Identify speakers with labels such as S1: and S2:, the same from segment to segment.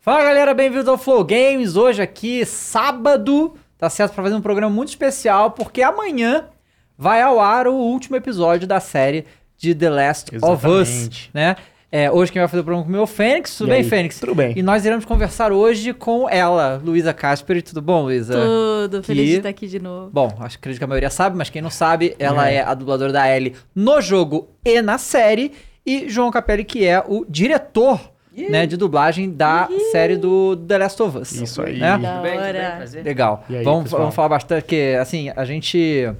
S1: Fala galera, bem-vindos ao Flow Games. Hoje aqui, sábado, tá certo pra fazer um programa muito especial, porque amanhã vai ao ar o último episódio da série de The Last of Us,
S2: Exatamente.
S1: né? É, hoje quem vai fazer o programa comigo é o Fênix. Tudo
S2: E
S1: bem,
S2: aí?
S1: Fênix?
S2: Tudo bem.
S1: E nós iremos conversar hoje com ela, Luísa Casper. Tudo bom, Luísa?
S3: Tudo, feliz
S1: Que-
S3: de estar aqui de novo.
S1: Bom, acho que acredito que a maioria sabe, mas quem não sabe, ela é, a dubladora da Ellie no jogo e na série. E João Capelli, que é o diretor né, de dublagem da série do The Last of Us.
S2: Isso aí.
S1: né?
S3: Da
S4: Tudo bem, tudo bem,
S3: hora.
S4: prazer.
S1: Legal.
S2: E aí,
S1: vamos,
S2: pessoal?
S1: vamos falar bastante, porque assim, a gente.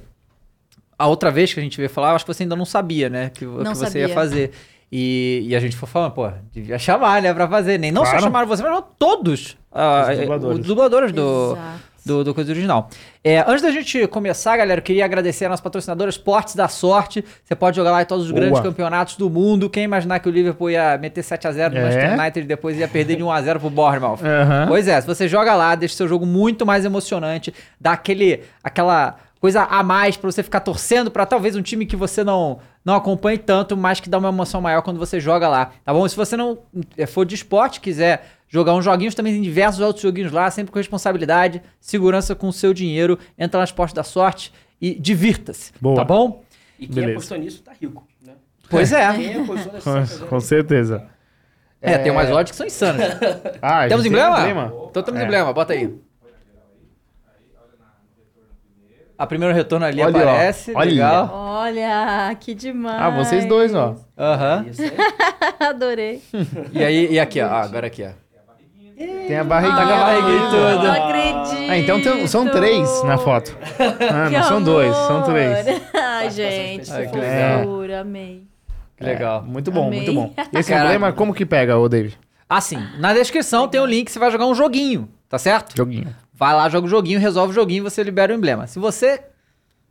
S1: A outra vez que a gente veio falar, eu acho que você ainda não sabia, né? Que, que você ia
S3: sabia.
S1: fazer. E, e a gente foi falando, pô, devia chamar, né, pra fazer. Nem não só
S2: Claro.
S1: chamaram você, mas não todos ah,
S2: Os dubladores.
S1: os dubladores do,
S3: Exato.
S1: do, do Coisa Original. É, antes da gente começar, galera, eu queria agradecer a nossa patrocinadora Esportes da Sorte. Você pode jogar lá em todos os
S2: Boa.
S1: grandes campeonatos do mundo. Quem imaginar que o Liverpool ia meter 7x0 no
S2: É.
S1: Manchester United e depois ia perder de 1x0 pro Bournemouth.
S2: Aham.
S1: Pois é, se você joga lá, deixa o seu jogo muito mais emocionante, dá aquele, aquela coisa a mais pra você ficar torcendo pra talvez um time que você não não acompanhe tanto, mas que dá uma emoção maior quando você joga lá, tá bom? E se você não eh, for de esporte, quiser jogar uns joguinhos, também tem diversos outros joguinhos lá, sempre com responsabilidade, segurança com o seu dinheiro, entra nas postas da sorte e divirta-se,
S2: Boa.
S1: tá bom?
S4: E quem
S2: Beleza.
S4: apostou nisso tá rico, né?
S1: Pois é.
S4: Quem apostou tá nessa
S2: Com, com certeza.
S1: É, tem umas odds que são insanas.
S2: Ah, a
S1: Temos
S2: gente tem
S1: emblema?
S2: emblema?
S1: Então temos
S2: É.
S1: emblema, bota aí. A primeiro retorno ali
S2: Olha, ó.
S1: aparece,
S2: Olha.
S1: legal.
S3: Olha, que demais.
S2: Ah, vocês dois, ó.
S1: Aham.
S4: Isso aí.
S3: Adorei.
S1: E aí, e aqui, ó. Ah, agora aqui, ó.
S2: Tem a barriga.
S1: Tá com a barriga e tudo.
S3: Não acredito.
S2: Ah, então tem- são três na foto. Ah,
S3: Que
S2: não são dois, são
S3: amor.
S2: três.
S3: Ai, gente, que
S1: especiais.
S2: É.
S3: fofura, amei.
S1: Que legal.
S2: Muito bom,
S3: Amei.
S2: muito bom. E esse
S1: Caraca.
S2: emblema, como que pega, ô David?
S1: Assim, na descrição tem um link, você vai jogar um joguinho, tá certo?
S2: Joguinho.
S1: Vai lá, joga o joguinho, resolve o joguinho, você libera o emblema. Se você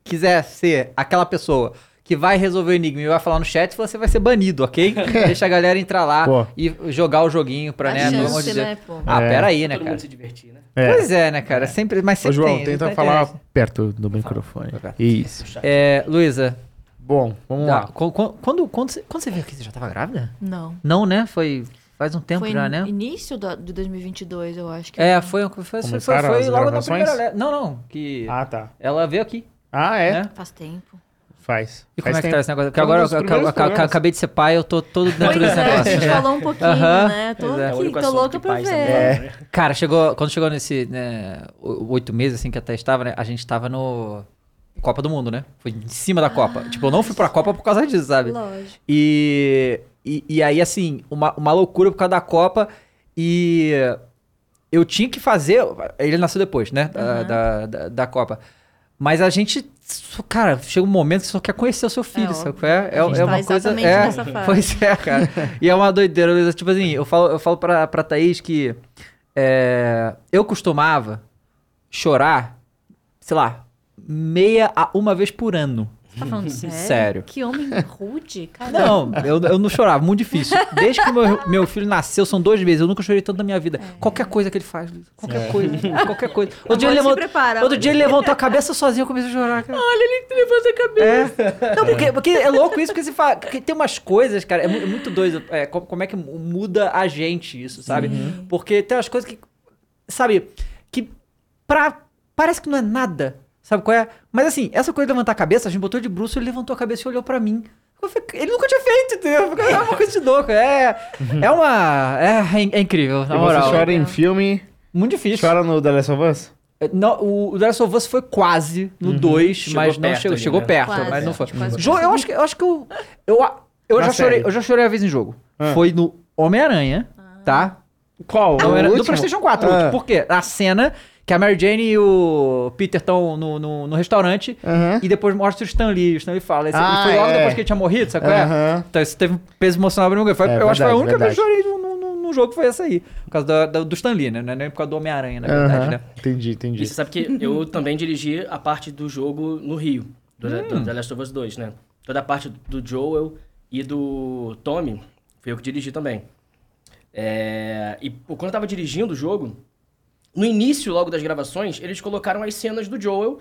S1: quiser ser aquela pessoa que vai resolver o enigma e vai falar no chat, você vai ser banido, ok? Deixa a galera entrar lá
S2: Pô.
S1: e jogar o joguinho pra,
S3: A
S1: né, todo
S3: chance,
S1: mundo dizer.
S3: né, pô?
S1: Ah,
S2: É.
S1: pera aí, né,
S4: Todo
S1: cara?
S4: mundo se divertir, né?
S2: É.
S1: Pois é, né, cara? Sempre, mas
S2: Ô,
S1: sempre
S2: João,
S1: tem,
S2: tenta
S1: na
S2: falar
S1: internet.
S2: perto do microfone.
S1: Fala.
S2: Isso.
S1: É, Luísa,
S2: Bom, vamos
S1: dá-
S2: lá.
S1: qu- qu- quando, quando, você- quando você veio aqui, você já tava grávida?
S3: Não.
S1: Não, né? Foi faz um tempo
S3: Foi
S1: já,
S3: no
S1: né?
S3: início do- de 2022, eu acho que.
S1: É, foi, foi, foi, foi,
S2: Começaram
S1: foi
S2: tá as
S1: logo na
S2: gravações?
S1: primeira... le- Não, não, que
S2: Ah, tá.
S1: ela veio aqui,
S2: Ah, é?
S1: né?
S3: Faz tempo.
S2: Faz.
S1: E como
S2: Faz
S1: é que
S2: tempo.
S1: tá esse negócio? Porque
S2: Foi um
S1: agora
S2: dos
S1: eu ac-
S2: primeiros
S1: ac-
S2: programas.
S1: acabei de ser pai, eu tô todo dentro
S3: Pois
S1: desse
S3: é, a
S1: negócio.
S3: gente
S1: né?
S3: falou um pouquinho,
S1: Aham,
S3: né? Tô,
S1: pois é.
S4: É o
S3: aqui,
S4: único
S3: tô
S4: assunto
S3: louca
S4: que
S3: pra
S4: pais
S3: ver.
S4: também falam, né?
S1: Cara, chegou, quando chegou nesse né, o- oito meses assim que até estava, né? A gente tava no Copa do Mundo, né? Foi em cima da Copa.
S3: Ah,
S1: tipo, eu não fui pra Copa por causa disso, sabe?
S3: Lógico.
S1: E, e, e aí, assim, uma, uma loucura por causa da Copa. E eu tinha que fazer. Ele nasceu depois, né? Da,
S3: Uhum.
S1: da, da, da Copa. Mas a gente. só- Cara, chega um momento que você só quer conhecer o seu filho,
S3: É
S1: sabe?
S3: óbvio.
S1: qual É, é,
S3: A gente
S1: é
S3: tá
S1: uma coisa.
S3: exatamente
S1: É,
S3: nessa fase.
S1: pois é, cara. e é uma doideira. Luísa. Tipo assim, eu falo, eu falo pra, pra Thaís que é, eu costumava chorar, sei lá, meia a uma vez por ano.
S3: Tá falando sério?
S1: Sério.
S3: Que homem rude, cara.
S1: Não, eu, eu não chorava, muito difícil. Desde que meu, meu filho nasceu, são dois meses, eu nunca chorei tanto na minha vida. Qualquer coisa que ele faz, Luiz, qualquer coisa, qualquer coisa. Outro dia, ele
S3: Amor, se
S1: levantou,
S3: prepara.
S1: outro dia ele levantou a cabeça sozinho, eu comecei a chorar, cara.
S3: Olha, ele levanta a cabeça.
S1: É. Não, porque, porque é louco isso, porque você fala. Porque tem umas coisas, cara, é mu- é muito doido. é, co- como é que muda a gente isso, sabe? Porque tem umas coisas que. Sabe, que pra, parece que não é nada. Sabe qual é? Mas assim, essa coisa de levantar a cabeça, a gente botou de bruxo, ele levantou a cabeça e olhou pra mim. Eu falei, ele nunca tinha feito, entendeu? É uma coisa de louco. É, é uma. É, é in- é incrível,
S2: E
S1: na
S2: você
S1: moral.
S2: chora em filme,
S1: Muito difícil.
S2: chora no The Last of Us?
S1: Não, o o The Last of Us foi quase no 2,
S4: Chegou
S1: mas não
S4: perto
S1: chegou.
S4: ali,
S1: chegou
S4: né?
S1: perto,
S3: Quase,
S1: É, mas não foi.
S3: acho que quase
S1: Jo, eu acho que eu acho que eu. Eu, a- eu
S2: Na
S1: já chorei,
S2: série.
S1: eu já chorei uma vez em jogo.
S2: Ah.
S1: Foi no Homem-Aranha, tá?
S2: Qual?
S1: Não,
S2: O
S1: era do
S2: último?
S1: Playstation 4.
S2: Ah.
S1: Por quê? A cena que a Mary Jane e o Peter estão no, no, no restaurante
S2: Aham.
S1: e depois mostra o Stan Lee. O Stan Lee fala. Esse,
S2: É? Ah,
S1: e foi logo
S2: é.
S1: depois que ele tinha morrido, sabe qual é?
S2: Aham.
S1: Então isso teve um peso emocional pra mim. Foi,
S2: É,
S1: eu acho que foi a
S2: verdade,
S1: única vez que eu
S2: verdade.
S1: chorei no, no, no jogo foi essa aí. Por causa da- da- do Stan Lee, né? Não é nem por causa do Homem-Aranha, na verdade,
S2: Aham.
S1: né?
S2: Entendi,
S4: E
S2: entendi.
S4: você sabe que eu também dirigi a parte do jogo no Rio, do,
S1: Hum.
S4: do The Last of Us 2, né? Toda a parte do Joel e do Tommy, foi eu que dirigi também. É, e pô, quando eu tava dirigindo o jogo, no início logo das gravações, eles colocaram as cenas do Joel.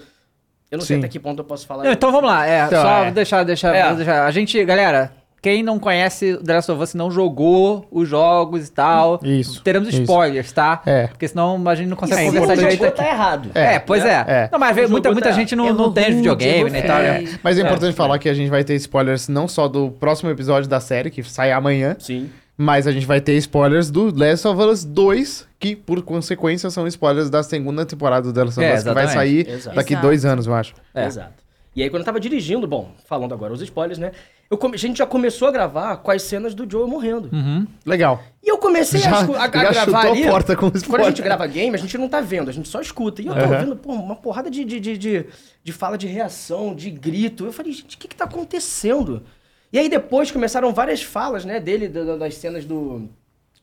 S4: Eu não sei
S2: Sim.
S4: até que ponto eu posso falar.
S1: Não, então vamos lá. É,
S2: Então,
S1: só
S2: é.
S1: deixar, deixar,
S4: É.
S1: vou deixar. A gente, galera, Quem não conhece The Last of Us, não jogou os jogos e tal,
S2: Isso,
S1: teremos
S2: isso.
S1: spoilers, tá?
S2: É.
S1: Porque senão a gente não consegue
S2: É
S1: conversar
S2: importante
S1: direito aqui.
S5: tá errado.
S1: É, pois é.
S2: é.
S1: Não, mas vê,
S4: O
S1: muita,
S4: jogo
S1: muita
S4: tá-
S1: gente não,
S3: eu
S1: não
S3: vou
S1: tem
S3: rude,
S1: videogame,
S3: eu
S1: né? e
S3: vou
S1: Tal,
S3: feio.
S1: né?
S2: Mas é importante falar que a gente vai ter spoilers não só do próximo episódio da série, que sai amanhã,
S4: Sim.
S2: mas a gente vai ter spoilers do Last of Us 2, que por consequência são spoilers da segunda temporada do The Last of
S1: É,
S2: Us, que vai
S1: exatamente.
S2: sair
S4: Exato.
S2: daqui
S3: Exato.
S2: dois anos, eu acho.
S1: É.
S4: Exato. E aí, quando eu tava dirigindo, bom, falando agora os spoilers, né? Eu come- A gente já começou a gravar com as cenas do Joel morrendo.
S1: Uhum.
S2: Legal.
S4: E eu comecei a,
S2: Hum. Já-
S4: escu- a- a
S2: já
S4: gravar
S2: chutou a
S4: ali.
S2: porta com os
S4: Quando a
S2: spoilers.
S4: gente grava game, a gente não tá vendo, a gente só escuta. E eu tô
S2: Aham.
S4: ouvindo pô, uma porrada de, de, de, de, de fala de reação, de grito. Eu falei, gente, o que que tá acontecendo? E aí depois começaram várias falas, né, dele, da- da- das cenas do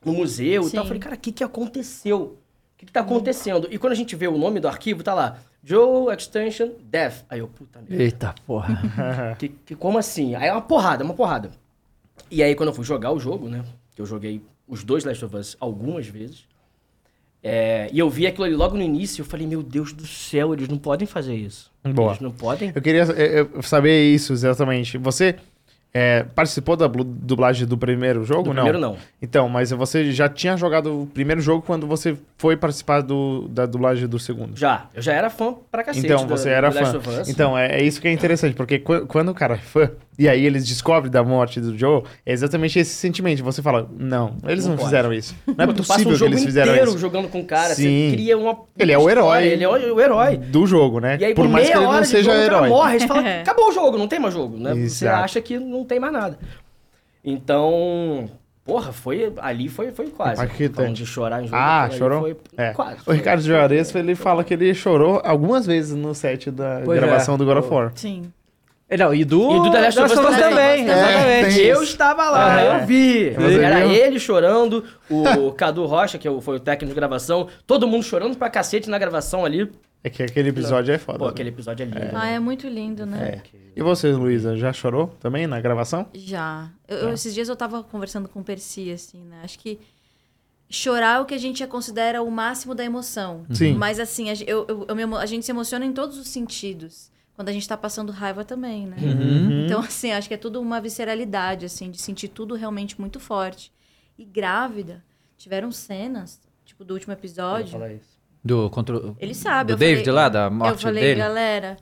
S4: no museu e
S3: Sim.
S4: tal. Eu falei, cara, o que que aconteceu? O que que tá acontecendo? E quando a gente vê o nome do arquivo, tá lá, Joe Extension Death. Aí eu, puta merda.
S1: Eita porra.
S4: Que, que- como assim? Aí é uma porrada, uma porrada. E aí, quando eu fui jogar o jogo, né? Que eu joguei os dois Last of Us algumas vezes. é, e eu vi aquilo ali logo no início, eu falei, meu Deus do céu, eles não podem fazer isso.
S2: Boa.
S4: Eles não podem.
S2: Eu queria eh, eh, saber isso exatamente. Você eh, participou da blu- dublagem do primeiro jogo?
S4: Do
S2: não.
S4: primeiro não.
S2: Então, mas você já tinha jogado o primeiro jogo quando você foi participar do- da dublagem do segundo?
S4: Já, eu já era fã pra cacete.
S2: Então,
S4: É assim, da-
S2: você
S4: do
S2: era
S4: Last
S2: fã.
S4: of Us.
S2: Então, é, é isso que é interessante, porque qu- quando o cara é fã, e aí eles descobrem da morte do Joe, é exatamente esse sentimento. Você fala, não, eles
S4: Não
S2: não,
S4: pode.
S2: fizeram isso. Não é
S4: Pô, tu passa
S2: possível
S4: um
S2: que
S4: jogo
S2: eles fizeram
S4: inteiro
S2: isso.
S4: jogando com o cara,
S2: Sim.
S4: você cria uma.
S2: Ele é o
S4: uma
S2: herói.
S4: Ele é o, o herói.
S2: Do jogo, né?
S4: E aí,
S2: Por
S4: com
S2: mais que
S4: meia
S2: ele
S4: hora
S2: não
S4: de
S2: seja
S4: jogo, o cara
S2: herói.
S4: morre, você fala,
S3: É.
S4: acabou o jogo, não tem mais jogo, né? Você
S2: Exato.
S4: acha que não tem mais nada. Então, porra, foi ali foi, foi quase.
S2: Impactante.
S4: Falando de chorar em jogo.
S2: Ah,
S4: aquilo ali
S2: chorou?
S4: Foi
S2: É.
S4: quase.
S2: O Ricardo Juarez, ele fala que ele chorou algumas vezes no set da
S1: Pois
S2: gravação
S1: é.
S2: do God of War.
S3: Sim.
S1: É, Não, e do.
S4: E do The Last of Us
S1: também.
S4: também.
S2: É,
S1: Exatamente.
S2: tem
S4: Eu
S2: isso.
S4: estava lá,
S2: Aham.
S4: eu vi.
S2: é. Você
S4: Era
S2: viu?
S4: ele chorando, o Cadu Rocha, que é o- foi o técnico de gravação, todo mundo chorando pra cacete na gravação ali.
S2: É que aquele episódio é foda.
S4: Pô,
S2: né?
S4: aquele episódio é lindo.
S3: Ah, é muito lindo, né?
S1: É.
S2: E você, Luísa, já chorou também na gravação?
S3: Já. Eu-
S1: É.
S3: eu- esses dias eu tava conversando com o Percy, assim, né? Acho que chorar é o que a gente já considera o máximo da emoção.
S1: Hum.
S2: Sim.
S3: Mas, assim, a, ge- eu, eu- eu me emo- a gente se emociona em todos os sentidos. Quando a gente tá passando raiva também, né?
S1: Uhum.
S3: Então, assim, acho que é tudo uma visceralidade, assim, de sentir tudo realmente muito forte. E grávida, tiveram cenas, tipo, do último
S4: Eu ia
S3: episódio.
S4: falar isso.
S1: Do controle.
S3: Ele sabe.
S1: Do
S3: eu
S1: David
S3: falei-
S1: lá, da morte
S3: Eu falei,
S1: dele?
S3: galera...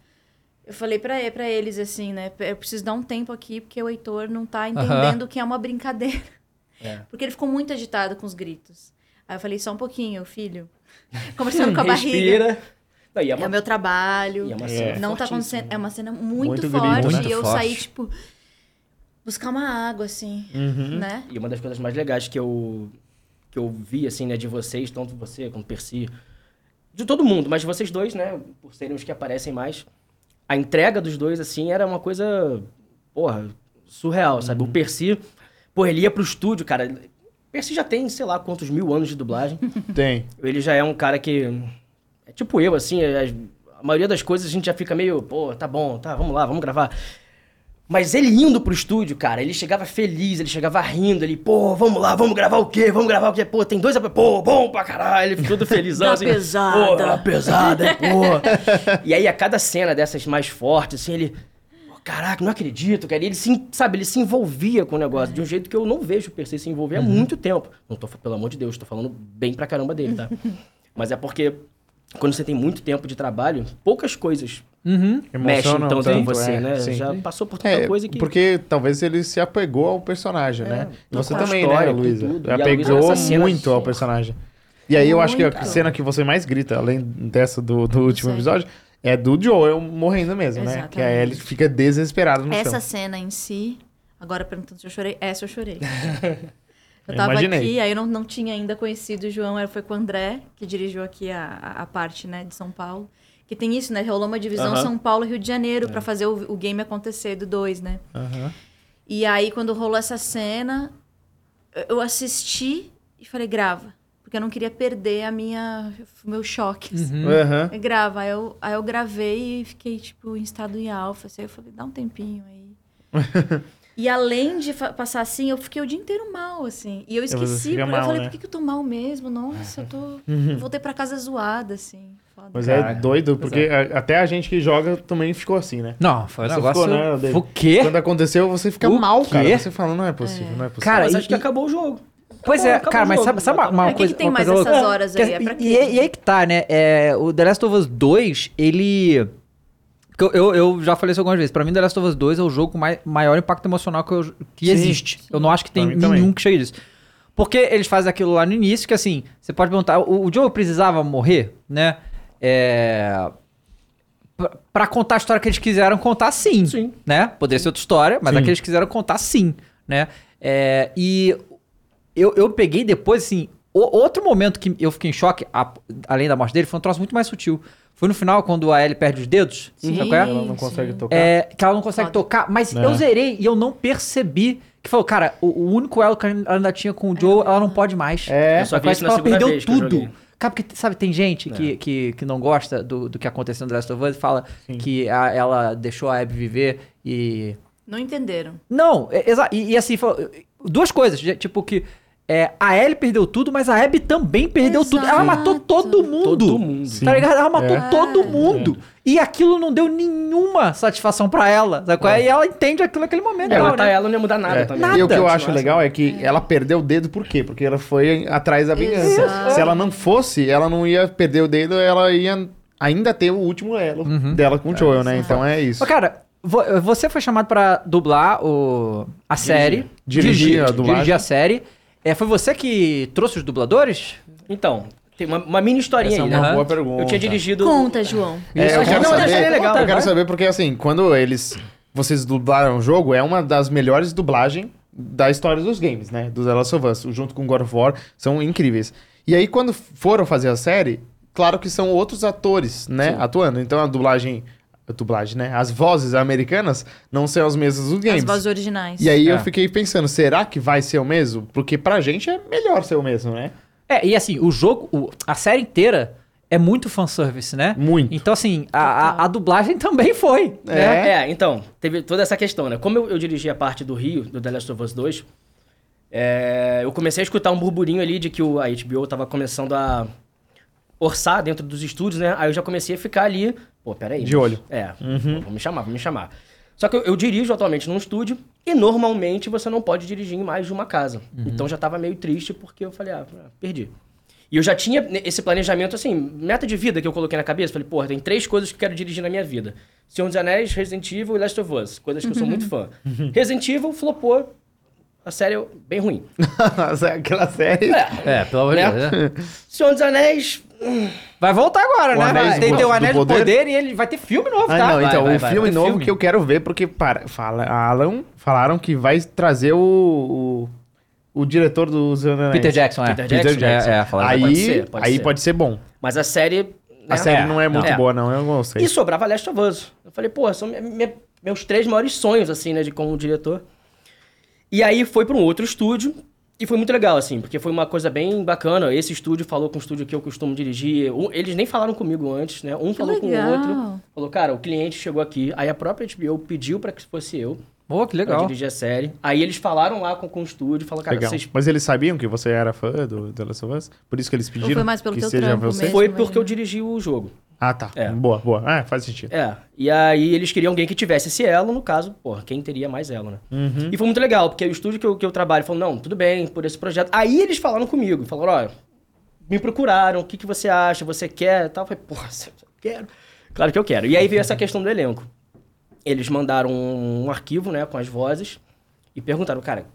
S3: Eu falei pra, e- pra eles, assim, né? Eu preciso dar um tempo aqui, porque o Heitor não tá entendendo que é uma brincadeira.
S4: É.
S3: Porque ele ficou muito agitado com os gritos. Aí eu falei, só um pouquinho, filho. Conversando com a barriga.
S4: Respira. Não, e é
S3: É
S4: uma-
S3: o meu trabalho.
S4: E é uma
S2: cena
S3: não tá
S4: fortíssima,
S3: acontecendo. É uma cena muito,
S2: Muito grito,
S3: forte.
S2: né?
S3: E eu
S1: Muito forte.
S3: saí, tipo, buscar uma água, assim,
S1: Uhum.
S3: né?
S4: E uma das coisas mais legais que eu, que eu vi, assim, né, de vocês, tanto você quanto Percy, de todo mundo, mas de vocês dois, né, por serem os que aparecem mais, a entrega dos dois, assim, era uma coisa, porra, surreal, sabe? O Percy, porra, ele ia pro estúdio, cara. Percy já tem, sei lá, quantos mil anos de dublagem.
S2: Tem.
S4: ele já é um cara que. É tipo eu, assim, é- é- a maioria das coisas a gente já fica meio, pô, tá bom, tá, vamos lá, vamos gravar. Mas ele indo pro estúdio, cara, ele chegava feliz, ele chegava rindo, ele, pô, vamos lá, vamos gravar o quê? Vamos gravar o quê? Pô, tem dois, ap- pô, bom pra caralho, ele todo felizão,
S3: Dá
S4: assim. Pô,
S3: pesada.
S4: dá pesada, pô. E aí a cada cena dessas mais fortes, assim, ele, pô, caraca, não acredito, cara. E ele se, en- sabe, ele se envolvia com o negócio de um jeito que eu não vejo o Percy se envolver
S3: Uhum.
S4: há muito tempo. Não tô, fa- pelo amor de Deus, tô falando bem pra caramba dele, tá? Mas é porque quando você tem muito tempo de trabalho, poucas coisas
S1: Uhum.
S4: mexem
S2: Emocionam
S4: tanto com
S2: tanto,
S4: você,
S2: é,
S4: né?
S2: sim.
S4: Já passou por tanta
S2: É,
S4: coisa que... É,
S2: porque talvez ele se apegou ao personagem, né? E você
S4: com a
S2: também,
S4: história,
S2: né,
S4: com
S2: Luísa?
S4: tudo. E a
S2: Apegou
S4: Luísa nessa cena-
S2: muito ao personagem. E aí eu acho que a
S3: Muito.
S2: cena que você mais grita, além dessa do, do último
S3: Sério.
S2: episódio, é do Joel morrendo mesmo, né? Que aí ele
S3: Exatamente.
S2: fica desesperado no
S3: Essa
S2: chão.
S3: cena em si, agora perguntando se eu chorei, essa eu chorei. Eu
S2: Eu
S3: tava
S2: imaginei.
S3: aqui, aí eu não, não tinha ainda conhecido o João, era- foi com o André, que dirigiu aqui a, a- a parte, né, de São Paulo. Que tem isso, né? Rolou uma divisão
S4: Aham.
S3: São Paulo e Rio de Janeiro pra fazer o, o game acontecer do 2, né?
S2: Aham.
S3: E aí, quando rolou essa cena, eu- eu assisti e falei, grava. Porque eu não queria perder a minha, o meu choque. assim.
S4: Hum.
S2: Aham.
S3: Eu Grava. Aí eu, aí eu gravei e fiquei, tipo, em estado em alfa. Assim, aí eu falei, dá um tempinho aí. e além de fa- passar assim, eu fiquei o dia inteiro mal, assim.
S4: É,
S3: E eu
S2: você
S3: esqueci.
S2: fica
S3: Eu,
S2: mal,
S3: falei,
S2: né?
S3: por que, que eu tô mal mesmo? Nossa, eu tô... Voltei pra casa zoada, assim. foda.
S2: Mas é
S5: Caraca.
S2: doido, porque a- até a gente que joga também ficou assim, né?
S5: Não, foi um
S2: Você
S5: negócio.
S2: ficou, né, David?
S1: O quê?
S2: Quando aconteceu, você fica
S1: O
S2: mal,
S1: quê?
S2: cara. Você fala, não é possível, não é possível.
S1: Cara,
S4: mas
S1: e-
S4: acho que
S1: e-
S4: acabou o jogo.
S1: Pois
S4: Acabou,
S1: é,
S4: acabou
S1: cara,
S4: o
S1: mas
S4: jogo,
S1: sabe, sabe uma,
S4: acabou.
S1: uma
S3: Mas o que
S1: coisa
S3: que tem
S1: uma
S3: mais
S1: coisa
S3: essas
S1: louca?
S3: horas
S1: Que
S3: aí? É
S1: assim,
S3: pra
S1: e,
S3: quê?
S1: e aí que tá, né? É, o The Last of Us 2, ele. que Eu, eu, eu já falei isso algumas vezes. Pra mim, The Last of Us 2 é o jogo com mai, maior impacto emocional que, eu- que
S2: Sim.
S1: existe. Eu não acho que tem
S2: Pra
S1: nenhum
S2: mim também.
S1: que chegue disso. Porque eles fazem aquilo lá no início, que assim, você pode perguntar, o, o Joel precisava morrer, né? É. pra- Pra contar a história que eles quiseram contar, sim.
S4: Sim.
S1: Né? Poderia ser outra história, mas
S2: Sim.
S1: a que eles quiseram contar, sim. Né? É, e eu, eu peguei depois, assim, o- outro momento que eu fiquei em choque, a- além da morte dele, foi um troço muito mais sutil. Foi no final, quando a Ellie perde os dedos.
S3: Sim.
S1: sabe qual é?
S2: Ela não consegue
S3: Sim.
S2: tocar.
S1: É, que ela não consegue
S3: Foda.
S1: tocar, mas
S2: É.
S1: eu zerei e eu não percebi. Que falou, cara, o, o único elo que ela ainda tinha com o Joe, ela não pode mais.
S2: É.
S4: Eu só vi
S1: Parece
S4: isso
S1: que
S4: na
S1: ela
S4: segunda
S1: perdeu
S4: vez que eu
S1: tudo.
S4: joguei. É.
S1: Cara, porque, sabe, tem gente que, que, que não gosta do, do que aconteceu no The Last of Us e fala que a- ela deixou a Abby viver e
S3: Não entenderam.
S1: não, é- exa- e, e assim, falou- duas coisas, de- tipo que é, a Ellie perdeu tudo, mas a Abby também perdeu tudo. Ela
S3: Exato.
S1: matou todo mundo.
S4: Todo mundo.
S1: Tá
S2: Sim.
S1: ligado? Ela matou
S2: É.
S1: todo mundo. E aquilo não deu nenhuma satisfação pra ela. Sabe qual é? E ela entende aquilo naquele momento.
S4: É,
S1: não,
S4: matar
S1: né?
S4: ela não ia mudar nada
S2: É.
S4: também.
S2: E o que eu
S4: Continuar
S2: acho
S4: assim.
S2: legal é que ela perdeu o dedo por quê? Porque ela foi atrás da vingança.
S3: Exato.
S2: Se ela não fosse, ela não ia perder o dedo, ela ia ainda ter o último elo
S4: Uhum.
S2: dela com o Joel, né? Então é isso.
S1: Ô, cara, vo- você foi chamado pra dublar o, a série.
S2: Dirigir a dublagem.
S1: Dirigir a série. É, foi você que trouxe os dubladores?
S4: Então, tem uma, uma mini historinha
S2: Essa é
S4: aí,
S2: uma
S4: né?
S2: boa pergunta.
S4: Eu tinha dirigido...
S3: Conta, João.
S2: É, eu
S4: Isso,
S2: quero
S4: não,
S2: saber,
S4: deixa ele legal,
S2: eu quero
S4: vai.
S2: saber porque assim, quando eles vocês dublaram o jogo, é uma das melhores dublagens da história dos games, né? Do The Last of Us, junto com God of War, são incríveis. E aí quando foram fazer a série, claro que são outros atores, né, atuando. Então a dublagem, a dublagem, né? As vozes americanas não são as mesmas dos games.
S3: As vozes originais.
S2: E aí
S5: É.
S2: eu fiquei pensando, será que vai ser o mesmo? Porque pra gente é melhor ser o mesmo, né?
S1: É, e assim, o jogo, o- a série inteira é muito fanservice, né?
S2: Muito.
S1: Então, assim, a, a, a dublagem também foi. Né?
S2: É.
S4: É, então, teve toda essa questão, né? Como eu, eu dirigi a parte do Rio, do The Last of Us 2, é, eu comecei a escutar um burburinho ali de que o, a HBO tava começando a orçar dentro dos estúdios, né? Aí eu já comecei a ficar ali, pô, peraí.
S2: De olho. Uhum.
S4: É, pô, vou me chamar, vou me chamar. Só que eu, eu dirijo atualmente num estúdio e normalmente você não pode dirigir em mais de uma casa.
S2: Uhum.
S4: Então já tava meio triste porque eu falei, ah, perdi. E eu já tinha ne- esse planejamento, assim, meta de vida que eu coloquei na cabeça. Falei, porra, tem três coisas que eu quero dirigir na minha vida. Senhor dos Anéis, Resident Evil e Last of Us. Coisas que eu sou muito fã.
S2: Uhum.
S4: Resident Evil flopou. A série é bem ruim.
S2: Aquela série.
S5: É, pelo amor de
S4: Né?
S5: Deus. né?
S4: Senhor dos Anéis...
S1: Vai voltar agora,
S2: O
S1: né?
S2: Anéis do
S1: tem,
S2: Po-
S1: tem o
S2: do
S1: Anéis do poder.
S2: Poder?
S1: e ele vai ter filme novo,
S2: Ah,
S1: tá?
S2: não,
S5: Vai,
S2: então,
S5: vai,
S2: o
S5: vai,
S2: filme
S5: vai.
S2: novo
S5: Filme.
S2: que eu quero ver, porque para, fala, Alan, falaram que vai trazer o, o, o diretor do Senhor dos Anéis.
S1: Peter Jackson, é.
S4: Peter Jackson.
S1: É, é, falaram.
S2: aí
S4: pode ser, pode
S2: aí
S4: ser.
S2: pode ser bom.
S4: Mas a série...
S2: A
S4: né?
S2: série não é muito
S4: É.
S2: boa, não, eu não sei.
S4: E sobrava Last of Us. Eu falei, pô, são me- me- meus três maiores sonhos, assim, né, de como diretor. E aí foi pra um outro estúdio e foi muito legal, assim, porque foi uma coisa bem bacana. Esse estúdio falou com o estúdio que eu costumo dirigir. Um- eles nem falaram comigo antes, né? Um falou com o
S3: legal.
S4: outro. Falou, cara, o cliente chegou aqui. Aí a própria HBO pediu pra que fosse eu
S1: Pô, que
S4: pra
S1: legal.
S4: dirigir a série. Aí eles falaram lá com, com o estúdio, falaram, cara,
S2: Legal.
S4: vocês...
S2: Mas eles sabiam que você era fã do The Last of Us? Por isso que eles pediram
S3: foi mais pelo
S2: que
S3: teu
S2: seja
S3: trampo
S2: você?
S3: mesmo?
S4: Foi
S3: imagino.
S4: porque eu dirigi o jogo.
S2: Ah, tá.
S4: É.
S2: Boa, boa. Ah, faz sentido.
S4: É, e aí eles queriam alguém que tivesse esse elo, no caso, porra, quem teria mais elo, né?
S2: Uhum.
S4: E foi muito legal, porque o estúdio que eu, que eu trabalho falou, não, tudo bem, por esse projeto. Aí eles falaram comigo, falaram, olha, me procuraram, o que, que você acha, você quer e tal. Eu falei, porra, eu quero. Claro que eu quero. E aí veio essa questão do elenco. Eles mandaram um arquivo, né, com as vozes, e perguntaram, cara, o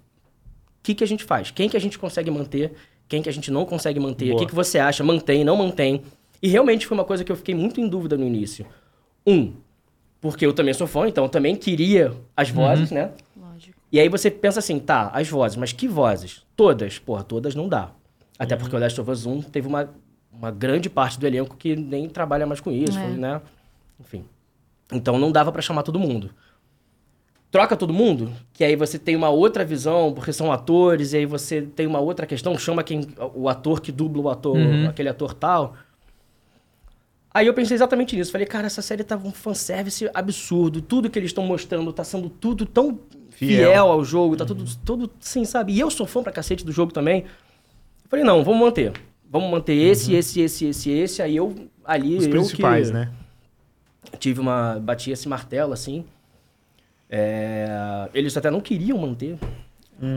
S4: que, que a gente faz? Quem que a gente consegue manter? Quem que a gente não consegue manter? O
S2: Boa.
S4: que, que você acha? Mantém, não mantém? E realmente foi uma coisa que eu fiquei muito em dúvida no início. Um, porque eu também sou fã, então eu também queria as vozes, né?
S3: Lógico.
S4: E aí você pensa assim, tá, as vozes, mas que vozes? Todas? Porra, todas não dá. Até porque o Last of Us 1 teve uma, uma grande parte do elenco que nem trabalha mais com isso,
S3: É.
S4: né? Enfim. Então não dava pra chamar todo mundo. Troca todo mundo, que aí você tem uma outra visão, porque são atores, e aí você tem uma outra questão, chama quem o ator que dubla o ator, aquele ator tal. Aí eu pensei exatamente nisso. Falei, cara, essa série tá um fanservice absurdo. Tudo que eles estão mostrando tá sendo tudo tão fiel,
S2: Fiel. Uhum.
S4: ao jogo, tá tudo, tudo assim, sabe? E eu sou fã pra cacete do jogo também. Eu falei, não, vamos manter. Vamos manter esse, esse, esse, esse, esse. Aí eu ali
S2: Uhum. Os
S4: eu
S2: principais,
S4: que
S2: né?
S4: tive uma... Bati esse martelo, assim. É, Eles até não queriam manter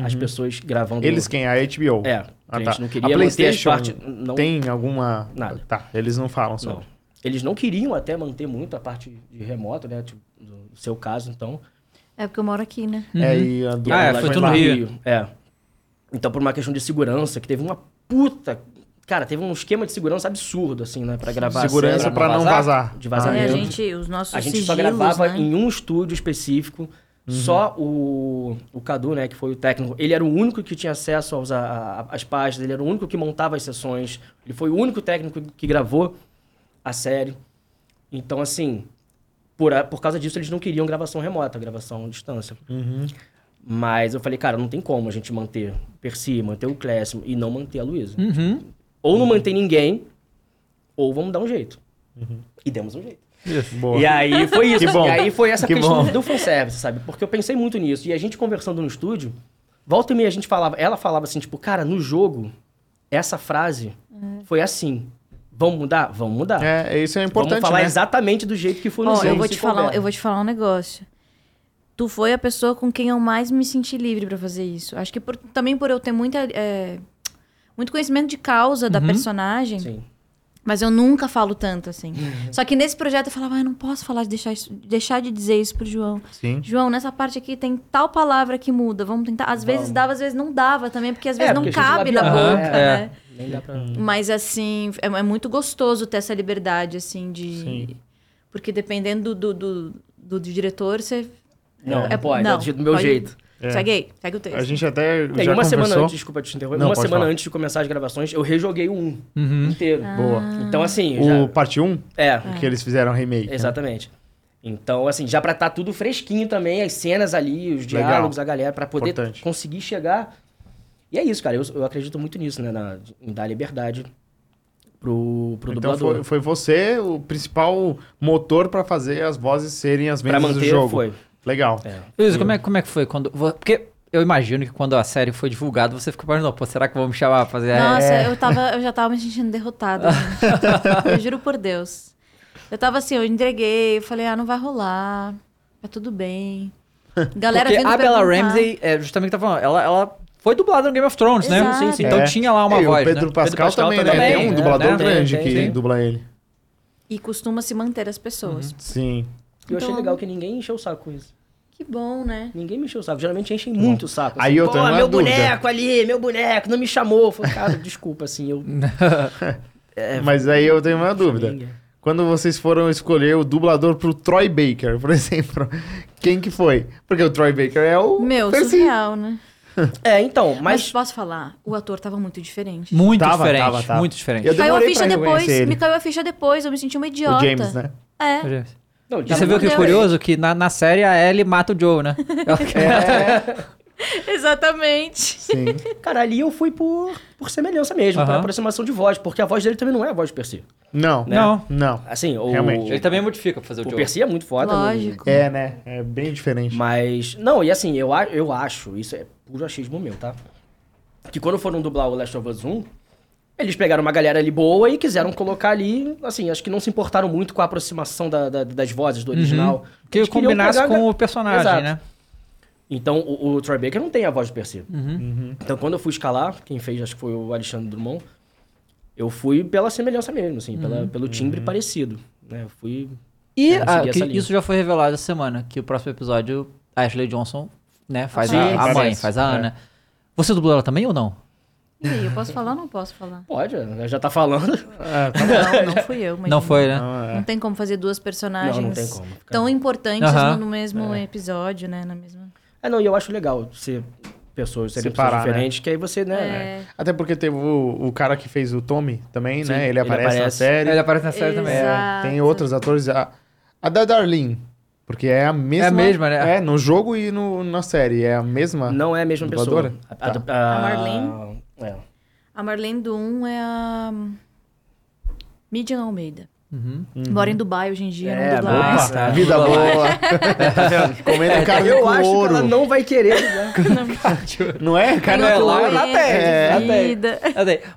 S4: as pessoas gravando.
S2: Uhum. Eles quem? A HBO.
S4: É,
S2: Ah,
S4: a
S2: tá.
S4: gente não
S2: a
S4: queria manter as
S2: PlayStation
S4: partes... Não,
S2: tem alguma.
S4: Nada.
S2: Tá, eles não falam sobre.
S4: Não. Eles não queriam até manter muito a parte de remoto, né? Tipo, no seu caso, então.
S3: É porque eu moro aqui, né?
S2: É, e a do
S1: Ah, é,
S2: lá
S1: foi
S2: de
S1: tudo
S2: lá.
S1: no Rio.
S4: É. Então, por uma questão de segurança, que teve uma puta. Cara, teve um esquema de segurança absurdo, assim, né? Pra gravar. a
S2: Segurança
S4: série,
S2: pra não vazar.
S4: De vazar.
S2: Ah,
S3: É, a
S2: eu-
S3: gente, os nossos
S4: A gente só
S3: sigilos,
S4: gravava
S3: né?
S4: em um estúdio específico. Só o, o Cadu, né, que foi o técnico, ele era o único que tinha acesso aos, a- a- às páginas, ele era o único que montava as sessões, ele foi o único técnico que gravou a série. Então, assim, por, a- por causa disso eles não queriam gravação remota, gravação à distância.
S2: Uhum.
S4: Mas eu falei, cara, não tem como a gente manter Percy, manter o Cléssimo e não manter a Luísa.
S1: Uhum.
S4: Ou não manter ninguém, ou vamos dar um jeito. E demos um jeito.
S2: Boa.
S4: E aí foi isso.
S2: Que bom.
S4: E aí foi essa
S2: Que
S4: questão
S2: bom.
S4: do fanservice, sabe? Porque eu pensei muito nisso. E a gente conversando no estúdio, volta e meia a gente falava, ela falava assim, tipo, cara, no jogo, essa frase
S3: Hum.
S4: foi assim. Vamos mudar? Vamos mudar.
S2: É, isso é
S4: Vamos
S2: importante,
S4: falar
S2: né?
S4: exatamente do jeito que foi no
S3: Ó,
S4: jogo.
S3: eu vou
S4: se
S3: te falar,
S4: couber.
S3: eu vou te falar um negócio. Tu foi a pessoa com quem eu mais me senti livre pra fazer isso. Acho que por- também por eu ter muita é, muito conhecimento de causa da personagem,
S4: Uhum. Sim. Uhum.
S3: mas eu nunca falo tanto assim. Só que nesse projeto eu falava, "Ah, eu não posso falar de deixar isso- deixar de dizer isso pro João.
S2: Sim.
S3: João, nessa parte aqui tem tal palavra que muda, vamos tentar. Às vezes dava, às vezes não dava também, porque às vezes não
S4: É, porque a gente
S3: cabe na
S4: labial,
S3: boca,
S1: é,
S3: né?
S4: Nem dá pra...
S3: Mas assim, é, é muito gostoso ter essa liberdade, assim, de.
S2: Sim.
S3: Porque dependendo do, do, do- do diretor, você.
S4: Não,
S3: é-
S4: pode, é do meu
S3: pode-
S4: jeito.
S2: É.
S3: Segue aí, segue o texto.
S2: A gente até
S4: É, e
S2: já
S4: uma semana
S2: conversou.
S4: antes, desculpa te interromper,
S2: Não,
S4: uma
S2: pode
S4: semana
S2: falar.
S4: antes de começar as gravações, eu rejoguei o 1 inteiro.
S3: Ah.
S2: Boa.
S4: Então, assim, eu
S2: O
S4: já...
S2: parte 1,
S4: É,
S2: que eles fizeram remake. né?
S4: Exatamente. Então, assim, já pra estar tudo fresquinho também, as cenas ali, os
S2: Legal.
S4: diálogos, a galera, pra poder
S2: Importante.
S4: conseguir chegar. E é isso, cara. Eu, eu acredito muito nisso, né? na- em dar liberdade pro, pro
S2: Então
S4: dublador.
S2: foi, foi você o principal motor pra fazer as vozes serem as
S4: pra
S2: mesmas do
S4: manter,
S2: jogo.
S4: foi.
S2: Legal.
S4: É.
S1: Luiz, como é, como é que foi quando. vo- Porque eu imagino que quando a série foi divulgada, você ficou pensando, pô, será que vão me chamar pra
S4: É.
S1: fazer a. É.
S3: Nossa, eu, tava, eu já tava me sentindo derrotada. gente. eu juro por Deus. Eu tava assim, eu entreguei, eu falei, ah, não vai rolar, tá tudo bem. Galera
S1: Porque
S3: vindo
S1: a Bella
S3: perguntar.
S1: Ramsey, é justamente o que tá falando, ela, ela foi dublada no Game of Thrones, né?
S3: Exato. Sim, sim.
S1: Então
S2: É.
S1: tinha lá uma
S2: e
S1: voz.
S2: o Pedro,
S1: né?
S2: Pascal
S4: Pedro Pascal
S2: também, né?
S4: também,
S2: Tem um
S4: né?
S2: dublador
S1: Né?
S2: grande
S4: Tem,
S2: que
S4: tem.
S2: dubla ele.
S3: E costuma se manter as
S2: Uhum.
S3: pessoas.
S2: Sim.
S4: E eu achei
S3: Então-
S4: legal que ninguém encheu o saco com isso.
S3: Que bom, né?
S4: Ninguém me encheu o saco. Geralmente enchem muito o saco.
S2: Então,
S4: assim.
S2: Aí eu tenho
S4: "Pô,
S2: uma
S4: meu
S2: dúvida."
S4: boneco ali, meu boneco, não me chamou. Eu Falei, cara, desculpa, assim, eu... É.
S2: Mas aí eu tenho uma dúvida.
S4: Ninguém.
S2: Quando vocês foram escolher o dublador pro Troy Baker, por exemplo, quem que foi? Porque o Troy Baker é o.
S3: Meu,
S2: Percy.
S3: surreal, né?
S4: É, então,
S3: Mas...
S4: Uh, mas...
S3: posso falar, o ator tava muito diferente.
S1: Muito
S2: Tava,
S1: diferente.
S2: tava, tava.
S1: Muito diferente.
S2: Eu
S3: Caiu a
S2: demorei
S3: ficha
S2: pra
S3: depois,
S2: reconhecer ele.
S3: me caiu a ficha depois, eu me senti uma idiota.
S2: O James, né?
S3: É.
S4: Não, ele
S1: E
S4: tava
S1: você viu que
S4: muito
S1: é
S4: bem.
S1: curioso? Que na, na série a Ellie mata o Joe, né?
S3: Exatamente.
S2: Sim.
S4: Cara, ali eu fui por, por semelhança mesmo, por
S1: Aham.
S4: aproximação de voz, porque a voz dele também não é a voz do Percy.
S2: Não.
S1: Não.
S2: Não.
S4: Assim, o,
S2: Realmente.
S1: Ele também é modifica pra fazer o,
S4: o
S1: Joe.
S4: Percy é muito foda. não-
S3: Lógico.
S2: É, né? É bem diferente.
S4: Mas, não, e assim, eu, a- eu acho, isso é puro achismo meu, tá? Que quando foram dublar o Last of Us 1, eles pegaram uma galera ali boa e quiseram colocar ali, assim, acho que não se importaram muito com a aproximação da- da- das vozes do original.
S1: Uhum. Que
S4: Eles queriam
S1: combinasse
S4: pegar a ga-
S1: com o personagem,
S4: um Exato.
S1: né?
S4: Então, o, o Troy Baker não tem a voz do Percy.
S1: Uhum.
S4: Então, quando eu fui escalar, quem fez acho que foi o Alexandre Drummond, eu fui pela semelhança mesmo, assim,
S1: Uhum.
S4: pela- pelo timbre parecido. Né? Eu fui...
S1: E
S4: Eu não segui
S1: ah, que
S4: essa linha.
S1: isso já foi revelado essa semana, que o próximo episódio, a Ashley Johnson, né, faz
S3: Sim,
S1: a, a mãe,
S2: parece.
S1: faz a
S2: É.
S1: Ana. Você dublou ela também ou não?
S3: E aí, eu posso falar ou não posso falar?
S4: Pode, ela já tá falando.
S2: Ah, tá
S3: Não, não fui eu, mas.
S1: Não foi, né?
S2: bom, é.
S3: Não tem como fazer duas personagens
S4: Não, não tem como, cara.
S3: tão importantes
S1: Aham.
S3: no, no mesmo episódio, né? Na mesma.
S4: É, não, e eu acho legal ser pessoas, serem
S2: Separar,
S4: pessoas diferentes, que aí você, né...
S3: É,
S2: Até porque teve o, o cara que fez o Tommy também,
S4: Sim,
S2: né? Ele,
S4: ele
S2: aparece, na
S4: aparece.
S2: série.
S1: aparece na
S3: série também. Exato.
S2: É, tem outros atores. A, a da Darlene. Porque é a mesma.
S1: mesma, né?
S2: É, no jogo e no, na série. É a mesma.
S4: Não é a mesma
S2: Dubladora?
S4: pessoa.
S2: Tá.
S4: du-
S3: A Marlene?
S4: É.
S3: A Marlene do 1 é a. Midian Almeida.
S1: Uhum.
S3: Mora em Dubai hoje em dia,
S4: É,
S3: não dubla
S4: boa.
S3: mais.
S2: Nossa, vida boa. Comendo carne
S4: Eu
S2: com
S4: acho
S2: ouro.
S4: que ela não vai querer. né?
S2: Não é? Carne
S1: Não é
S2: com
S1: lá,
S2: ouro.
S1: lá tem,
S3: É,
S1: lá tem.
S3: vida.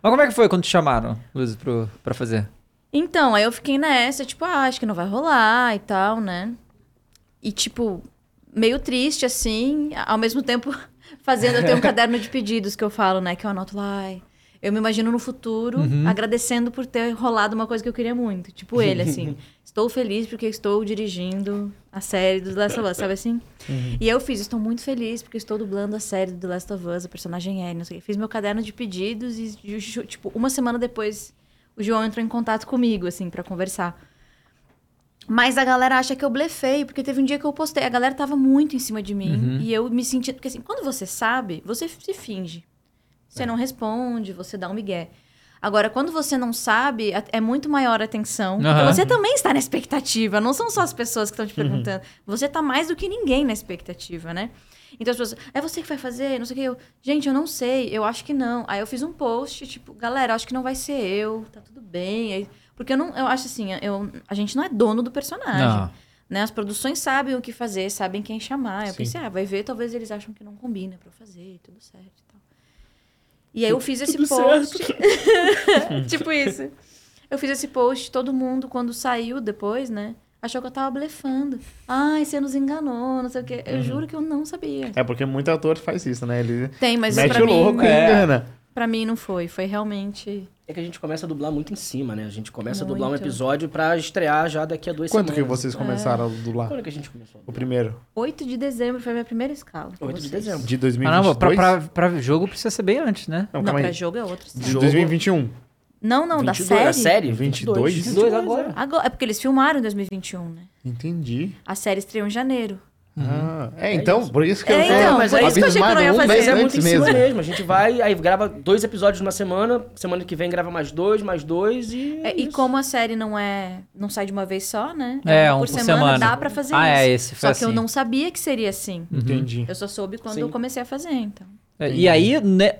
S1: Mas como é que foi quando te chamaram, Luiz, pro, pra fazer?
S3: Então, aí eu fiquei nessa, tipo, ah, acho que não vai rolar e tal, né? E, tipo, meio triste, assim, ao mesmo tempo fazendo. Eu tenho um caderno de pedidos que eu falo, né? Que eu anoto lá. ai, eu me imagino no futuro agradecendo por ter rolado uma coisa que eu queria muito. Tipo ele, assim. estou feliz porque estou dirigindo a série do The Last of Us, sabe assim? E eu fiz, estou muito feliz porque estou dublando a série do The Last of Us, a personagem é, não sei o quê. Fiz meu caderno de pedidos e, ju- ju- tipo, uma semana depois o João entrou em contato comigo, assim, pra conversar. Mas a galera acha que eu blefei, porque teve um dia que eu postei. A galera tava muito em cima de mim. E eu me senti. Porque assim, quando você sabe, você se finge. Você não responde, você dá um migué. Agora, quando você não sabe, a- é muito maior a atenção. porque
S1: Aham.
S3: Você também está na expectativa. Não são só as pessoas que estão te perguntando. Você tá mais do que ninguém na expectativa, né? Então as pessoas, é você que vai fazer, não sei o que. Eu, gente, eu não sei, eu acho que não. Aí eu fiz um post, tipo, galera, acho que não vai ser eu, tá tudo bem. Aí- porque eu não, eu acho assim, eu, a gente não é dono do personagem.
S1: Não.
S3: Né? As produções sabem o que fazer, sabem quem chamar. Eu
S2: Sim.
S3: pensei, ah, vai ver, talvez eles acham que não combina pra eu fazer, tudo certo e tal. E aí eu fiz esse
S4: Tudo
S3: post. tipo isso. Eu fiz esse post, todo mundo, quando saiu depois, né? Achou que eu tava blefando. Ai, você nos enganou, não sei o quê. Eu
S2: Uhum.
S3: juro que eu não sabia.
S2: É porque muito ator faz isso, né? Ele
S3: Tem, mas
S2: mete
S3: pra
S2: o
S3: mim,
S2: louco né? e
S1: É.
S2: engana.
S3: pra mim não foi. Foi realmente.
S4: É que a gente começa a dublar muito em cima, né? A gente começa a dublar um
S3: Muito.
S4: episódio pra estrear já daqui a duas
S2: Quanto
S4: semanas. Ah,
S2: que
S3: é.
S2: vocês começaram a dublar?
S4: Quando que a gente começou?
S2: O primeiro?
S3: 8 de dezembro foi a minha primeira escala.
S4: 8 de dezembro.
S2: De 2022?
S1: Caramba, Ah, pra, pra, pra jogo precisa ser bem antes, né?
S2: Não,
S3: Não,
S2: calma
S3: pra
S2: aí.
S3: jogo é outro. escala.
S2: De
S4: jogo.
S2: 2021.
S3: Não, não, da
S4: 22,
S2: é
S3: série.
S4: A série?
S2: 22.
S1: 22 agora.
S3: Agora, é porque eles filmaram em 2021, né?
S2: Entendi.
S3: A série estreou em janeiro.
S2: Ah, é, então, por isso que eu
S3: É,
S2: tô
S3: então,
S4: mas
S3: por
S4: é
S3: isso que eu achei que eu não ia
S2: abismado, um
S3: fazer.
S2: mês
S4: Mas é muito
S2: antes
S4: em cima
S2: mesmo.
S4: mesmo. A gente vai, aí grava dois episódios numa semana, semana que vem grava mais dois, mais dois e.
S3: É, e
S4: isso.
S3: como a série não é, não sai de uma vez só, né?
S1: É, um por semana.
S3: Dá pra fazer
S1: Ah,
S3: isso.
S1: é, esse
S3: só
S1: foi
S3: que eu
S1: assim. Hum. Uhum.
S3: não sabia que seria assim.
S2: Entendi.
S3: Eu só soube quando
S4: Sim.
S3: eu comecei a fazer, então.
S1: É, E aí, né,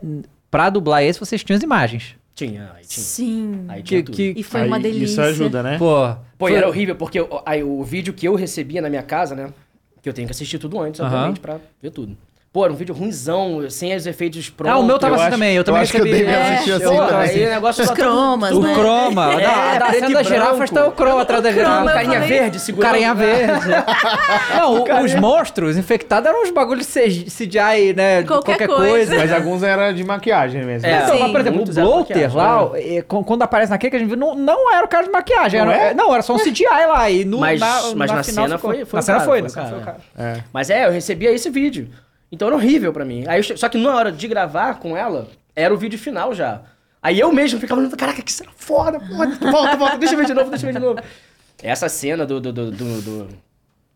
S1: pra dublar esse, vocês tinham as imagens.
S4: Tinha, aí tinha.
S3: Sim.
S4: Aí tinha
S1: Que,
S4: tudo.
S1: que,
S3: E foi
S2: Aí
S3: uma delícia.
S2: Isso ajuda, né?
S1: pô...
S4: Pô, e
S1: foi-
S4: era horrível, porque o- aí, o vídeo que eu recebia na minha casa, né? Que eu tenho que assistir tudo antes,
S1: Aham.
S4: obviamente, pra ver tudo. Pô, era um vídeo ruinzão, sem os efeitos prontos.
S1: Ah, o meu tava
S2: Eu
S1: assim
S2: acho-
S1: também, eu
S2: eu
S1: também
S2: acho que eu
S1: recebi.
S2: dei pra
S1: É,
S2: assistir assim
S1: eu-
S4: Pô,
S2: também.
S4: aí o negócio
S3: Os
S4: tá tudo-
S3: cromas,
S1: O
S3: né?
S1: croma,
S4: É,
S1: da, da
S4: preto
S1: cena
S4: e
S1: das girafas
S4: branco.
S1: tá o croma atrás da
S4: Ah,
S1: girafa.
S4: o
S3: eu
S4: carinha
S3: falei-
S4: verde,
S1: O
S4: segurando.
S1: carinha verde. Não, o- os monstros infectados eram uns bagulhos CG CGI, né?
S3: Qualquer
S1: qualquer
S3: coisa.
S1: coisa.
S2: Mas alguns era de maquiagem mesmo.
S4: É.
S2: né?
S1: Então, mas, por
S3: Sim,
S1: exemplo, o
S4: muitos eram
S1: bloater
S4: maquiagem, né?
S1: lá, eh, com- quando aparece naquele que a gente viu, não, não era o cara de maquiagem.
S2: Não
S1: Era,
S2: é?
S1: não, era só um CGI lá. E no,
S4: Mas-
S1: na,
S4: mas
S1: na
S4: na
S1: final
S4: cena
S1: ficou-
S4: foi- foi
S1: na
S4: o
S1: cena
S4: cara,
S1: foi,
S4: foi
S1: na
S4: o
S1: cena
S4: cara.
S1: foi o cara.
S2: É.
S4: Mas é, eu recebia esse vídeo. Então era horrível pra mim. Aí, eu che- só que na hora de gravar com ela, era o vídeo final já. Aí eu mesmo ficava olhando, caraca, que cena foda, porra, volta, volta, deixa eu ver de novo, deixa eu ver de novo. Essa cena do, do, do, do- do-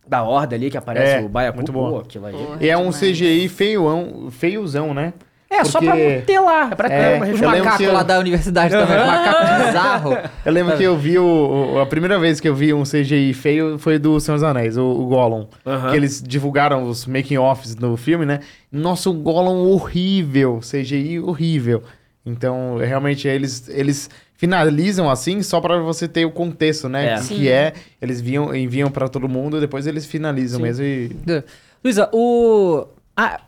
S4: da horda ali que aparece
S2: É,
S4: o Baiacu,
S2: muito boa.
S4: pô, aquilo aí.
S3: Porra.
S2: E é um
S3: Demais.
S2: CGI feião, feiozão, né?
S1: É, só pra
S2: Porque-
S1: ter lá.
S4: É pra ter
S1: É,
S4: uma
S1: os
S2: eu lembro
S1: macacos
S2: que eu-
S1: lá da universidade também, os macacos bizarros.
S2: Eu lembro que eu vi o, o- a primeira vez que eu vi um CGI feio foi do Senhor dos Anéis, o, o Gollum.
S4: Aham.
S2: Que eles divulgaram os making-offs no filme, né? Nossa, o Gollum horrível, CGI horrível. Então, realmente, eles, eles finalizam assim só pra você ter o contexto, né?
S4: É.
S2: Que,
S3: Sim.
S2: que é, eles viam, enviam pra todo mundo e depois eles finalizam
S4: Sim.
S2: mesmo e...
S1: Luísa, o. Ah,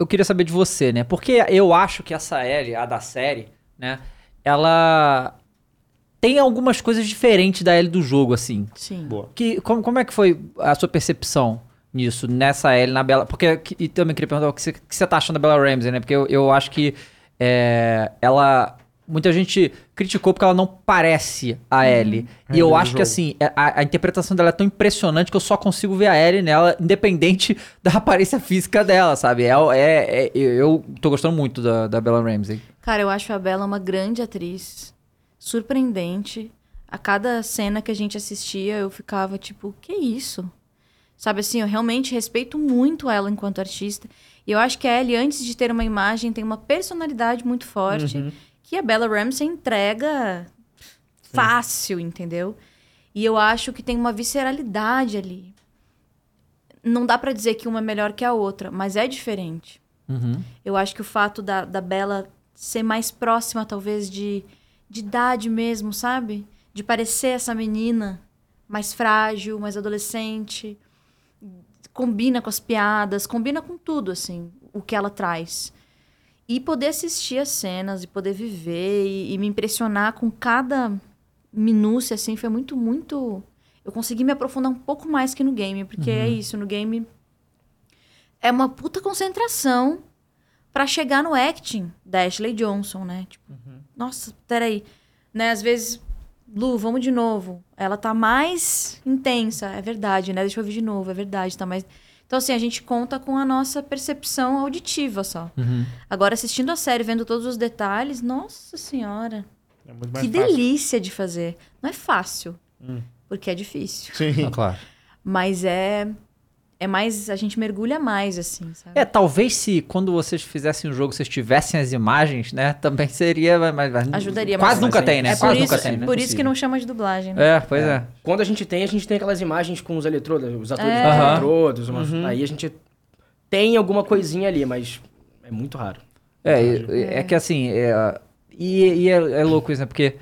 S1: eu queria saber de você, né? Porque eu acho que essa L, a da série, né? Ela tem algumas coisas diferentes da L do jogo, assim.
S3: Sim.
S2: Boa.
S1: Que, como, como é que foi a sua percepção nisso, nessa L, na Bela? Porque que- e também queria perguntar o que você, que você tá achando da Bela Ramsey, né? Porque eu, eu acho que é, ela. Muita gente criticou porque ela não parece a Ellie. E
S2: É,
S1: eu
S2: do
S1: acho que
S2: jogo.
S1: assim, a, a interpretação dela é tão impressionante que eu só consigo ver a Ellie nela, independente da aparência física dela, sabe? É, é- é- eu tô gostando muito da, da Bella Ramsey.
S3: Cara, eu acho a Bella uma grande atriz, surpreendente. A cada cena que a gente assistia, eu ficava tipo, que isso? Sabe assim, eu realmente respeito muito ela enquanto artista. E eu acho que a Ellie, antes de ter uma imagem, tem uma personalidade muito forte que a Bella Ramsey entrega fácil, entendeu? E eu acho que tem uma visceralidade ali. Não dá pra dizer que uma é melhor que a outra, mas é diferente. Eu acho que o fato da, da Bela ser mais próxima, talvez, de, de idade mesmo, sabe? De parecer essa menina mais frágil, mais adolescente. Combina com as piadas, combina com tudo, assim, o que ela traz. E poder assistir as cenas e poder viver e, e me impressionar com cada minúcia, assim, foi muito, muito. Eu consegui me aprofundar um pouco mais que no game, porque é isso, no game é uma puta concentração pra chegar no acting da Ashley Johnson, né? Tipo,
S2: Uhum.
S3: nossa, peraí. Né, às vezes, Lu, vamos de novo. Ela tá mais intensa, é verdade, né? Deixa eu ouvir de novo, é verdade, tá mais. Então, assim, a gente conta com a nossa percepção auditiva só. Agora, assistindo a série, vendo todos os detalhes, nossa senhora.
S2: É muito mais
S3: Que
S2: fácil.
S3: delícia de fazer. Não é fácil,
S2: Hum.
S3: porque é difícil.
S2: Sim.
S1: claro.
S3: Mas é. É mais. A gente mergulha mais, assim, sabe?
S1: É, talvez se quando vocês fizessem o jogo, vocês tivessem as imagens, né? Também seria. Mas, mas-
S3: Ajudaria, mas-
S1: Quase nunca
S4: Mas
S1: tem,
S4: é
S1: né?
S3: É por
S1: Quase
S3: isso,
S1: nunca tem, né?
S3: por isso que não chama de dublagem. né?
S1: É, pois é.
S4: Quando a gente tem, a gente tem aquelas imagens com os eletrodos, os atores
S3: É.
S4: com os
S1: Aham. Uhum.
S4: eletrodos. umas- Aí a gente tem alguma coisinha ali, mas é muito raro.
S1: É, e- é, que assim, é, e, e é, é louco isso, né? Porque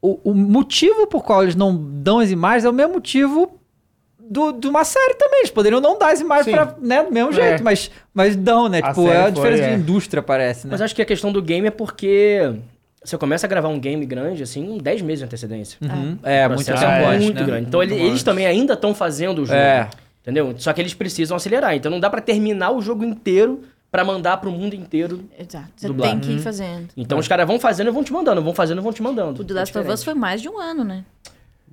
S1: o, o motivo por qual eles não dão as imagens é o mesmo motivo do, de uma série também. Eles poderiam não dar as imagens
S2: Sim.
S1: pra, né, do mesmo
S2: É.
S1: jeito, mas, mas dão, né?
S2: A
S1: tipo, é
S2: série
S1: a
S2: foi,
S1: diferença
S2: é.
S1: de indústria, parece, né?
S4: Mas acho que a questão do game é porque você começa a gravar um game grande, assim, com 10 meses de antecedência.
S1: Uhum. É,
S4: O
S1: muito
S4: processo
S1: tempo
S2: é
S1: antes,
S4: muito
S1: né?
S4: grande. Então ele- eles também ainda estão fazendo o jogo.
S1: É.
S4: Entendeu? Só que eles precisam acelerar. Então não dá pra terminar o jogo inteiro pra mandar pro mundo inteiro.
S3: Exato. Uhum. Você
S4: Dublado.
S3: tem que ir fazendo.
S4: Então os caras vão fazendo e vão te mandando, vão fazendo e vão te mandando.
S3: O The Last
S4: É
S3: of Us foi mais de um ano, né?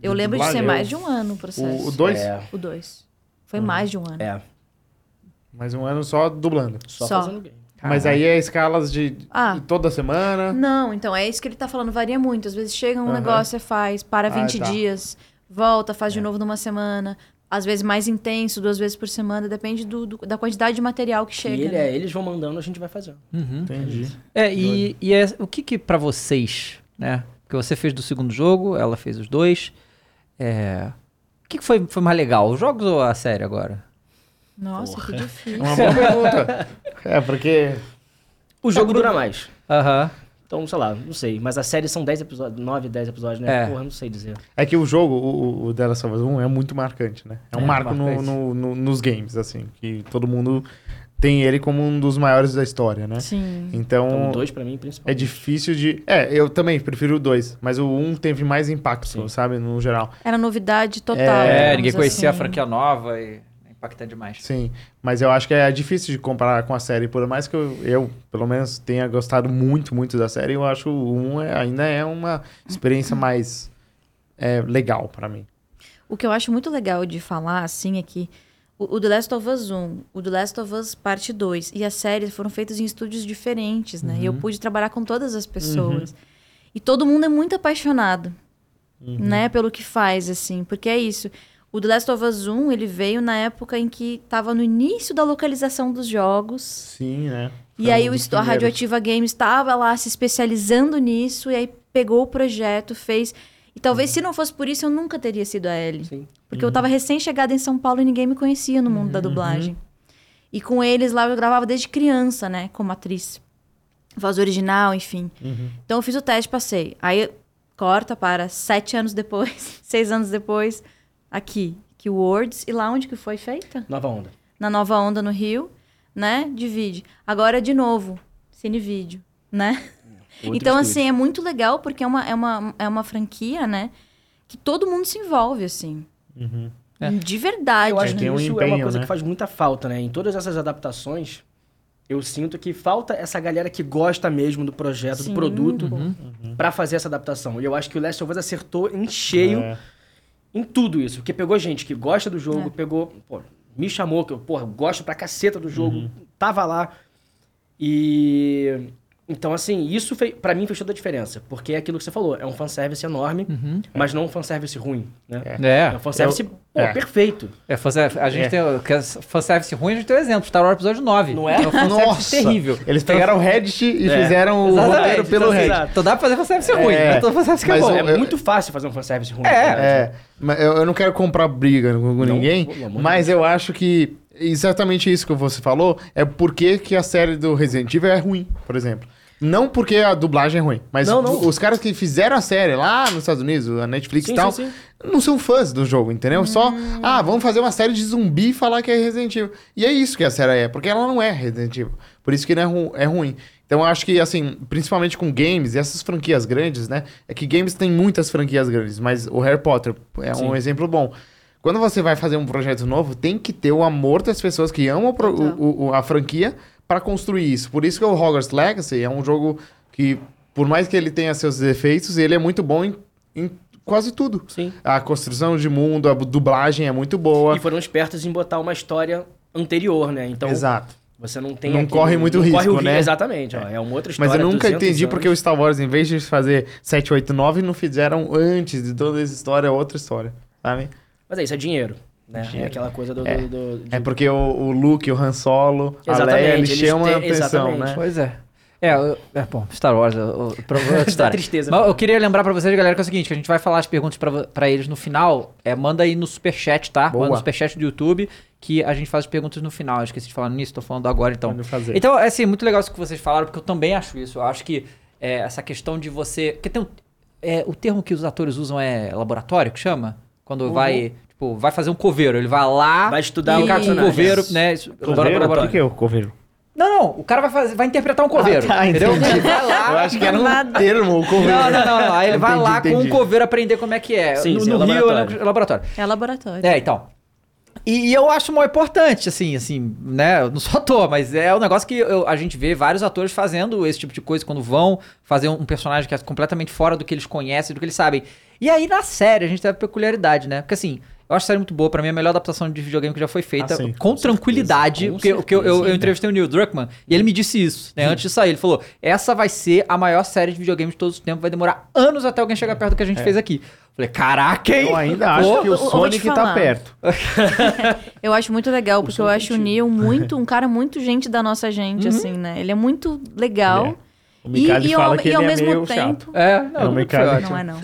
S3: Eu lembro de
S2: dublagem,
S3: ser
S2: eu-
S3: mais de um ano o processo.
S2: O 2,
S4: É,
S3: O dois. Foi mais de um ano.
S4: é.
S2: mais um ano só dublando.
S4: Só,
S3: Só.
S4: fazendo game.
S2: Mas aí é escalas de
S3: Ah.
S2: de toda semana.
S3: Não, então é isso que ele tá falando, varia muito. Às vezes chega um
S2: Aham.
S3: negócio, você faz, para
S2: Ah,
S3: 20
S2: tá.
S3: dias, volta, faz de novo numa semana. Às vezes mais intenso, duas vezes por semana, depende do, do- da quantidade de material que
S4: E
S3: chega.
S4: ele
S3: né?
S4: é, eles vão mandando, a gente vai fazendo.
S1: Uhum.
S2: Entendi.
S1: É, e, e é, o que que pra vocês, né? Porque você fez do segundo jogo, ela fez os dois. É, o que que foi, foi mais legal, os jogos ou a série agora?
S3: Nossa, que difícil.
S2: É Uma boa pergunta. É, porque. É,
S4: O jogo dura mais.
S1: Aham.
S4: Então, sei lá, não sei. Mas a série são 10 episódios, 9, 10 episódios, né?
S1: É.
S4: Porra, não sei dizer.
S2: É que o jogo, o, o- o The Last of Us 1, é muito marcante, né? É um
S1: É,
S2: marco no-
S1: marcante.
S2: no- no- nos games, assim. Que todo mundo tem ele como um dos maiores da história, né?
S3: Sim.
S4: Então,
S2: Então,
S4: o 2 pra mim,
S2: é
S4: principalmente.
S2: difícil de. É, eu também prefiro o 2, mas o 1 teve mais impacto,
S4: Sim.
S2: sabe? No geral.
S3: Era novidade total.
S1: É,
S3: digamos
S1: ninguém conhecia
S3: assim.
S1: a franquia nova e é impactante demais.
S2: Sim. Mas eu acho que é difícil de comparar com a série. Por mais que eu, eu, pelo menos, tenha gostado muito, muito da série, eu acho que o 1 é- ainda é uma experiência mais é, legal pra mim.
S3: O que eu acho muito legal de falar, assim, é que o, o The Last of Us 1, o The Last of Us Parte 2 e a série foram feitos em estúdios diferentes, né? E
S2: Uhum.
S3: eu pude trabalhar com todas as pessoas. E todo mundo é muito apaixonado,
S2: Uhum.
S3: né? Pelo que faz, assim. Porque é isso. O The Last of Us 1, ele veio na época em que tava no início da localização dos jogos.
S2: Sim, né?
S3: E
S2: Foi
S3: aí
S2: um
S3: o
S2: dos
S3: estu- a
S2: primeiros.
S3: Radioativa Games estava lá se especializando nisso, e aí pegou o projeto, fez. E
S2: Uhum.
S3: talvez se não fosse por isso, eu nunca teria sido a Ellie.
S4: Sim.
S3: Porque eu tava recém-chegada em São Paulo e ninguém me conhecia no
S4: Uhum,
S3: mundo da dublagem. E com eles lá eu gravava desde criança, né? Como atriz. Voz original, enfim.
S4: Uhum.
S3: Então eu fiz o teste, passei. Aí corta para sete anos depois, seis anos depois, aqui. Que Words. E lá onde que foi feita?
S4: Nova onda.
S3: na Nova Onda no Rio, né? Divide. Agora, de novo, cinevídeo, né?
S4: Outro
S3: então,
S4: estúdio.
S3: assim, é muito legal porque é uma, é, uma, é uma franquia, né? Que todo mundo se envolve, assim.
S2: Uhum,
S3: De verdade.
S4: Eu
S3: né?
S4: acho que
S2: tem um
S4: isso é uma
S2: empenho,
S4: coisa
S2: né?
S4: que faz muita falta, né? Em todas essas adaptações, eu sinto que falta essa galera que gosta mesmo do projeto,
S3: Sim.
S4: do produto,
S1: Uhum.
S4: pra fazer essa adaptação. E eu acho que o Last of Us acertou em cheio
S2: É.
S4: em tudo isso. Porque pegou gente que gosta do jogo,
S3: É.
S4: pegou. Pô, me chamou, que eu, porra, gosto pra caceta do jogo,
S2: Uhum.
S4: tava lá. E. Então, assim, isso fe... para mim fez toda a diferença. Porque é aquilo que você falou, é um fanservice enorme,
S1: Uhum.
S4: mas não um fanservice ruim, né? É, um
S1: É,
S4: fanservice,
S2: Eu-
S4: pô,
S2: Hum. é.
S4: perfeito.
S1: é fanservice- a gente
S2: É.
S1: tem. o- que é Fanservice ruim, a gente tem um exemplo, Star Wars episódio 9.
S4: Não é?
S1: um fanservice
S2: Nossa!
S1: terrível.
S2: Eles pegaram o Reddit e
S4: É.
S2: fizeram o
S1: Exatamente,
S2: roteiro pelo
S4: então,
S2: Reddit.
S4: exato.
S1: Então dá pra fazer fanservice ruim,
S2: É.
S1: mas todo fanservice que é
S2: Mas
S1: bom.
S2: eu-
S4: é
S2: eu-
S4: muito fácil fazer um fanservice ruim.
S1: É.
S4: né?
S2: É, mas eu eu não quero comprar briga com com
S4: Não,
S2: ninguém,
S4: pelo amor de
S2: mas eu acho que exatamente isso que você falou é porque que a série do Resident Evil é ruim, por exemplo. Não porque a dublagem é ruim, mas
S4: Não, não.
S2: os caras que fizeram a série lá nos Estados Unidos, a Netflix
S4: Sim,
S2: e tal,
S4: sim, sim.
S2: não são fãs do jogo, entendeu? Só, ah, vamos fazer uma série de zumbi e falar que é Resident Evil. E é isso que a série é, porque ela não é Resident Evil. Por isso que não é, ru- é ruim. Então eu acho que, assim, principalmente com games e essas franquias grandes, né? É que games tem muitas franquias grandes, mas o Harry Potter é
S4: Sim.
S2: um exemplo bom. Quando você vai fazer um projeto novo, tem que ter o amor das pessoas que amam o pro-
S3: Total.
S2: o- o- a franquia para construir isso. Por isso que o Hogwarts Legacy é um jogo que, por mais que ele tenha seus defeitos, ele é muito bom em- em quase tudo.
S4: Sim.
S2: A construção de mundo, a bu- dublagem é muito boa.
S4: E foram espertos em botar uma história anterior, né? Então
S2: Exato.
S4: você não tem.
S2: Não corre muito
S4: não corre
S2: risco,
S4: o ri-
S2: né?
S4: Exatamente, ó, é. uma outra história.
S2: Mas eu nunca
S4: 200
S2: entendi
S4: anos.
S2: porque o Star Wars, em vez de fazer 7, 8, 9, não fizeram antes de toda essa história, é outra história, sabe?
S4: Mas é isso, é dinheiro. Né? É
S2: Dinheiro.
S4: aquela coisa do.
S2: É.
S4: do- do- de-
S2: É porque o, o Luke, o Han Solo, a
S4: Exatamente,
S2: Leia, eles
S4: eles
S2: chamam
S4: têm-
S2: a atenção,
S4: exatamente.
S2: né?
S1: Pois é. É, eu- é, bom, Star Wars, o- o- pro- outra história.
S4: tristeza.
S1: Mas eu queria lembrar pra vocês, galera, que é o seguinte, que a gente vai falar as perguntas pra, vo- pra eles no final. É, manda aí no superchat, tá?
S2: Boa.
S1: Manda no superchat do YouTube, que a gente faz as perguntas no final. Eu esqueci de falar nisso, tô falando agora, então.
S2: Pode fazer.
S1: Então, assim, muito legal isso que vocês falaram, porque eu também acho isso. Eu acho que é, essa questão de você... Porque tem um, é, o termo que os atores usam é laboratório, que chama? Quando vai... Tipo, vai fazer um coveiro. Ele vai lá...
S4: Vai estudar
S1: e
S4: o
S1: fica com o
S4: personagem.
S1: coveiro, né? Isso-
S2: O que é o coveiro?
S1: não, não. O cara vai, fazer, vai interpretar um coveiro.
S2: Ah, tá,
S1: entendeu?
S2: entendi.
S1: Ele vai lá.
S2: Eu acho que era um termo, o coveiro.
S1: Não, não, não, não. Aí ele vai
S2: Entendi,
S1: lá
S2: entendi.
S1: com um coveiro aprender como é que é.
S4: Sim,
S1: no
S4: sim,
S1: no
S4: é
S1: Rio é
S4: laboratório.
S1: no laboratório.
S3: É laboratório.
S1: É, então. E, e eu acho mó importante, assim, assim, né? Eu não sou ator, mas é um negócio que eu- a gente vê vários atores fazendo esse tipo de coisa quando vão fazer um, um personagem que é completamente fora do que eles conhecem, do que eles sabem. E aí, na série, a gente teve a peculiaridade, né? Porque assim. Eu acho a série muito boa, pra mim é a melhor adaptação de videogame que já foi feita,
S2: Ah, sim,
S1: com, tranquilidade,
S4: com
S1: porque, porque eu- eu,
S4: certeza,
S1: eu entrevistei o Neil Druckmann e ele me disse isso, né, antes de sair, ele falou, essa vai ser a maior série de videogame de todos os tempos, vai demorar anos até alguém chegar perto do que a gente fez aqui. Falei, caraca, hein?
S2: Eu ainda
S1: Pô,
S2: acho que
S3: eu-
S2: o
S3: eu vou te
S2: Sonic tá
S3: falar.
S2: perto.
S3: Eu acho muito legal, porque eu acho o Neil muito, um cara muito gente da nossa gente,
S1: Uhum.
S3: assim, né? Ele é muito legal.
S2: O Mikali
S3: e,
S2: fala
S3: ao,
S2: que
S3: e
S2: ele
S3: ao
S2: é
S3: mesmo
S2: meio
S3: tempo.
S2: chato.
S1: É,
S2: É
S1: não,
S2: um
S1: foi
S2: mercado
S1: ótimo.
S3: Não é, não.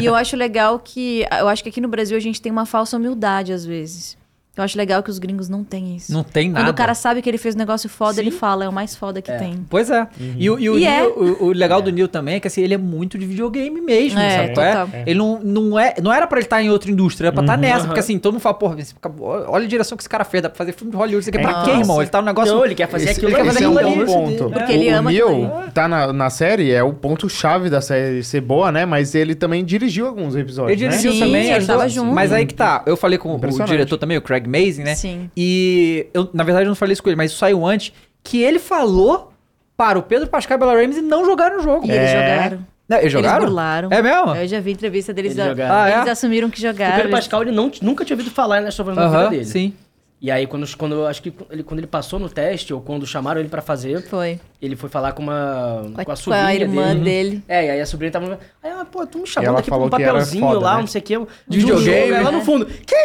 S3: e eu acho legal que. Eu acho que aqui no Brasil a gente tem uma falsa humildade, às vezes. Eu acho legal que os gringos não têm isso.
S1: Não tem
S3: Quando
S1: nada.
S3: o cara sabe que ele fez um negócio foda,
S1: Sim.
S3: ele fala, é o mais foda que tem.
S1: Pois é. E, o, e o
S3: E
S1: Neil-
S3: é.
S1: o- o legal do Neil também é que assim, ele é muito de videogame mesmo,
S3: É,
S1: sabe? qual é?
S3: total.
S1: Ele não, não, é, não era pra ele estar em outra indústria, era pra estar nessa. Porque
S4: Aham.
S1: assim, todo mundo fala, porra, esse cara- olha a direção que esse cara fez, dá pra fazer filme de Hollywood, isso aqui é pra quê,
S4: Nossa.
S1: irmão? Ele tá no negócio...
S4: Não, ele quer fazer
S2: Esse,
S4: aquilo
S1: quer
S4: que
S1: fazer
S2: esse é um
S1: aquilo
S2: bom
S1: ali,
S2: ponto.
S1: né?
S3: Porque ele
S2: o
S3: ama
S2: Neil
S3: aquilo
S2: tá na, na série, é o ponto-chave da série ser boa, né? Mas ele também dirigiu alguns episódios, né?
S1: Ele dirigiu
S3: Sim,
S1: também,
S3: ele
S1: ajudou.
S3: tava junto.
S1: Mas aí que tá, eu falei com o
S2: Impressionante.
S1: diretor também, o Craig Mazin, né?
S3: Sim.
S1: E eu, na verdade, eu não falei isso com ele, mas isso saiu antes, que ele falou para o Pedro Pascal e Bella Ramsey não jogaram o jogo.
S3: E
S1: É.
S3: eles
S2: É.
S3: jogaram.
S1: Não, eles jogaram?
S3: Eles burlaram.
S1: É mesmo?
S3: Eu já vi entrevista deles.
S4: Eles
S3: a-
S4: jogaram.
S1: Ah, é?
S3: Eles assumiram que
S4: O
S3: jogaram.
S4: Pedro
S3: eles-
S4: Pascal ele não, nunca tinha ouvido falar nas sobre na vida
S1: Aham,
S4: dele.
S1: sim.
S4: E aí, quando, quando acho que ele, quando ele passou no teste, ou quando chamaram ele pra fazer,
S3: Foi.
S4: ele foi falar com uma. com a,
S3: Com a,
S4: sobrinha
S3: irmã
S4: dele.
S3: dele.
S4: É, e aí a sobrinha tava. Aí ela, pô, tu me chamando
S2: ela
S4: aqui pra um
S2: falou que era
S4: papelzinho
S2: foda,
S4: lá,
S2: né?
S4: não sei o quê.
S1: De videogame,
S4: jogo, Lá
S1: né?
S4: no fundo. Que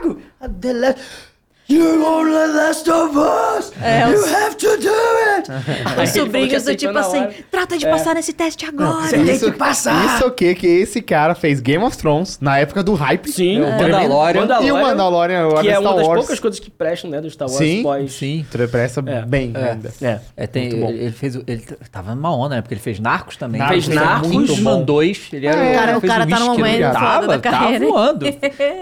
S4: jogo? "Ah, The last... You are the last of us!
S3: É,
S4: you
S3: o-
S4: have to do it! Aí ele falou que
S3: Os sobrinhos do
S4: aceitou
S3: tipo
S4: na É. hora.
S3: assim, trata de passar nesse teste agora.
S4: é
S2: Isso, isso o que que esse cara fez Game of Thrones na época do hype.
S4: Sim,
S1: É, o Mandalorian.
S2: E o Mandalorian agora
S4: um Que é uma
S2: Star
S4: das
S2: Wars.
S4: poucas coisas que prestam, né, do Star Wars
S2: Sim,
S4: pós-
S1: Sim.
S2: Presta
S4: É.
S2: bem ainda.
S4: É.
S1: É, tem,
S2: Muito bom.
S1: ele, ele fez. o- Ele t- tava numa onda, né? Porque ele fez Narcos também.
S2: Narcos
S4: Fez é Narcos, muito
S1: Narcos,
S2: bom.
S1: Man 2. Ele era,
S2: É,
S1: ele
S2: cara,
S3: o
S1: fez
S3: cara tá
S1: Whisky
S3: num
S1: no
S3: momento
S1: Lugar.
S3: foda da
S1: tava, tava
S3: carreira.
S1: voando.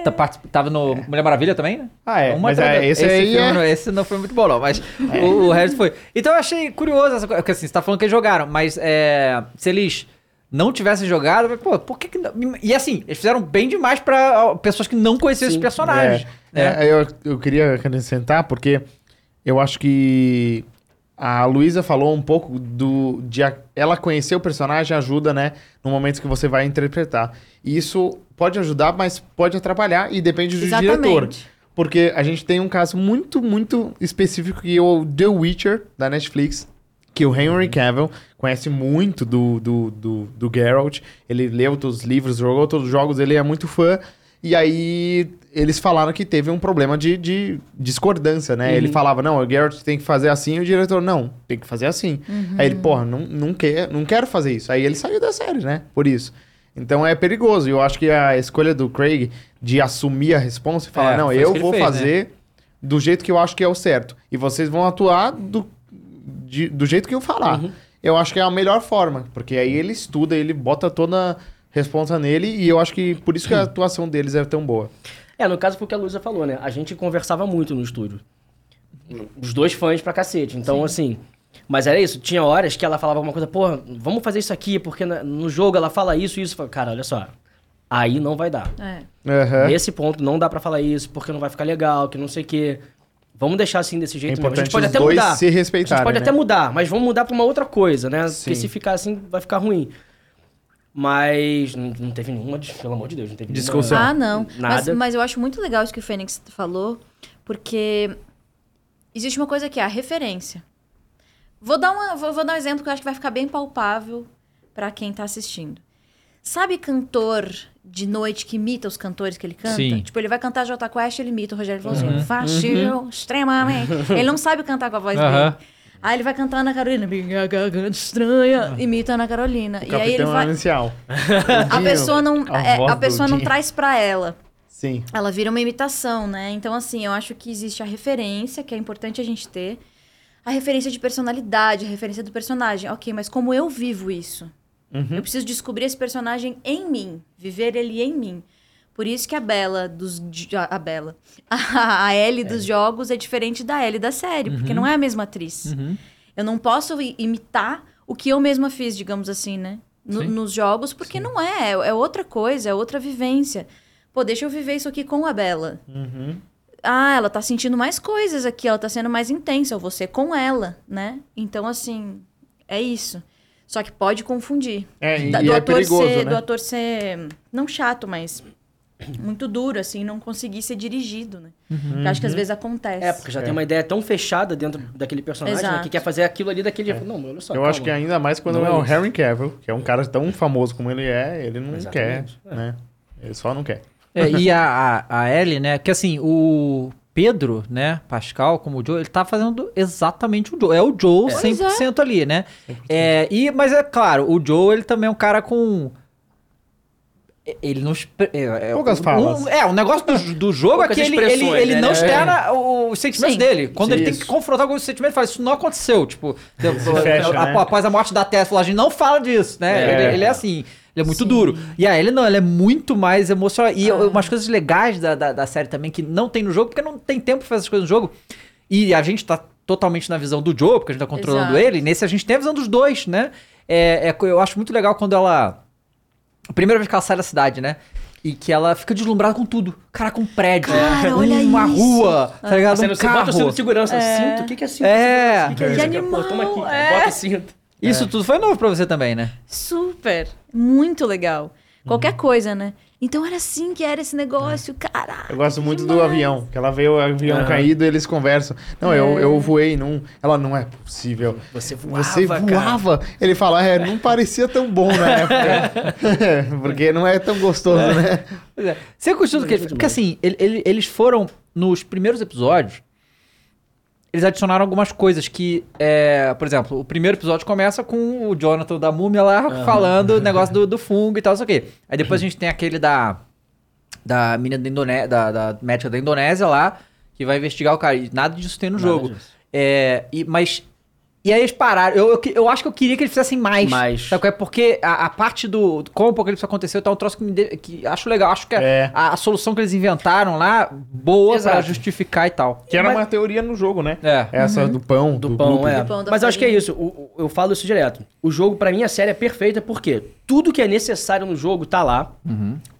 S1: tá, particip- tava no Mulher Maravilha também, né?
S2: Ah, é, mas
S1: atrás
S2: é,
S1: da-
S2: esse aí
S1: filme
S2: é-
S1: não- esse não foi muito bom, não. Mas o, o resto foi. Então eu achei curioso essa coisa. Porque assim, você tá falando que eles jogaram, mas é, se eles não tivessem jogado, mas, pô, por que que não- E assim, eles fizeram bem demais pra ó, pessoas que não conheciam esses personagens.
S2: É,
S1: né?
S2: é, eu, eu queria acrescentar, porque eu acho que a Luísa falou um pouco do. De a- ela conhecer o personagem ajuda, né? No momento que você vai interpretar. E Isso pode ajudar, mas pode atrapalhar e depende do diretor.
S3: Exatamente.
S2: Porque a gente tem um caso muito, muito específico que é o The Witcher, da Netflix, que o Henry Cavill conhece muito do, do, do, do Geralt. Ele leu todos os livros, jogou todos os jogos, ele é muito fã. E aí eles falaram que teve um problema de, de discordância, né? Ele falava, não, o Geralt tem que fazer assim, e o diretor, não, tem que fazer assim. Aí ele, porra, não, não, quer, não quero fazer isso. Aí ele saiu da série, né? Por isso. Então é perigoso. E eu acho que a escolha do Craig de assumir a responsa e falar,
S1: É,
S2: não,
S1: foi isso
S2: eu
S1: que ele
S2: vou
S1: fez, né?
S2: fazer do jeito que eu acho que é o certo. E vocês vão atuar do, de- do jeito que eu falar. eu acho que é a melhor forma. Porque aí ele estuda, ele bota toda a responsa nele e eu acho que por isso que a atuação deles é tão boa.
S4: É, no caso foi o que a Luísa falou, né? A gente conversava muito no estúdio. Os dois fãs pra cacete. Então, assim. Mas era isso. Tinha horas que ela falava alguma coisa, pô, vamos fazer isso aqui, porque na- no jogo ela fala isso e isso. Eu falava, Cara, olha só. Aí não vai dar.
S3: É.
S2: Aham.
S4: Nesse ponto não dá pra falar isso, porque não vai ficar legal, que não sei o quê. Vamos deixar assim desse
S2: É
S4: jeito. mesmo. a
S2: importante
S4: gente pode
S2: os
S4: até
S2: dois
S4: mudar.
S2: se
S4: A gente
S2: respeitarem.
S4: pode
S2: né?
S4: até mudar, mas vamos mudar pra uma outra coisa, né?
S2: Sim.
S4: Porque se ficar assim, vai ficar ruim. Mas não, não teve nenhuma, dis- pelo amor de Deus, não teve
S2: Discussão.
S4: nenhuma.
S3: Ah, não. Mas,
S4: Nada.
S3: mas eu acho muito legal isso que o Fênix falou, porque existe uma coisa que é a referência. Vou dar, uma, vou, vou dar um exemplo que eu acho que vai ficar bem palpável pra quem tá assistindo. Sabe cantor de noite que imita os cantores que ele canta?
S1: Sim. Uhum.
S3: Tipo, ele vai cantar Jota Quest, ele imita o Rogério Fonseca. Fácil, extremamente. Ele não sabe cantar com a voz
S1: Aham.
S3: dele. Aí ele vai cantar Ana Carolina, minha garganta estranha, imita a Ana Carolina.
S2: Ah. O
S3: e aí ele
S2: capitão é
S3: vai...
S2: inicial.
S3: A pessoa não,
S2: A
S3: é,
S2: voz
S3: a
S2: do
S3: pessoa não
S2: Dinho.
S3: traz pra ela
S2: Sim.
S3: ela vira uma imitação, né? Então, assim, eu acho que existe a referência, que é importante a gente ter, a referência de personalidade, a referência do personagem. Ok, mas como eu vivo isso?
S2: Uhum.
S3: Eu preciso descobrir esse personagem em mim, viver ele em mim. Por isso que a Bela dos. jo- A Bela. A, a L dos jogos é diferente da L da série,
S2: Uhum.
S3: porque não é a mesma atriz.
S1: Uhum.
S3: Eu não posso i- imitar o que eu mesma fiz, digamos assim, né? No-
S1: Sim.
S3: nos jogos, porque não é, é- é outra coisa, é outra vivência. Pô, deixa eu viver isso aqui com a Bela. Ah, ela tá sentindo mais coisas aqui, ela tá sendo mais intensa, eu vou ser com ela, né? Então, assim, é isso. Só que pode confundir.
S2: É, e
S3: Da-
S2: é perigoso,
S3: ser,
S2: né?
S3: do ator ser, não chato, mas muito duro, assim, não conseguir ser dirigido, né?
S2: Uhum.
S3: Que eu acho que às vezes acontece.
S4: É, porque já tem uma ideia tão fechada dentro daquele personagem né,
S3: Exato.
S4: que quer fazer aquilo ali daquele jeito. Não, olha só.
S2: Eu
S4: calma.
S2: acho que ainda mais quando
S4: Não
S2: é
S4: é
S2: o
S4: isso.
S2: Harry Cavill, que é um cara tão famoso como ele é, ele não
S4: Exatamente.
S2: quer, né? Ele só não quer.
S1: É, e a, a, a Ellie, né? Porque assim, o Pedro, né? Pascal, como o Joe, ele tá fazendo exatamente o Joe. É o Joe 100% ali, né? É, e, mas é claro, o Joe, ele também é um cara com. Ele não. expre- É, é,
S2: Poucas
S1: um-
S2: falas.
S1: é, o negócio do, do jogo é
S4: Poucas
S1: que ele, ele,
S4: expressões,
S1: ele
S4: né?
S1: não
S4: É.
S1: externa o- os sentimentos
S3: Sim.
S1: dele. Quando
S2: Sim,
S1: ele tem
S2: isso.
S1: que confrontar com os sentimentos, ele fala: Isso não aconteceu. Tipo,
S2: fecha,
S1: a-
S2: né?
S1: após a morte da Tesla, a gente não fala disso, né?
S2: É.
S1: Ele, ele é assim. Ele é muito duro. E a Ellie não, ela é muito mais emocional. E eu- umas coisas legais da, da, da série também que não tem no jogo, porque não tem tempo pra fazer essas coisas no jogo. E a gente tá totalmente na visão do Joe, porque a gente tá controlando
S3: Exato.
S1: ele. Nesse a gente tem a visão dos dois, né? É, é co- eu acho muito legal quando ela. A primeira vez que ela sai da cidade, né? E que ela fica deslumbrada com tudo. Cara, com um prédio,
S3: Cara, olha
S1: uma
S3: isso.
S1: rua, tá
S4: A
S1: ligado?
S4: cena,
S1: Um
S4: você assim, bota o cinto
S1: carro.
S4: de segurança. Cinto? O que que é cinto? de
S1: É.
S4: segurança? O que que é
S3: Que
S4: isso? aqui? Pô,
S3: animal,
S4: toma aqui, cara.
S3: é.
S4: bota o cinto.
S1: Isso tudo foi novo pra você também, né?
S3: Super! Muito legal. Qualquer coisa, né? Então era assim que era esse negócio, caralho.
S2: Eu gosto muito do
S3: demais.
S2: avião, que ela vê o avião
S4: Aham.
S2: caído e eles conversam. Não, eu, eu voei num. Ela não é possível.
S4: Você voava,
S2: Você
S4: cara.
S2: voava. Ele fala, é, não parecia tão bom na época. Porque não é tão gostoso, né?
S1: Pois é. Você curtiu do que?
S4: Muito
S1: Porque assim, ele- ele- eles foram nos primeiros episódios. Eles adicionaram algumas coisas que, é, por exemplo, o primeiro episódio começa com o Jonathan da Múmia lá falando o negócio do, do fungo e tal, isso aqui. Aí depois a gente tem aquele da da menina da, Indone- da, da médica da Indonésia lá que vai investigar o cara. E nada disso tem no
S4: Nada
S1: jogo.
S4: disso.
S1: É, e, mas e aí eles pararam. Eu, eu, que- eu acho que eu queria que eles fizessem mais.
S4: Mais.
S1: Sabe qual é? Porque a, a parte do do como o apocalipse aconteceu tá um troço que me de- que acho legal. Acho que a-
S2: É.
S1: a, a solução que eles inventaram lá, boa pra
S4: Exato.
S1: justificar e tal.
S2: Que era uma teoria no jogo, né?
S1: É.
S2: Essa do pão.
S4: Do pão,
S2: grupo.
S4: é.
S3: Do pão, da
S4: Mas eu acho que é
S3: farinha.
S4: isso. O- o- eu falo isso direto. O jogo, pra mim, a série é perfeita porque tudo que é necessário no jogo tá lá.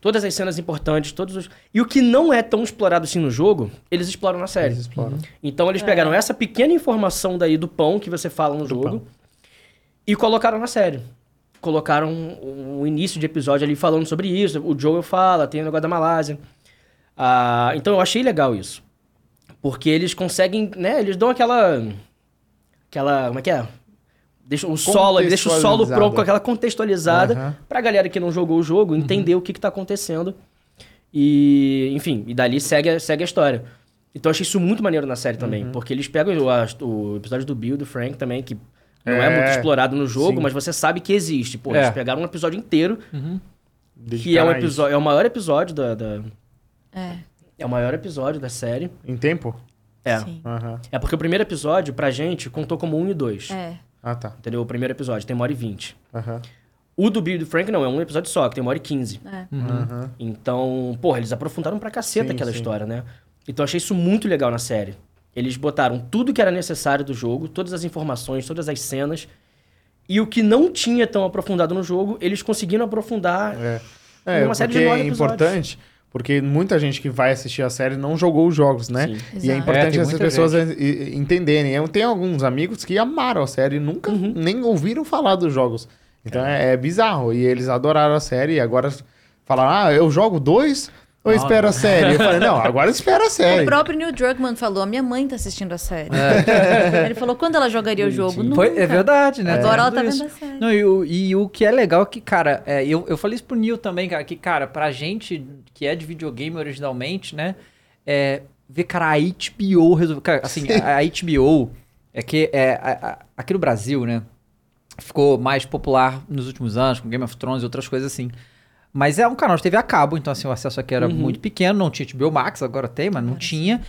S4: Todas as cenas importantes, todos os. E o que não é tão explorado assim no jogo, eles exploram na série.
S2: Eles exploram.
S4: Então eles pegaram essa pequena informação daí do pão que você fala no jogo
S2: pão.
S4: e colocaram na série. Colocaram um, um início de episódio ali falando sobre isso. O Joel fala, tem o negócio da Malásia. Ah, então eu achei legal isso. Porque eles conseguem, né? Eles dão aquela. Aquela. Como é que é? Deixa o solo, ele deixa o solo
S2: Contextualizada.
S4: pronto com aquela contextualizada
S2: Aham.
S4: pra galera que não jogou o jogo entender o que, que tá acontecendo. E, enfim, e dali segue, a- segue a história. Então eu achei isso muito maneiro na série também, porque eles pegam o, as- o episódio do Bill, do Frank também, que não é,
S2: É,
S4: muito explorado no jogo,
S2: sim.
S4: mas você sabe que existe. Pô,
S1: É.
S4: eles pegaram um episódio inteiro,
S3: Uhum.
S4: que é,
S2: Dedicar
S4: um
S2: a isso.
S4: episódio, é o maior episódio da, da-
S3: É,
S4: É o maior episódio da série.
S2: Em tempo?
S4: É.
S3: sim.
S2: Aham.
S4: É porque o primeiro episódio, pra gente, contou como um e dois.
S3: É.
S2: Ah, tá.
S4: Entendeu? O primeiro episódio tem uma hora e vinte.
S2: Aham.
S4: O do Bill e do Frank não, é um episódio só, que tem uma hora e quinze.
S3: É.
S2: Aham.
S4: Então, porra, eles aprofundaram pra caceta
S2: Sim,
S4: aquela
S2: sim.
S4: história, né? Então eu achei isso muito legal na série. Eles botaram tudo que era necessário do jogo, todas as informações, todas as cenas. E o que não tinha tão aprofundado no jogo, eles conseguiram aprofundar.
S2: É. É,
S4: Uma série de
S2: porque
S4: nove
S2: é
S4: episódios.
S2: importante, porque muita gente que vai assistir a série não jogou os jogos, né? E
S4: Sim.
S2: é
S3: Exato.
S1: É,
S2: importante
S1: tem
S2: essas
S1: muita
S2: pessoas en- e- entenderem. Eu tenho alguns amigos que amaram a série e nunca nem ouviram falar dos jogos. Então é, é bizarro. E eles adoraram a série e agora falaram: ah, eu jogo dois ou eu espero a série? Eu falei: não, agora espera a
S3: O
S1: é.
S2: série.
S3: próprio Neil Druckmann falou: a minha mãe tá assistindo a série.
S1: É.
S3: Ele falou quando ela jogaria o jogo. Nunca.
S1: Foi- é verdade, né?
S3: Agora ela
S1: Tudo
S3: tá vendo
S1: isso.
S3: a série.
S1: Não, e, o, e o que é legal é que, cara, é, eu, eu falei isso pro Neil também, cara, que, cara, pra gente que é de videogame originalmente, né, é, ver, cara, a HBO resolveu. Cara, assim, a, a HBO é que é, a- a- aqui no Brasil, né, ficou mais popular nos últimos anos, com Game of Thrones e outras coisas assim. Mas é um canal de TV a cabo, então assim, o acesso aqui era muito pequeno, não tinha HBO Max, agora tem, mas não tinha.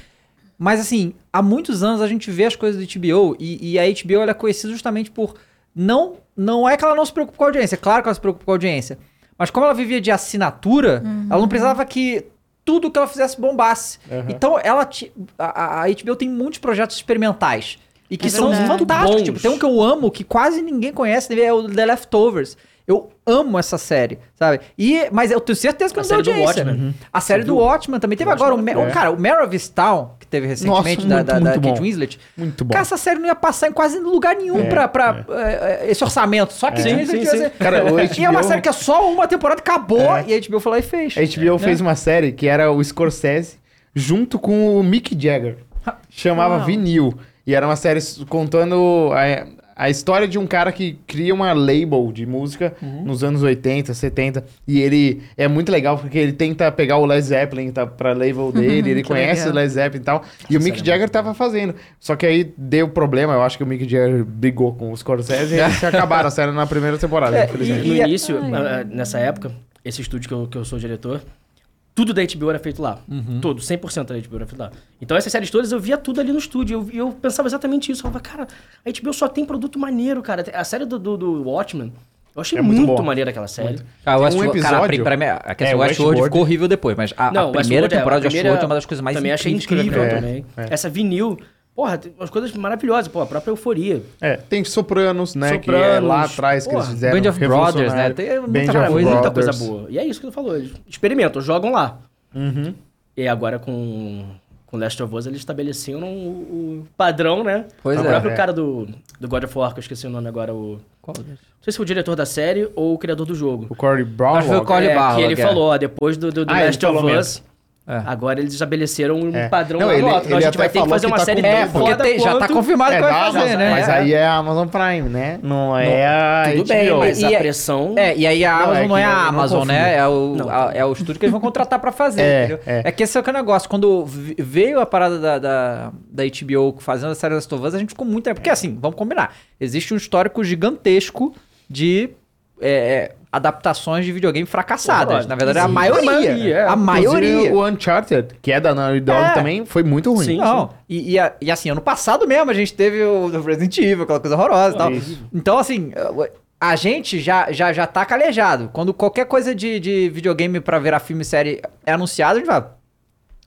S1: Mas assim, há muitos anos a gente vê as coisas do HBO e, e a HBO ela é conhecida justamente por não não é que ela não se preocupa com a audiência, é claro que ela se preocupa com a audiência, mas como ela vivia de assinatura, ela não precisava que tudo que ela fizesse bombasse. Então ela ti- a, a- a HBO tem muitos projetos experimentais e que
S3: É
S1: são
S3: verdade.
S1: fantásticos.
S4: Bons.
S1: Tipo, tem um que eu amo que quase ninguém conhece, é o The Leftovers. Eu amo essa série, sabe? E mas eu tenho certeza que
S4: A
S1: não deu
S4: série do
S1: audiência.
S4: Watchmen. Uhum.
S1: A série
S4: Você
S1: do
S4: viu?
S1: Watchmen também teve
S4: Eu
S1: agora o,
S4: acho
S1: Ma-
S2: muito
S1: o- cara, o Maravis Town, que teve recentemente
S2: Nossa, muito,
S1: da, da, da
S2: muito
S1: Kate
S2: bom.
S1: Winslet.
S2: Muito bom.
S1: Cara, essa série não ia passar em quase lugar nenhum
S2: É,
S1: pra, pra, eh, eh, esse orçamento. Só que
S4: Sim,
S1: Winslet
S4: é. sim,
S1: ia
S4: sim.
S1: ser-
S2: Cara, o
S1: E é uma
S2: HBO
S1: série que é só uma temporada, acabou,
S4: É.
S1: e a HBO foi lá e fez.
S2: A HBO fez uma série que era o Scorsese junto com o Mick Jagger. Chamava
S3: Uau.
S2: Vinil. E era uma série s- contando a, a história de um cara que cria uma label de música nos anos 80, 70. E ele é muito legal porque ele tenta pegar o Led Zeppelin tá, pra label dele. ele
S3: Que
S2: conhece
S3: legal.
S2: o Led Zeppelin e tal. E o
S4: Essa
S2: Mick
S4: série é
S2: Jagger tava fazendo. Só que aí deu problema. Eu acho que o Mick Jagger brigou com o Scorsese e eles acabaram a série na primeira temporada,
S1: É,
S2: infelizmente.
S4: No
S1: E a-
S4: início, ah, ah, nessa época, esse estúdio que eu, que eu sou diretor, tudo da HBO era feito lá.
S2: Uhum.
S4: Tudo, 100% da HBO era feito lá. Então essas séries todas eu via tudo ali no estúdio. Eu, eu pensava exatamente isso. Eu falava, cara, a HBO só tem produto maneiro, cara. A série do, do, do Watchmen, eu achei
S2: É muito
S4: muito,
S2: bom.
S4: maneira aquela série.
S1: Ah, o
S2: Um
S1: Westworld, cara, a pri- pra
S2: episódio-
S1: mim, a- que
S2: É,
S1: assim, o
S2: o
S1: Westworld
S2: Westworld-
S1: ficou horrível depois, mas a, a
S4: Não,
S1: primeira
S4: Westworld é, a
S1: temporada de
S4: primeira-
S1: Westworld é uma das coisas mais
S4: Também achei
S1: incríveis.
S4: incrível
S1: cara.
S2: É,
S4: também. Essa vinil, porra, tem umas coisas maravilhosas. Pô, a própria euforia.
S2: É, tem Sopranos, né? Que é
S4: Sopranos,
S2: lá atrás que eles
S4: porra,
S2: fizeram.
S1: Band of
S2: revolucionário.
S1: Brothers, né? Tem muita
S2: Band
S1: coisa,
S2: of
S1: muita
S4: Muita
S2: Brothers.
S4: coisa boa. E é isso que eu falou. Eles experimentam, jogam lá.
S2: Uhum.
S4: E agora com, com Last of Us eles estabeleceram o, o padrão, né?
S1: Pois
S4: o
S1: é.
S4: próprio
S2: É.
S4: cara do, do God of War, que eu esqueci o nome agora, o... Não
S1: Qual deles?
S4: sei se foi o diretor da série ou o criador do jogo.
S2: O Corey Brown.
S1: Acho que foi o Corey-
S4: é,
S1: Barlog,
S4: que ele
S1: é.
S4: falou, ó, depois do, do, do
S2: Ah, ele
S4: Last of
S2: falou
S4: Us,
S1: É.
S4: agora eles estabeleceram um
S2: É.
S4: padrão
S2: Não,
S4: lá
S2: ele-
S4: no alto. Então a
S2: ele
S4: gente
S2: até
S4: vai ter que
S2: falou
S4: fazer
S2: que
S4: uma
S2: tá
S4: série
S2: com-
S4: tão
S2: É,
S1: Porque
S4: foda
S1: tem- já tá
S4: quanto-
S1: confirmado
S2: É,
S1: que vai
S2: da
S1: fazer,
S2: Amazon,
S1: né?
S2: Mas
S1: É.
S2: aí é a Amazon Prime, né? Não é a
S4: Tudo
S2: HBO.
S4: bem, mas
S1: e
S4: a
S1: é-
S4: pressão...
S1: É, e aí a
S2: Não,
S1: Amazon
S2: é que
S1: não é
S2: eu
S1: a
S2: não
S1: Amazon,
S2: confio.
S1: né? É o, a- é o estúdio que eles vão contratar pra fazer,
S2: É,
S1: entendeu?
S2: é.
S1: É que esse é o que é o negócio. Quando vi- veio a parada da, da, da HBO fazendo a série das Tovas, a gente ficou muito... Porque assim, vamos combinar. Existe um histórico gigantesco de... é, é, adaptações de videogame fracassadas.
S4: Porra,
S1: Na verdade, é a
S4: sim.
S1: maioria.
S4: Maioria, é.
S1: A maioria.
S2: Inclusive, O Uncharted, que é da Naughty Dog
S1: É.
S2: também, foi muito ruim.
S4: Sim.
S1: Não, e, e a- e assim, ano passado mesmo a gente teve o do Resident Evil, aquela coisa horrorosa e tal.
S2: Isso.
S1: Então, assim, a gente já, já, já tá calejado. Quando qualquer coisa de, de videogame pra virar filme e série é anunciado, a gente vai.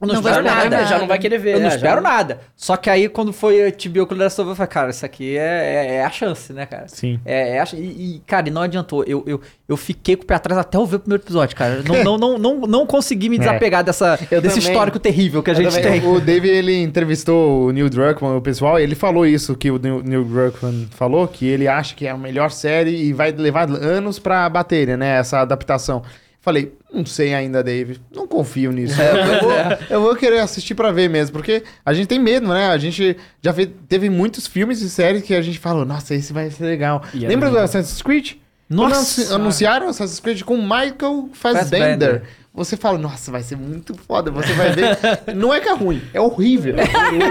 S1: Eu não,
S3: Não vai
S1: espero
S3: esperar
S1: nada.
S3: nada.
S4: Já não vai querer ver.
S1: Eu não
S4: é, já
S1: espero nada. Só que aí, quando foi Tibio com o Last of Us, eu falei, cara, isso aqui é, é- é a chance, né, cara?
S2: Sim.
S1: É, é a ch- e, e, cara, e não adiantou. Eu, eu, eu fiquei com o pé atrás até eu ver o primeiro episódio, cara. Não, não, não, não, não consegui
S4: É.
S1: me desapegar dessa, desse
S2: Eu também.
S1: histórico terrível que a
S2: Eu
S1: gente
S2: também-
S1: tem.
S2: O Dave, ele entrevistou o Neil Druckmann, o pessoal, e ele falou isso que o Neil, Neil Druckmann falou, que ele acha que é a melhor série e vai levar anos pra baterem, né, essa adaptação. Falei, não sei ainda, Dave, não confio nisso.
S1: É.
S2: Eu vou, eu vou querer assistir pra ver mesmo, porque a gente tem medo, né? A gente já fe- teve muitos filmes e séries que a gente falou, nossa, esse vai ser legal.
S4: E é
S2: Lembra do
S4: legal.
S2: Assassin's Creed? Quando
S1: Nossa!
S2: anunci- anunciaram Assassin's Creed com Michael
S1: Fassbender.
S2: Fassbender. Você fala, nossa, vai ser muito foda. Você vai ver. Não é que é ruim, é horrível.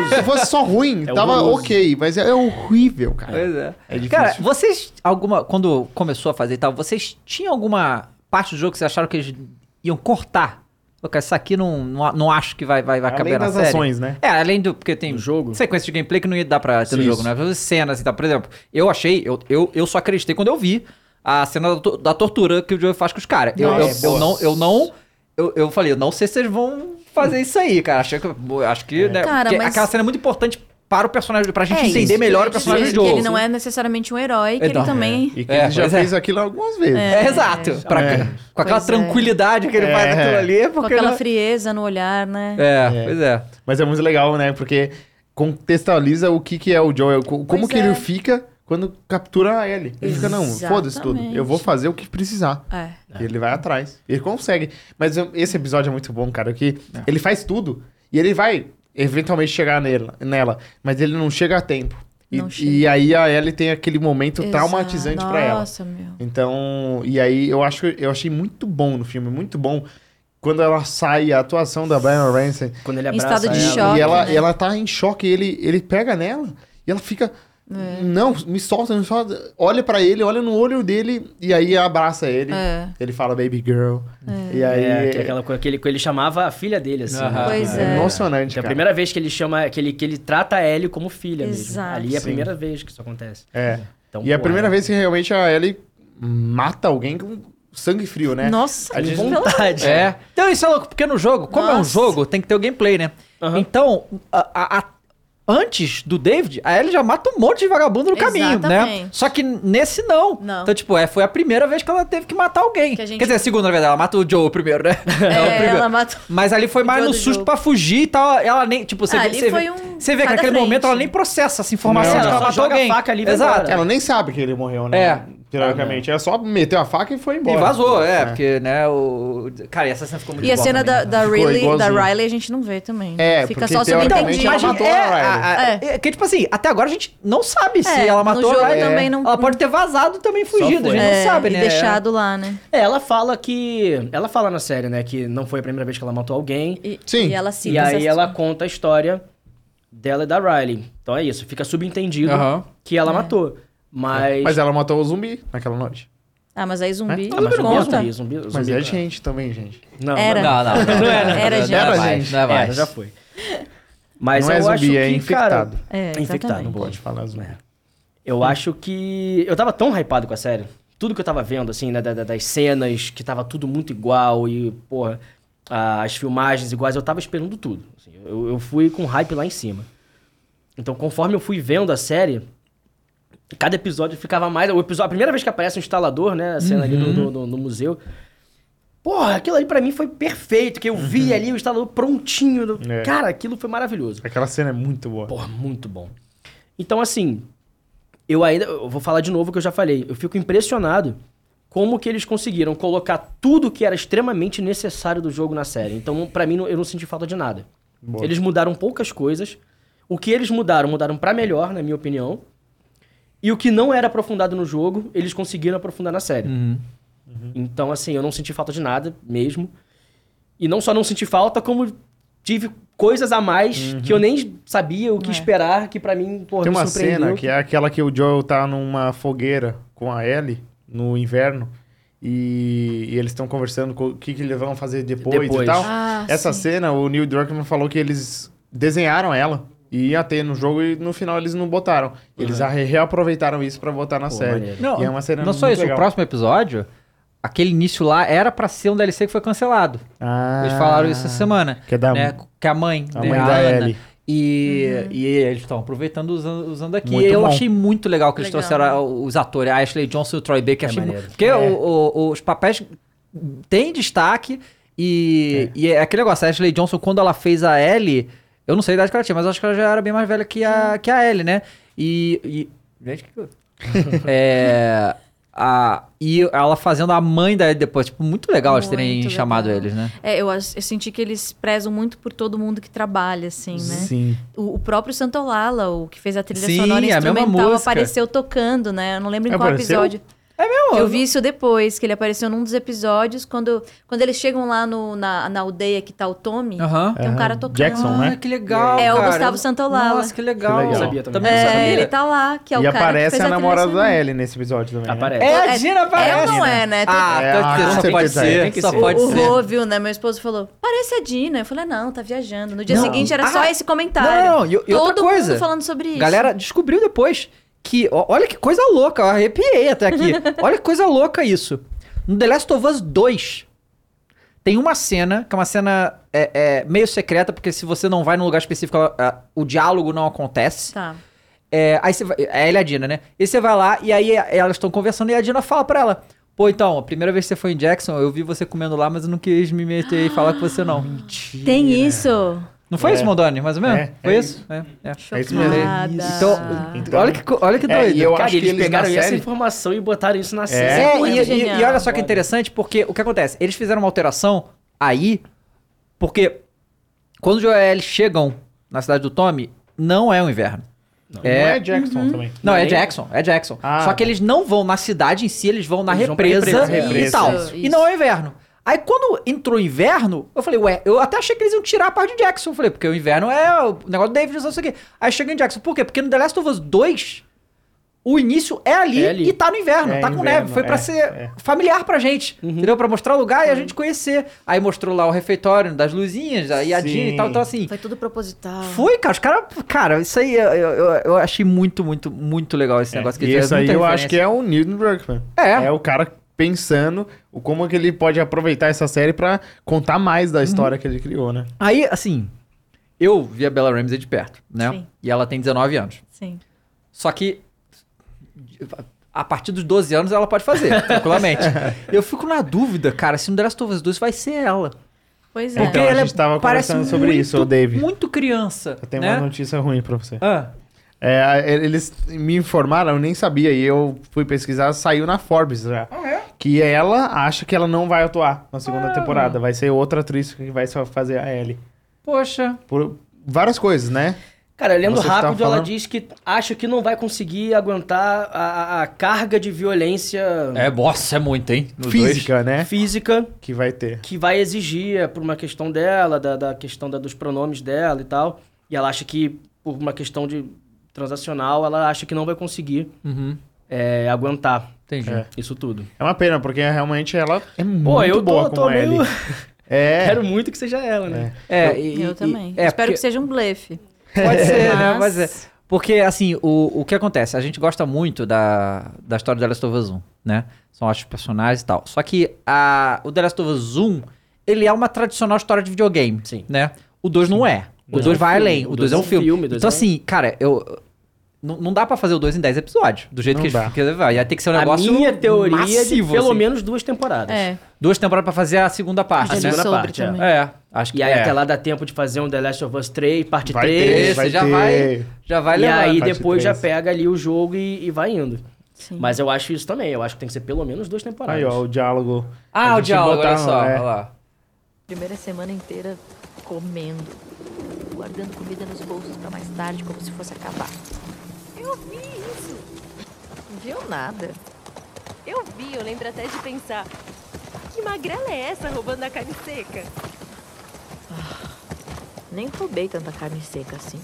S2: Se fosse só ruim,
S4: É
S2: tava
S4: horroroso.
S2: ok, mas é horrível, cara.
S1: Pois é.
S2: É difícil.
S1: Cara, vocês, alguma. Quando começou a fazer e tal, vocês tinham alguma parte do jogo que vocês acharam que eles iam cortar? Pô, cara, isso aqui não, não, a- não acho que vai, vai, vai
S2: Além
S1: caber na
S2: das
S1: série.
S2: ações, né?
S1: É, além do. Porque tem
S4: Do jogo?
S1: Uhum. sequência de gameplay que não ia dar pra ter no
S2: Sim,
S1: jogo,
S2: isso.
S1: né? Mas Cenas e tal. Por exemplo, eu achei, eu, eu, eu só acreditei quando eu vi a cena da, to- da tortura que o Joe faz com os caras. Eu, eu,
S2: Nossa.
S1: eu não. Eu não. Eu, eu falei, eu não sei se vocês vão fazer isso aí, cara. Achei que, acho que. Né,
S3: Cara,
S1: porque
S3: mas-
S1: Aquela cena é muito importante para o personagem, pra gente
S3: É
S1: entender
S3: isso,
S1: melhor o
S3: eu ia
S1: personagem do
S3: dizer,
S1: jogo.
S3: Que ele não é necessariamente um herói, que
S1: Então,
S3: ele também.
S2: E que
S1: É,
S2: ele já
S1: pois é.
S2: fez aquilo algumas vezes.
S1: É, exato. Pra-
S2: É.
S1: Com aquela
S3: Pois é.
S1: tranquilidade que ele
S2: É.
S1: faz aquilo ali, porque.
S3: Com aquela
S1: não-
S3: frieza no olhar, né?
S1: É,
S2: É.
S1: pois é.
S2: Mas é muito legal, né? Porque contextualiza o que, que é o Joel, co- como
S3: Pois
S2: que ele
S3: é.
S2: fica quando captura ele. Ele fica, não, foda-se tudo. Eu vou
S3: Exatamente.
S2: fazer o que precisar.
S3: É.
S2: E ele vai atrás. Ele consegue. Mas eu- esse episódio é muito bom, cara, que ele faz tudo e ele vai eventualmente chegar nela, nela mas ele não chega a tempo. E,
S3: Não
S2: e
S3: chega.
S2: aí a Ellie tem aquele momento
S3: Exato.
S2: traumatizante pra ela.
S3: Nossa, meu.
S2: Então, e aí eu acho eu achei muito bom no filme, muito bom quando ela sai a atuação da Brian Ransom
S4: Quando ele
S3: Em
S4: abraça
S3: estado de
S4: ela,
S3: choque.
S2: e ela,
S3: né?
S2: e ela tá em choque, ele, ele pega nela e ela fica.
S3: É.
S2: Não, me solta, me solta. Olha pra ele, olha no olho dele e aí abraça ele.
S3: É.
S2: Ele fala baby girl. E aí.
S4: É, que é aquela coisa que ele, que ele chamava a filha dele, assim.
S1: Aham.
S4: né?
S3: Pois
S2: é
S3: é.
S2: emocionante,
S4: Que é a
S2: cara.
S4: primeira vez que ele chama, que ele, que ele trata a Ellie como filha
S3: Exato.
S4: mesmo. Ali é a
S2: Sim.
S4: primeira vez que isso acontece.
S2: É.
S4: Então,
S2: E é a
S4: pô,
S2: primeira
S4: é-
S2: vez que realmente a Ellie mata alguém com sangue frio, né?
S3: Nossa,
S2: A gente-
S3: pelo-
S4: Vontade.
S1: É. Então isso é louco, porque no jogo, como é um
S3: Nossa.
S1: jogo, tem que ter o gameplay, né?
S4: Aham.
S1: Então, a- a- a- antes do David, a Ellie já mata um monte de vagabundo no caminho, né?
S3: Exatamente.
S1: Só que nesse não.
S3: Não.
S1: Então, tipo, é, foi a primeira vez que ela teve que matar alguém.
S3: Que a gente-
S1: Quer dizer, a segunda, na verdade, ela mata o Joe primeiro, né? o
S3: É,
S1: primeiro.
S3: ela matou.
S1: Mas ali foi mais
S3: Joe
S1: no
S3: do
S1: susto
S3: jogo.
S1: pra fugir e tal. Ela nem, tipo, você
S3: Ah,
S1: vê,
S3: ali
S1: você
S3: foi
S1: vê,
S3: um
S1: você vê que
S3: cada
S1: naquele
S3: frente.
S1: momento ela nem processa essa informação
S2: Não,
S1: de que
S2: ela
S1: ela
S4: só
S1: matou
S4: joga a
S1: alguém.
S4: faca ali e vai
S1: Exato.
S4: embora.
S2: Ela nem sabe que ele morreu, né?
S1: É.
S2: Teoricamente. Ela só meteu a faca e foi embora.
S1: E vazou, é, porque, né, o... Cara, e essa cena ficou muito
S3: E a
S1: boa
S3: cena
S1: também,
S3: da,
S1: né?
S3: da,
S2: Ficou
S3: Riley, da
S2: igualzinho.
S3: Riley a gente não vê também.
S2: É,
S3: Fica
S2: porque
S3: só
S1: Então,
S2: teoricamente
S3: subentendido.
S2: ela
S1: mas
S2: matou né,
S1: é,
S2: a Riley.
S1: a- a- é que, tipo assim, até agora a gente não sabe se
S3: É,
S1: ela
S3: no
S1: matou
S3: jogo
S1: a Riley.
S3: também não-
S1: Ela pode ter vazado e também fugido, a
S4: foi.
S1: gente
S3: É,
S1: não sabe,
S3: e
S1: né?
S3: deixado lá, né?
S4: É, ela fala que. Ela fala na série, né? Que não foi a primeira vez que ela matou alguém.
S3: E,
S2: Sim.
S3: E ela cita
S4: e
S3: essas-
S4: aí ela conta a história dela e da Riley. Então é isso, fica subentendido
S1: Aham.
S4: que
S3: É.
S4: ela matou. Mas.
S2: Mas ela matou o zumbi naquela noite.
S3: Ah, mas aí
S2: Né?
S3: zumbi.
S4: Ah, mas zumbi, é
S3: conta.
S4: zumbi, zumbi, zumbi, tá.
S2: Mas é
S4: cara.
S2: gente também, gente.
S4: Não,
S3: Era.
S1: Não, não, não, não é, não,
S3: Era,
S1: não,
S3: gente.
S1: Não é
S2: Era,
S1: mais,
S2: gente.
S1: não é
S4: Não, é,
S1: mais.
S4: já foi. Mas
S2: não
S4: eu
S2: é
S4: acho
S2: zumbi,
S4: que,
S2: é
S4: cara,
S2: infectado.
S3: É,
S1: Tá
S4: Infectado,
S3: exatamente.
S4: boa.
S2: Pode falar zumbi.
S4: Eu acho que. Eu tava tão hypado com a série. Tudo que eu tava vendo, assim, né? da- da- das cenas, que tava tudo muito igual e, porra, a- as filmagens iguais, eu tava esperando tudo. assim. eu, eu fui com hype lá em cima. Então, conforme eu fui vendo a série, cada episódio ficava mais. O episódio, a primeira vez que aparece um instalador, né? A cena ali no, no- no- no museu. Porra, aquilo ali pra mim foi perfeito, que eu vi ali o instalador prontinho.
S2: É.
S4: Cara, aquilo foi maravilhoso.
S2: Aquela cena é muito boa.
S4: Porra, muito bom. Então, assim, eu ainda. Eu vou falar de novo o que eu já falei. Eu fico impressionado como que eles conseguiram colocar tudo que era extremamente necessário do jogo na série. Então, pra mim, não- eu não senti falta de nada.
S2: Boa.
S4: Eles mudaram poucas coisas. O que eles mudaram, mudaram pra melhor, na minha opinião. E o que não era aprofundado no jogo, eles conseguiram aprofundar na série.
S2: Uhum.
S4: Então, assim, eu não senti falta de nada mesmo. E não só não senti falta, como tive coisas a mais que eu nem sabia o que
S3: É.
S4: esperar, que pra mim, porra,
S2: Uhum. Tem
S4: me
S2: uma
S4: surpreendeu.
S2: cena que é aquela que o Joel tá numa fogueira com a Ellie no inverno e, e eles estão conversando com o que, que eles vão fazer depois,
S4: Depois.
S2: e tal.
S3: Ah,
S2: Essa
S3: sim.
S2: cena, o Neil Druckmann falou que eles desenharam ela e ia ter no jogo e no final eles não botaram. Eles a- reaproveitaram isso pra botar na
S4: Uhum. Pô,
S2: série.
S4: maneiro.
S1: Não,
S2: E é uma cena
S1: não só
S2: muito
S1: isso,
S2: legal.
S1: o próximo episódio, aquele início lá era pra ser um DLC que foi cancelado.
S2: Ah,
S1: Eles falaram isso essa semana.
S2: Que é da-
S1: né? Que a mãe,
S2: a
S1: né,
S2: mãe da
S1: Ana.
S2: Ellie.
S1: E, e eles estão aproveitando usando, usando aqui.
S2: Muito
S1: eu
S2: bom.
S1: achei muito legal que eles
S3: Legal.
S1: trouxeram a- os atores, a Ashley Johnson e o Troy Baker.
S4: É
S1: achei
S4: maneiro.
S1: Porque o- o- os papéis têm destaque e e é. aquele negócio, a Ashley Johnson, quando ela fez a Ellie, eu não sei a idade que ela tinha, mas eu acho que ela já era bem mais velha que a, que a Ellie, né? E... e gente, que... é... A, e ela fazendo a mãe da Ellie depois. Tipo, muito legal eles terem
S3: Muito
S1: chamado
S3: legal.
S1: eles, né?
S3: É, eu, acho- eu senti que eles prezam muito por todo mundo que trabalha, assim, né?
S2: Sim.
S3: O, o próprio Santolala, o que fez a trilha
S1: Sim,
S3: sonora
S1: é a mesma
S3: instrumental,
S1: música.
S3: apareceu tocando, né? Eu não lembro em qual
S2: Apareceu?
S3: episódio.
S1: É mesmo?
S3: Eu vi isso depois, que ele apareceu num dos episódios, quando, quando eles chegam lá no, na, na aldeia que tá o Tommy,
S1: Aham.
S3: tem um cara tocando.
S2: Jackson,
S1: Ah,
S2: né?
S1: que legal.
S3: É o
S1: cara.
S3: Gustavo Santaolalla.
S1: Nossa, que legal.
S2: Que legal.
S4: Sabia também.
S1: não
S3: É,
S1: sabia.
S3: ele tá lá, que é o
S2: e
S3: cara que
S2: aparece
S3: fez
S2: a
S3: trilha
S2: namorada da
S3: sonora.
S2: Ellie nesse episódio também. né?
S4: Aparece.
S1: É,
S3: É-
S1: a Gina
S3: É ou
S1: aparece.
S3: não é, né? Tem-
S1: Ah,
S2: É,
S1: tanto que
S2: ah,
S1: só
S2: com
S1: pode
S2: certeza é.
S1: ser.
S4: Tem que
S1: Só
S4: ser.
S1: pode
S3: o
S1: ser.
S3: Rô viu, né? Meu esposo falou, parece a Dina. Eu falei, não, tá viajando. No dia
S1: Não.
S3: seguinte era
S1: Ah.
S3: só esse comentário.
S1: Não, e- e
S3: Todo
S1: outra coisa.
S3: mundo falando sobre isso.
S1: Galera, descobriu depois que. ó, olha que coisa louca, eu arrepiei até aqui. olha que coisa louca isso. No The Last of Us 2, tem uma cena, que é uma cena é, é, meio secreta, porque se você não vai num lugar específico, ela- a- o diálogo não acontece.
S3: Tá.
S1: É, aí você vai, é ela e a Dina, né? E você vai lá e aí elas estão conversando e a Dina fala pra ela: Pô, então, a primeira vez que você foi em Jackson, eu vi você comendo lá, mas eu não quis me meter e falar com você, não.
S3: Tem isso.
S1: Não foi
S2: É.
S1: isso, Mondoni? Mais ou menos?
S2: É,
S1: foi
S2: é
S1: isso? É, é.
S2: É isso mesmo.
S3: Chocada.
S1: Então,
S2: Então-
S1: olha que, co- olha que
S2: É,
S1: doido.
S2: e eu
S4: Cara,
S2: acho que
S4: eles
S2: eles
S4: pegaram
S2: na
S4: essa
S2: série-
S4: informação e botaram isso na série.
S2: É,
S1: É, e, e-
S3: genial.
S1: e olha só que
S4: Foda.
S1: interessante, porque o que acontece? Eles fizeram uma alteração aí, porque quando os Joel chegam na cidade do Tommy, não é o inverno.
S4: Não.
S2: Não
S1: é,
S2: é Jackson também.
S1: não, é
S4: Nem-
S1: Jackson, é Jackson.
S2: Ah.
S1: Só que eles não vão na cidade em si, eles vão na
S4: Eles vão pra
S1: represa,
S4: represa,
S1: e
S2: é.
S1: tal.
S3: Isso,
S1: E
S3: isso.
S1: não é o inverno. Aí quando entrou o inverno, eu falei, ué, eu até achei que eles iam tirar a parte de Jackson. Eu falei, porque o inverno é o negócio do David, não sei o quê. Aí chega em Jackson. Por quê? Porque no The Last of Us 2, o início é ali,
S4: É ali.
S1: e tá no inverno,
S2: É,
S1: tá com
S2: inverno,
S1: neve. Foi pra
S2: é,
S1: ser
S2: é.
S1: familiar pra gente, entendeu? Pra mostrar o lugar e a gente conhecer. Aí mostrou lá o refeitório das luzinhas, a Yadinha e
S2: Sim.
S1: tal. Então assim,
S3: Foi tudo proposital.
S1: foi, cara. Os caras. Cara, isso aí eu, eu, eu achei muito, muito, muito legal esse negócio que
S2: É, E
S1: eles
S2: isso aí
S1: fizeram,
S2: eu
S1: muita
S2: acho que é o Neil Druckmann.
S1: É.
S2: É o cara pensando o- como que ele pode aproveitar essa série pra contar mais
S4: Uhum.
S2: da história que ele criou, né?
S1: Aí, assim, eu vi a Bella Ramsey de perto, né?
S3: Sim.
S1: E ela tem 19 anos.
S3: Sim.
S1: Só que. A partir dos 12 anos ela pode fazer, tranquilamente. Eu fico na dúvida, cara, se um no The Last of Us 2 vai ser ela.
S3: Pois é.
S2: Então, a gente tava
S1: parece
S2: conversando sobre isso,
S1: muito-
S2: o Dave.
S1: Muito criança.
S2: Eu tenho
S4: É.
S1: né?
S2: uma notícia ruim pra você.
S1: Ah,
S2: É, a- eles me informaram, eu nem sabia, e eu fui pesquisar, saiu na Forbes já.
S4: Ah, é?
S2: Que ela acha que ela não vai atuar na segunda
S1: Ah.
S2: temporada. Vai ser outra atriz que vai só fazer a Ellie.
S1: poxa.
S2: Por várias coisas, né?
S4: Cara, lendo
S2: Você que tava
S4: rápido, ela
S2: falando.
S4: diz que acha que não vai conseguir aguentar a, a- a carga de violência
S1: É, nossa, é muito, hein? Nos
S2: Física, né?
S4: física
S2: Que vai ter.
S4: que vai exigir é, por uma questão dela, da, da questão da- dos pronomes dela e tal. E ela acha que, por uma questão de transacional, ela acha que não vai conseguir
S1: dois. Uhum,
S4: é, aguentar
S1: entendi.
S2: É.
S4: isso tudo.
S2: É uma pena, porque realmente ela é muito
S4: Pô, eu tô-
S2: boa
S4: tô
S2: como a Ellie.
S4: meio-
S2: É.
S4: Quero muito que seja ela, né?
S1: É, e-
S3: Eu
S1: e-
S3: também.
S1: É,
S3: Espero
S1: porque-
S3: que seja um blefe.
S1: Pode ser, né?
S3: Mas-
S1: Mas é. Porque, assim, o, o que acontece? A gente gosta muito da, da história do The Last of Us 1, né? São ótimos personagens e tal. Só que a, o The Last of Us 1, ele é uma tradicional história de videogame,
S4: Sim.
S1: né? O 2 não é. O
S4: Não.
S1: 2 vai
S4: É um
S1: além.
S4: filme.
S1: O 2 é um filme.
S4: dois
S1: então,
S4: é um-
S1: assim, cara, eu... Não, não dá pra fazer o 2 em 10 episódios, do jeito
S2: Não
S1: que
S2: dá.
S1: eles... que- Vai, ia ter que ser um negócio
S4: a minha teoria é
S1: massivo,
S4: de pelo
S1: assim.
S4: menos duas temporadas.
S3: É.
S1: Duas temporadas pra fazer a segunda parte,
S3: A
S1: né?
S3: gente
S4: segunda
S3: soube
S4: parte, é.
S3: também.
S1: É, acho que
S4: E aí
S1: é.
S4: até lá dá tempo de fazer um The Last of Us 3, parte
S2: Vai
S4: 3.
S2: ter,
S1: Esse
S2: vai
S1: já
S2: ter.
S1: vai... Já vai
S4: e
S1: levando.
S4: aí
S2: Parte
S4: depois já
S2: três.
S4: pega ali o jogo e, e vai indo.
S3: Sim.
S4: Mas eu acho isso também. Eu acho que tem que ser pelo menos duas temporadas.
S2: Aí, ó, o diálogo.
S1: Ah,
S2: A
S1: o
S2: gente
S1: diálogo, olha
S2: botava,
S4: um,
S1: só,
S2: é.
S1: olha lá.
S5: Primeira semana inteira comendo, guardando comida nos bolsos pra mais tarde, como se fosse acabar. Eu vi isso. Não viu nada. Eu vi, eu lembro até de pensar. Que magrela é essa roubando a carne seca? Ah, nem roubei tanta carne seca assim.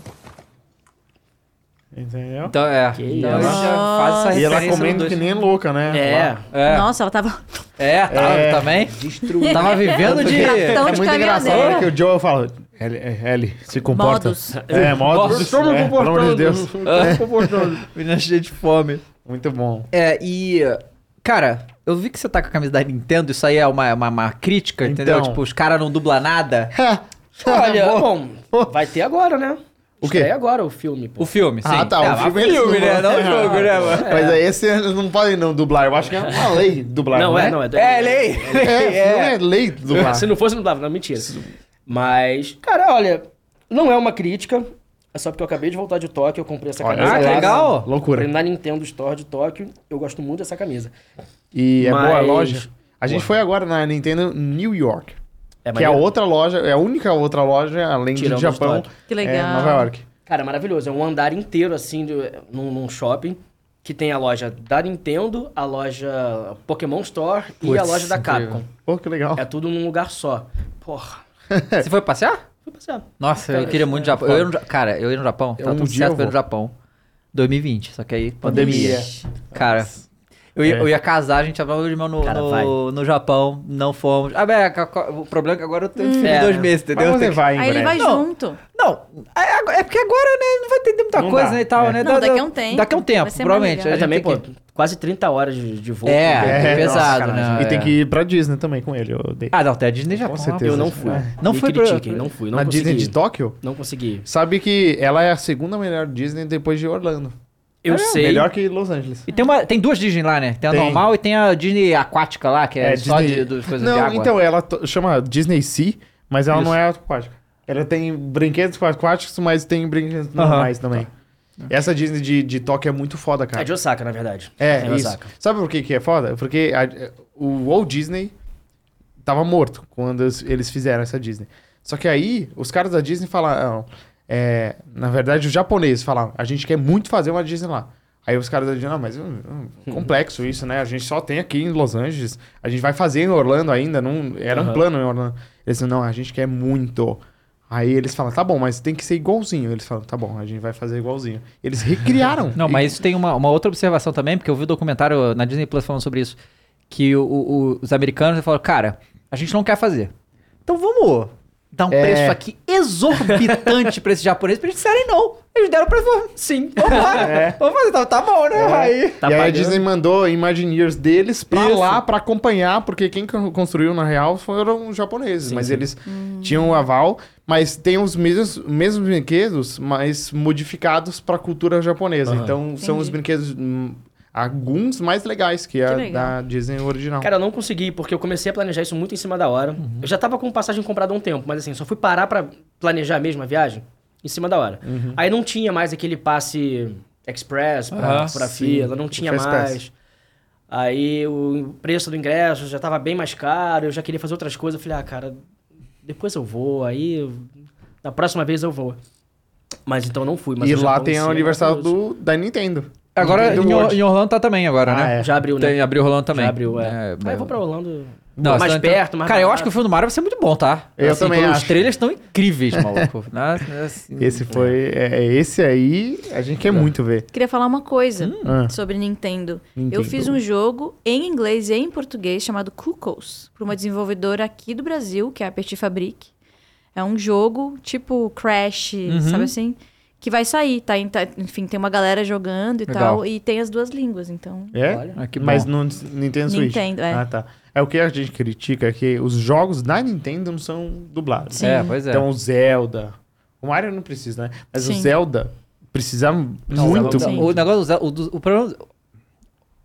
S2: Entendeu?
S1: Então é.
S4: Que
S1: então
S4: isso.
S1: eles já fazem essa
S2: E ela
S1: referência no
S2: comendo
S1: dois.
S2: que nem louca, né?
S4: É.
S2: Lá.
S1: É,
S3: Nossa, ela tava.
S1: é tava
S2: É.
S1: também.
S4: Destruir.
S1: Tava vivendo de.
S3: Capitão
S2: É
S3: de
S2: muito engraçado a
S3: caminhoneiro.
S2: hora que o Joe fala, Ellie, Ellie, é, se comporta.
S3: Modos.
S2: É, modos.
S1: Modos.
S2: é, pelo amor de Deus.
S1: Menina cheia de fome.
S2: Muito bom.
S1: É, e. Cara, eu vi que você tá com a camisa da Nintendo, isso aí é uma, uma, uma crítica, entendeu?
S2: Então.
S1: Tipo, os caras não dublam nada.
S4: Olha,
S2: Bom.
S4: bom, vai ter agora, né?
S2: O quê?
S4: Estreia agora o filme, pô.
S1: O filme, sim.
S2: Ah, tá, o
S1: É,
S2: filme
S1: é
S2: eles
S1: filme, né? Não
S2: dublam.
S1: o jogo, né, mano?
S2: Mas aí esse eles não podem não dublar. Eu acho que é uma lei dublar.
S4: Não, é, não, é.
S1: É, lei.
S2: É, não
S1: É.
S2: é lei dublar.
S4: Se não fosse, não dava, não, mentira. Mas, cara, olha, não é uma crítica. É só porque eu acabei de voltar de Tóquio, eu comprei essa
S2: Olha,
S4: camisa.
S1: ah, que
S2: lá,
S1: legal.
S2: Loucura.
S4: Comprei na Nintendo Store de Tóquio. Eu gosto muito dessa camisa.
S2: E é boa a
S4: Mas-
S2: loja. A gente foi agora na Nintendo New York. que é a
S4: maneiro?
S2: outra loja, é a única outra loja, além
S4: Tirando
S2: do Japão.
S4: os toques.
S3: Que
S2: É
S3: legal.
S2: Nova York.
S4: Cara, é maravilhoso. É um andar inteiro, assim, de- num, num shopping, que tem a loja da Nintendo, a loja Pokémon Store e a
S2: Putz,
S4: loja da
S2: incrível.
S4: Capcom.
S2: Pô, que legal.
S4: É tudo num lugar só. Porra,
S1: Você foi passear?
S4: fui passear.
S1: Nossa, eu
S4: Cara,
S1: queria muito no Japão. Eu ia no Ja- cara, eu ia no Japão.
S2: É,
S1: Tava
S2: um
S1: tudo
S2: dia é eu
S1: certo pra ir no
S2: vou.
S1: Japão. 2020, só que aí
S2: Pandemia.
S1: pandemia. Cara, eu ia,
S2: É.
S1: eu ia casar, a gente tava no irmão no,
S4: Cara,
S1: no-
S4: vai.
S1: no Japão, não fomos. Ah, bem, a- a- o problema é que agora eu tenho que
S4: É,
S1: filho dois
S4: né?
S1: meses, entendeu?
S2: Mas
S1: Eu
S2: você
S1: tenho que-
S2: vai Tá em
S3: Aí ele
S2: breve.
S3: vai
S1: Não.
S3: junto.
S1: Não, é, agora- é porque agora, né, não vai ter muita
S2: Não
S1: coisa
S2: dá,
S1: né, e tal,
S2: é.
S1: né?
S3: Não,
S1: Dá-
S3: daqui
S1: dá-
S3: a um tempo.
S1: Daqui a um tempo,
S3: Vai ser mais
S1: provavelmente.
S3: legal.
S1: a
S4: Mas
S1: gente
S4: também,
S1: tem
S4: pô,
S1: que-
S4: quase 30 horas de, de voo.
S1: É,
S4: né?
S1: é pesado,
S2: sacanagem.
S1: né?
S2: E tem que ir pra Disney também com ele. Eu dei.
S1: Ah, não, até a Disney já
S2: Com
S1: pô,
S2: certeza.
S4: Eu não
S2: Deus,
S4: fui.
S2: é.
S1: Não
S4: Me
S1: fui pra-
S4: critiquem, não fui. Não
S2: Na
S4: consegui.
S2: Disney de Tóquio?
S4: Não consegui.
S2: Sabe que ela é a segunda melhor Disney depois de Orlando.
S4: Eu sei.
S2: É, Melhor que Los Angeles.
S1: E tem, uma, tem duas Disney lá, né? Tem a
S2: Tem.
S1: normal e tem a Disney aquática lá, que é, só de, dos coisas
S2: não,
S1: de água.
S2: então, ela to- chama Disney Sea, mas ela não é aquática. Ela tem brinquedos aquáticos, mas tem brinquedos normais também.
S1: Tá.
S2: Essa Disney de, de Tóquio é muito foda, cara.
S4: É de Osaka, na verdade.
S2: É,
S4: de
S2: isso.
S4: Osaka.
S2: Sabe por que que é foda? Porque a- o Walt Disney tava morto quando es- eles fizeram essa Disney. Só que aí, os caras da Disney falaram... é, na verdade, os japoneses falaram, a gente quer muito fazer uma Disney lá. Aí os caras da Disney, não, mas hum, hum, complexo isso, né? A gente só tem aqui em Los Angeles. A gente vai fazer em Orlando ainda. Não, era um
S4: Aham.
S2: plano em Orlando. Eles falaram, não, a gente quer muito. Aí eles falam, tá bom, mas tem que ser igualzinho. Eles falam, tá bom, a gente vai fazer igualzinho. Eles recriaram.
S1: Não, mas isso tem uma, uma outra observação também, porque eu vi um documentário na Disney Plus falando sobre isso. Que o- o- os americanos falaram, cara, a gente não quer fazer. Então vamos dar um
S2: É.
S1: preço aqui exorbitante pra esses japoneses pra eles disserem não. Eles deram pra sim, vamos lá. Vamos fazer, tá, tá bom, né? Aí.
S4: Tá
S2: e aí a
S4: pagando.
S2: Disney mandou Imagineers deles pra
S1: Isso.
S2: lá pra acompanhar, porque quem con- construiu na real foram os japoneses, mas eles
S3: Hum.
S2: tinham o aval, mas tem os mesmos, mesmos brinquedos, mas modificados pra cultura japonesa.
S4: Aham.
S2: Então são
S3: Entendi.
S2: os brinquedos hum, alguns mais legais que, a da
S3: legal.
S2: Disney original.
S4: Cara, eu não consegui, porque eu comecei a planejar isso muito em cima da hora. Eu já tava com passagem comprada há um tempo, mas assim, só fui parar pra planejar mesmo a viagem em cima da hora. Aí não tinha mais aquele passe express pra,
S1: Ah,
S4: pra
S2: sim.
S4: fila, não tinha
S2: Fast
S4: mais.
S2: pass.
S4: Aí o preço do ingresso já tava bem mais caro, eu já queria fazer outras coisas. Eu falei, ah, cara, depois eu vou, aí eu- na próxima vez eu vou. Mas então não fui. Mas
S2: e
S4: o
S2: lá
S4: Japão em
S2: tem
S4: si é
S2: o aniversário
S4: maravilhoso.
S2: do, da Nintendo.
S1: Agora
S2: Nintendo
S1: em, Or-
S2: World.
S1: em Orlando tá também agora,
S2: Ah,
S1: né?
S2: é.
S4: Já abriu, né?
S1: Tem, abriu Orlando também.
S4: Já abriu, é.
S1: É,
S4: Ah, eu vou pra Orlando.
S1: Não,
S4: Tá mais
S1: então-
S4: perto, mais
S1: Cara, eu acho
S4: barato.
S1: que o filme do Mario vai ser muito bom, tá?
S2: Eu também
S1: Os
S2: acho.
S1: trailers estão incríveis, maluco. Nossa, assim,
S2: Esse foi. É, é esse aí a gente quer muito ver.
S3: Queria falar uma coisa
S2: Ah.
S3: sobre Nintendo.
S2: Nintendo.
S3: Eu fiz um jogo em inglês e em português chamado Cuckoos, para uma desenvolvedora aqui do Brasil, que é a Petit Fabric. É um jogo tipo Crash, sabe assim? Que vai sair, tá? em- tá- Enfim, tem uma galera jogando e
S1: Legal.
S3: tal. E tem as duas línguas, então.
S2: É?
S4: Olha.
S1: Ah, que
S2: Mas
S1: bom.
S2: no Nintendo Switch.
S3: Nintendo, é.
S2: Ah, tá. É o que a gente critica é que os jogos da Nintendo não são dublados.
S1: É, pois é.
S2: Então o Zelda. O Mario não precisa, né? Mas o
S3: Sim.
S2: Zelda precisava
S4: Não,
S2: muito.
S4: o Zelda-
S1: Então, O negócio do Zelda- o, do- o problema.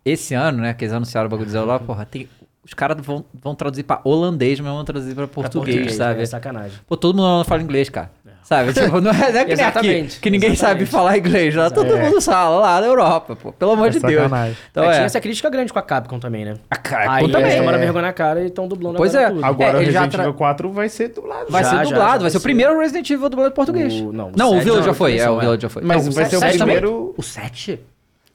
S1: Esse ano, né? Que eles anunciaram o bagulho do Zelda
S4: Uhum.
S1: lá, porra, tem- os caras vão, vão traduzir pra holandês, mas vão traduzir pra
S4: Pra
S1: português, sabe?
S4: É sacanagem.
S1: Pô, todo mundo fala inglês, cara. Sabe? Tipo, não é, não é que nem aqui,
S4: Exatamente,
S1: que ninguém sabe
S4: exatamente.
S1: falar inglês. Lá, todo
S2: É.
S1: mundo fala lá na Europa, pô. Pelo amor
S2: É
S1: de Deus.
S2: sacanagem.
S1: Então,
S4: Aí
S1: é.
S4: Tinha essa crítica grande com a Capcom também, né?
S1: Ah, cara,
S4: Aí
S1: pô, também.
S4: eles
S2: é.
S4: tomaram vergonha na cara e estão dublando
S1: Pois
S4: agora
S1: é.
S4: tudo.
S2: Agora
S1: É,
S2: o
S1: ele já
S2: Resident
S1: tra-
S2: Evil 4 vai ser dublado.
S1: Vai
S4: Já,
S1: ser
S4: já,
S1: dublado,
S4: já
S1: vai ser o
S4: vai
S1: primeiro Resident Evil dublado em português.
S4: O- não, o
S1: não, o
S4: sete
S1: Village
S4: não,
S1: já foi. É,
S4: não,
S1: o
S4: é.
S1: Village já foi.
S2: Mas
S1: Não,
S2: vai ser o
S1: sete também.
S2: primeiro.
S4: O 7?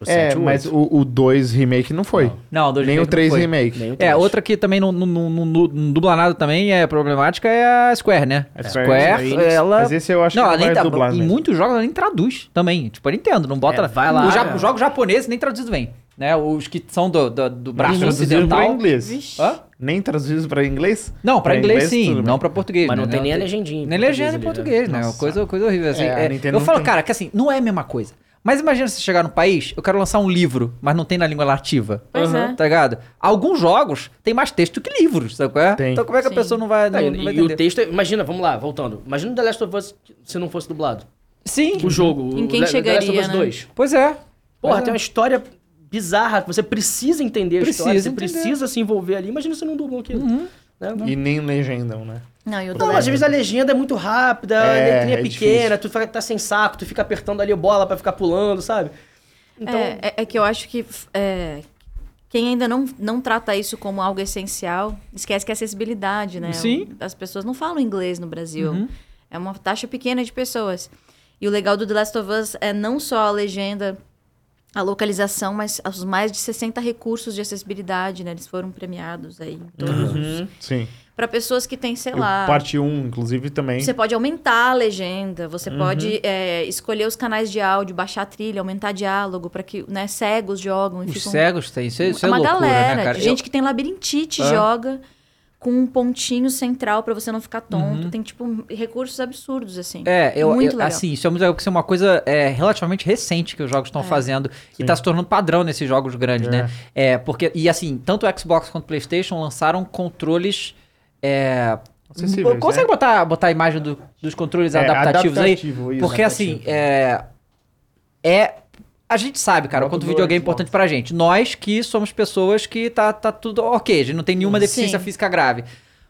S4: O
S2: É,
S4: sete, o
S2: mas
S4: oito.
S2: o, o 2 remake não foi.
S1: Não, dois
S2: Nem
S1: remake
S2: o
S1: não
S2: 3
S1: foi.
S2: remake.
S4: Nem o três.
S1: É, outra que também não, não- não- não- não- não dubla nada também é problemática é a Square, né?
S2: A
S1: A
S2: Square
S1: Square,
S2: Enix.
S1: ela...
S2: Mas esse eu acho que
S1: ela
S2: não
S1: nem
S2: vai
S1: tá-
S2: dublar
S1: Em
S2: mesmo.
S1: muitos jogos ela nem traduz também. Tipo, a Nintendo não bota...
S4: É, vai lá,
S1: Os ja-
S4: cara.
S1: os jogos japoneses nem traduzidos vem, né? Os que são do, do, do braço
S2: Traduzido pra
S1: ocidental...
S2: inglês.
S3: Vixe.
S1: Hã?
S2: Nem traduzido pra inglês?
S1: Não, pra, inglês, sim,
S2: tudo bem.
S1: não pra português.
S4: Mas não
S1: né?
S4: tem nem a legendinha em
S1: Nem legenda em
S4: português,
S1: português, né? Coisa, coisa horrível, assim.
S2: É, a
S1: É,
S2: Nintendo
S1: eu
S2: não
S1: falo,
S2: tem.
S1: cara, que assim, não é a mesma coisa. Mas imagina você chegar num país, eu quero lançar um livro, mas não tem na língua nativa.
S3: Pois é.
S1: Tá ligado? Alguns jogos têm mais texto que livros, sabe qual é?
S2: Tem.
S1: Então como é que
S3: Sim.
S1: a pessoa não vai, não,
S4: Não,
S1: não
S4: e,
S1: vai
S4: e o
S1: entender?
S4: texto, é- imagina, vamos lá, voltando. Imagina o The Last of Us se não fosse dublado.
S1: Sim.
S4: O jogo,
S3: Em
S4: o
S3: quem
S4: Le-
S3: chegaria,
S4: The Last of Us
S3: né?
S4: 2.
S1: Pois é.
S4: Porra,
S1: Pois
S4: tem
S1: é.
S4: uma história bizarra, você precisa entender a história,
S1: Precisa
S4: você
S1: entender.
S4: precisa se envolver ali. Imagina se não dublou aquilo.
S3: Uhum.
S4: Né?
S2: E nem legendam, né?
S3: Não, e o do
S4: Não, mas às vezes a legenda é muito rápida,
S2: É,
S4: a letrinha
S2: é
S4: é pequena, tu fica, tá sem saco, tu fica apertando ali a bola pra ficar pulando, sabe? Então,
S3: É, é, é que eu acho que f- é, quem ainda não, não trata isso como algo essencial, esquece que é acessibilidade, né?
S1: Sim.
S3: O- As pessoas não falam inglês no Brasil. É uma taxa pequena de pessoas. E o legal do The Last of Us é não só a legenda a localização, mas os mais de 60 recursos de acessibilidade, né? Eles foram premiados aí.
S4: Uhum.
S2: Sim.
S3: Para pessoas que têm, sei
S2: Eu-
S3: lá.
S2: parte 1, inclusive, também.
S3: Você pode aumentar a legenda, você
S1: Uhum.
S3: pode é, escolher os canais de áudio, baixar a trilha, aumentar diálogo, para que né, cegos jogam e
S1: Os
S3: ficam.
S1: cegos têm. Isso, é- isso é
S3: uma
S1: loucura,
S3: galera
S1: né, cara?
S3: de
S1: Eu-
S3: gente que tem labirintite
S1: Ah.
S3: joga com um pontinho central para você não ficar tonto.
S1: Uhum.
S3: Tem, tipo, recursos absurdos, assim.
S1: É, eu,
S3: Muito
S1: eu-
S3: legal.
S1: assim, isso é muito legal, porque isso é uma coisa é, relativamente recente que os jogos
S3: É.
S1: estão fazendo e
S2: Sim.
S1: tá se tornando padrão nesses jogos grandes,
S2: É.
S1: né? É, porque, e assim, tanto o Xbox quanto o Playstation lançaram controles. É,
S2: Acessíveis,
S1: Bo- consegue
S2: né?
S1: botar, botar a imagem do- dos controles
S2: É,
S1: adaptativos aí?
S2: adaptativo, isso,
S1: Porque assim,
S2: adaptativo.
S1: é, é. A gente sabe, cara, o
S2: Bota
S1: quanto o
S2: do
S1: videogame é
S2: Xbox.
S1: importante pra gente. Nós que somos pessoas que tá, tá tudo ok, a gente não tem nenhuma deficiência
S3: Sim.
S1: física grave.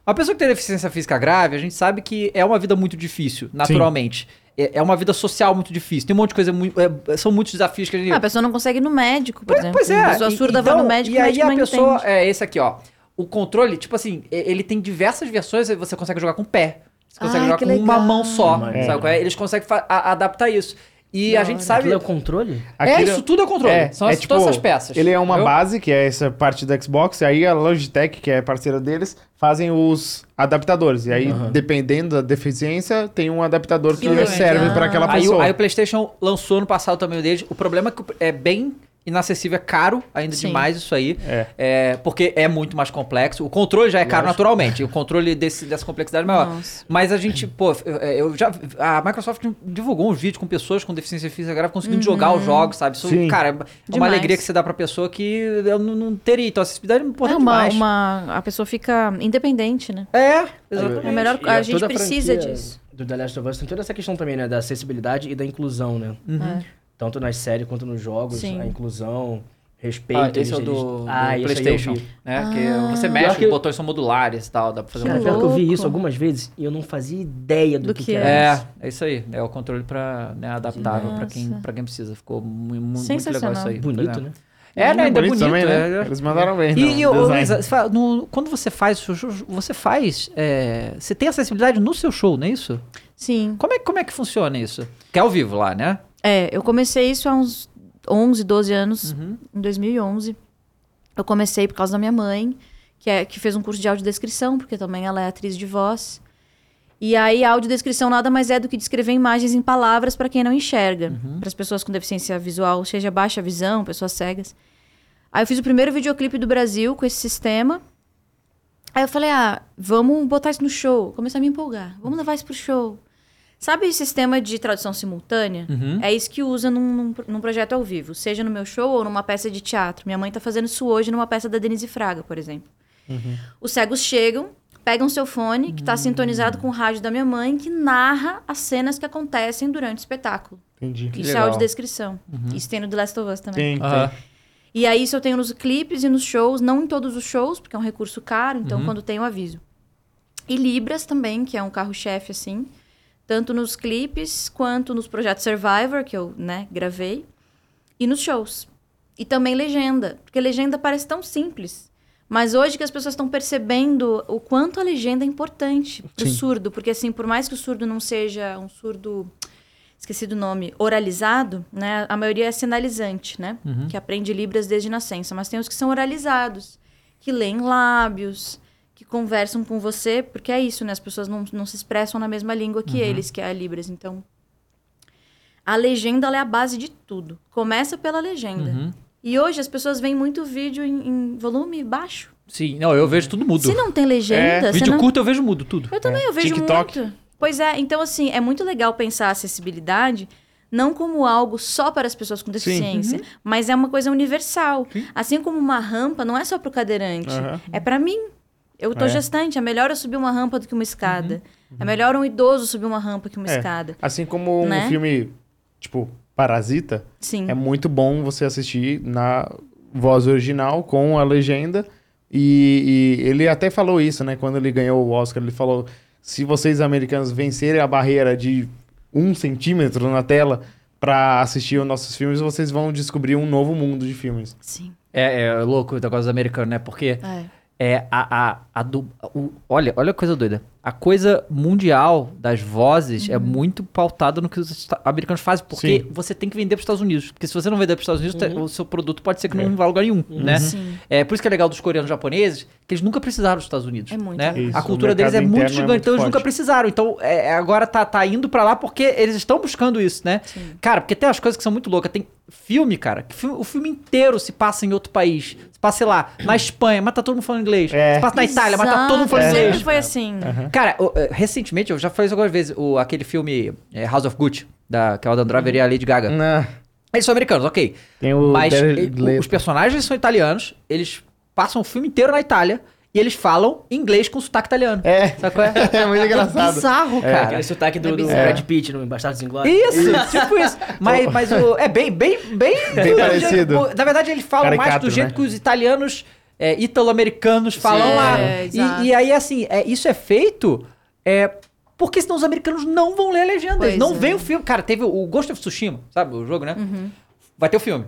S1: Uma pessoa que tem deficiência física grave, a gente sabe que é uma vida muito difícil, naturalmente. É, é uma vida social muito difícil. Tem um monte de coisa. mui- é, são muitos desafios que a gente.
S3: Ah, a pessoa não consegue ir no médico, por exemplo.
S1: Pois é.
S3: A pessoa
S1: e-
S3: surda
S1: então,
S3: vai no médico
S1: E
S3: o
S1: aí
S3: médico
S1: a
S3: não
S1: pessoa.
S3: entende.
S1: É esse aqui, ó. O controle, tipo assim, e- ele tem diversas versões, você consegue jogar com o pé. Você consegue
S3: Ai,
S1: jogar
S3: que
S1: com uma
S3: legal.
S1: mão só.
S4: Maneiro.
S1: Sabe qual é? Eles conseguem fa- a- adaptar isso. E
S3: Da
S1: a gente
S3: hora.
S1: sabe.
S4: Aquilo é o controle?
S1: É,
S2: Aquele-
S1: isso tudo é controle.
S2: É,
S1: São
S2: é
S1: as-
S2: tipo,
S1: todas essas peças.
S2: Ele é uma
S1: entendeu?
S2: base, que é essa parte da Xbox, e aí a Logitech, que é parceira deles, fazem os adaptadores. E aí,
S4: Aham.
S2: dependendo da deficiência, tem um adaptador que,
S3: Que legal.
S2: serve para aquela
S1: ah. Aí, o-
S2: pessoa.
S1: aí o PlayStation lançou no passado também o deles. O problema é que é bem inacessível, é caro ainda
S3: Sim.
S1: demais isso aí.
S2: É.
S1: É, porque é muito mais complexo. O controle já é caro
S4: Lógico.
S1: naturalmente. O controle desse- dessa complexidade é maior.
S3: Nossa.
S1: Mas a gente, pô, eu- é, eu já. A Microsoft divulgou uns vídeos com pessoas com deficiência física grave conseguindo jogar os jogos, sabe? Isso,
S2: Sim.
S1: cara, é uma
S3: Demais.
S1: alegria que você dá pra pessoa que eu não, não teria. Então, acessibilidade é
S3: É
S1: importante
S3: uma,
S1: demais.
S3: uma, a pessoa fica independente, né?
S1: É,
S3: É
S1: exatamente.
S3: melhor-
S4: E é
S3: a gente
S4: toda
S3: precisa
S4: franquia
S3: disso.
S4: Do The Last of Us tem toda essa questão também, né? Da acessibilidade e da inclusão, né?
S3: É.
S4: Tanto nas séries quanto nos jogos,
S3: Sim.
S4: a inclusão, respeito.
S1: Ah, esse é o
S4: eles-
S1: do,
S4: Ah,
S1: do
S4: esse aí eu
S1: PlayStation.
S4: vi.
S1: Né?
S3: Ah.
S1: Que você
S4: Pior
S1: mexe,
S4: que- é
S1: os botões são modulares e tal, dá pra fazer
S3: Que
S4: Cara,
S1: um
S4: pior que eu vi
S3: louco.
S4: isso algumas vezes e eu não fazia ideia do,
S3: Do
S4: que,
S3: que
S4: que era.
S1: É,
S4: isso.
S1: é isso aí. É o controle pra, né, adaptável pra quem,
S3: Nossa.
S1: pra quem precisa. Ficou mu- mu- muito legal
S3: Sensacional.
S1: isso aí.
S4: Bonito,
S1: Pois é.
S4: né?
S1: É, né? Ainda é bonito.
S2: também,
S1: é.
S2: né? Eles mandaram bem.
S1: E,
S2: não,
S1: e, ô,
S2: design.
S1: Luísa, você fala, no- quando você faz, o seu show, você faz, é, você tem acessibilidade no seu show, não é isso?
S3: Sim.
S1: Como é, como é que funciona isso? Que é ao vivo lá, né?
S3: É, eu comecei isso há uns 11, 12 anos,
S1: Uhum.
S3: em 2011. Eu comecei por causa da minha mãe, que, é, que fez um curso de audiodescrição, porque também ela é atriz de voz. E aí, a audiodescrição nada mais é do que descrever imagens em palavras para quem não enxerga. Para as pessoas com deficiência visual, seja baixa visão, pessoas cegas. Aí eu fiz o primeiro videoclipe do Brasil com esse sistema. Aí eu falei, ah, vamos botar isso no show. Comecei a me empolgar. Vamos levar isso pro show. Sabe o sistema de tradução simultânea?
S2: Hum?
S1: Uhum.
S3: É isso que usa num, num, pro- num projeto ao vivo. Seja no meu show ou numa peça de teatro. Minha mãe tá fazendo isso hoje numa peça da Denise Fraga, por exemplo.
S2: Uhum.
S3: Os cegos chegam, pegam seu fone, que tá
S2: Hum.
S3: sintonizado com o rádio da minha mãe, que narra as cenas que acontecem durante o espetáculo.
S2: Entendi. Que
S3: isso
S2: legal. Uhum.
S3: é audiodescrição. Isso tem no The Last of Us também.
S2: Tem,
S1: Aham.
S2: tem.
S3: E aí isso eu tenho nos clipes e nos shows, não em todos os shows, porque é um recurso caro, então quando tem eu aviso. E Libras também, que é um carro-chefe, assim, tanto nos clipes quanto nos projetos Survivor, que eu, né, gravei, e nos shows. E também legenda, porque legenda parece tão simples. Mas hoje que as pessoas estão percebendo o quanto a legenda é importante pro
S2: Sim.
S3: surdo, porque assim, por mais que o surdo não seja um surdo esqueci do nome, oralizado, né? A maioria é sinalizante, né?
S1: Uhum.
S3: Que aprende Libras desde nascença, mas tem os que são oralizados, que leem lábios, que conversam com você, porque é isso, né? As pessoas não, não se expressam na mesma língua
S1: Uhum.
S3: que eles, que é a Libras. Então, a legenda ela é a base de tudo. Começa pela legenda.
S1: Uhum.
S3: E hoje as pessoas veem muito vídeo em, em volume baixo.
S1: Sim, não, eu vejo tudo mudo.
S3: Se não tem legenda,
S2: É,
S3: você
S1: Vídeo
S3: não
S1: curto eu vejo mudo, tudo.
S3: eu também, eu vejo
S2: TikTok.
S3: muito. Pois é, então assim, é muito legal pensar a acessibilidade não como algo só para as pessoas com
S2: Uhum.
S3: deficiência, mas é uma coisa universal. Assim como uma rampa não é só para o cadeirante,
S2: Aham.
S3: é para mim. Eu tô
S2: É. Uhum.
S3: gestante, é melhor eu subir uma rampa do que uma escada. É melhor um idoso subir uma rampa que uma
S2: É.
S3: escada.
S2: Assim como um
S3: Né?
S2: filme, tipo, Parasita,
S3: Sim.
S2: é muito bom você assistir na voz original com a legenda. E, e ele até falou isso, né? Quando ele ganhou o Oscar, ele falou: se vocês americanos vencerem a barreira de um centímetro na tela pra assistir os nossos filmes, vocês vão descobrir um novo mundo de filmes.
S3: Sim.
S1: É, é louco o negócio americano, né? Porque
S3: É.
S1: é a, a, a du- o- olha, olha a coisa doida. a coisa mundial das vozes
S3: Uhum.
S1: é muito pautada no que os esta- americanos fazem, porque
S2: Sim.
S1: você tem que vender para os Estados Unidos. Porque se você não vender para os Estados Unidos, o seu produto pode ser que
S2: É.
S1: não vá a lugar nenhum, né?
S3: Uhum. Sim.
S1: É por isso que é legal dos coreanos e japoneses, que eles nunca precisaram dos Estados Unidos.
S3: É muito
S1: né?
S3: legal.
S1: A
S2: Isso,
S1: cultura
S2: o
S1: deles é
S2: mercado
S1: muito
S2: interno é
S1: gigante,
S2: muito
S1: então eles nunca
S2: forte.
S1: precisaram. Então é, agora tá, tá indo pra lá porque eles estão buscando isso, né? Cara, porque tem as coisas que são muito loucas. Tem filme, cara, que filme- o filme inteiro se passa em outro país. Se passa, sei lá, na Espanha, mas tá todo mundo falando inglês.
S2: É.
S1: Se passa na Itália, mas tá todo mundo
S3: Exato,
S1: falando inglês.
S3: Sempre foi assim.
S1: Cara, o- eh, recentemente, eu já falei isso algumas vezes, o, aquele filme eh, House of Gucci, da, que é o Dan Driver e a Lady Gaga.
S2: Ah,
S1: Eles são americanos, ok.
S2: Tem o
S1: Mas
S2: Jared
S1: ele-
S2: Leto.
S1: os personagens são italianos, eles passam o filme inteiro na Itália e eles falam inglês com sotaque italiano.
S2: É.
S1: Sabe qual é?
S2: É muito engraçado.
S1: Bizarro, cara.
S4: Aquele sotaque do, do
S3: é bizarro.
S4: Brad Pitt no Bastardos Inglórios.
S1: Isso, tipo isso. Mas, mas o, é bem, bem, bem...
S2: Bem parecido.
S1: o- Na verdade, eles falam mais
S2: Caricato,
S1: do jeito
S2: né?
S1: que os italianos, é, italo-americanos falam
S3: É,
S1: lá.
S3: exato.
S1: E, e aí, assim, é, isso é feito... É, porque senão os americanos não vão ler a legenda.
S3: Pois
S1: eles não
S3: é. Uhum.
S1: veem o filme. Cara, teve o Ghost of Tsushima, sabe? O jogo, né? Vai ter o filme.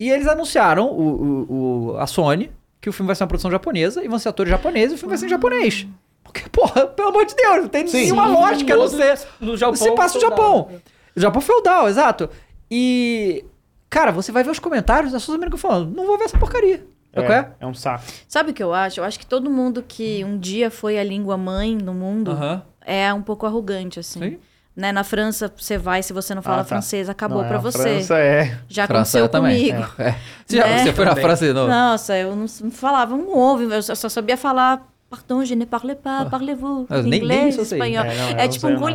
S1: E eles anunciaram, o, o- o- a Sony, que o filme vai ser uma produção japonesa, e vão ser atores japoneses, e o filme
S3: Ah.
S1: vai ser em japonês. Porque, porra, pelo amor de Deus, não tem
S2: Sim.
S1: nenhuma
S2: Sim,
S1: lógica a não
S4: todo
S1: ser...
S4: no Japão
S1: você passa o
S4: feudal.
S1: Japão. O Japão feudal, exato. E... Cara, você vai ver os comentários das pessoas americanas falando, não vou ver essa porcaria. Sabe qual
S2: É, é um saco.
S3: Sabe o que eu acho? Eu acho que todo mundo que um dia foi a língua mãe no mundo
S1: Aham.
S3: é um pouco arrogante, assim.
S1: Sim.
S3: Né? Na França, você vai, se você não fala
S2: Ah, tá.
S3: francês, acabou
S2: Não, é,
S3: pra
S2: a
S3: você.
S2: França é.
S3: Já aconteceu comigo.
S1: É. Você,
S3: Né?
S1: você foi na
S4: Também.
S1: França de novo?
S3: Nossa, eu não s- não falava um ovo, eu só só sabia falar. Pardon, je ne parle pas, parlez-vous.
S1: Ah, nem- nem
S3: Inglês,
S1: isso eu sei.
S3: espanhol.
S2: É, não, eu
S3: É,
S2: não
S3: tipo
S2: sei,
S3: um
S2: não.
S3: com
S2: Eu só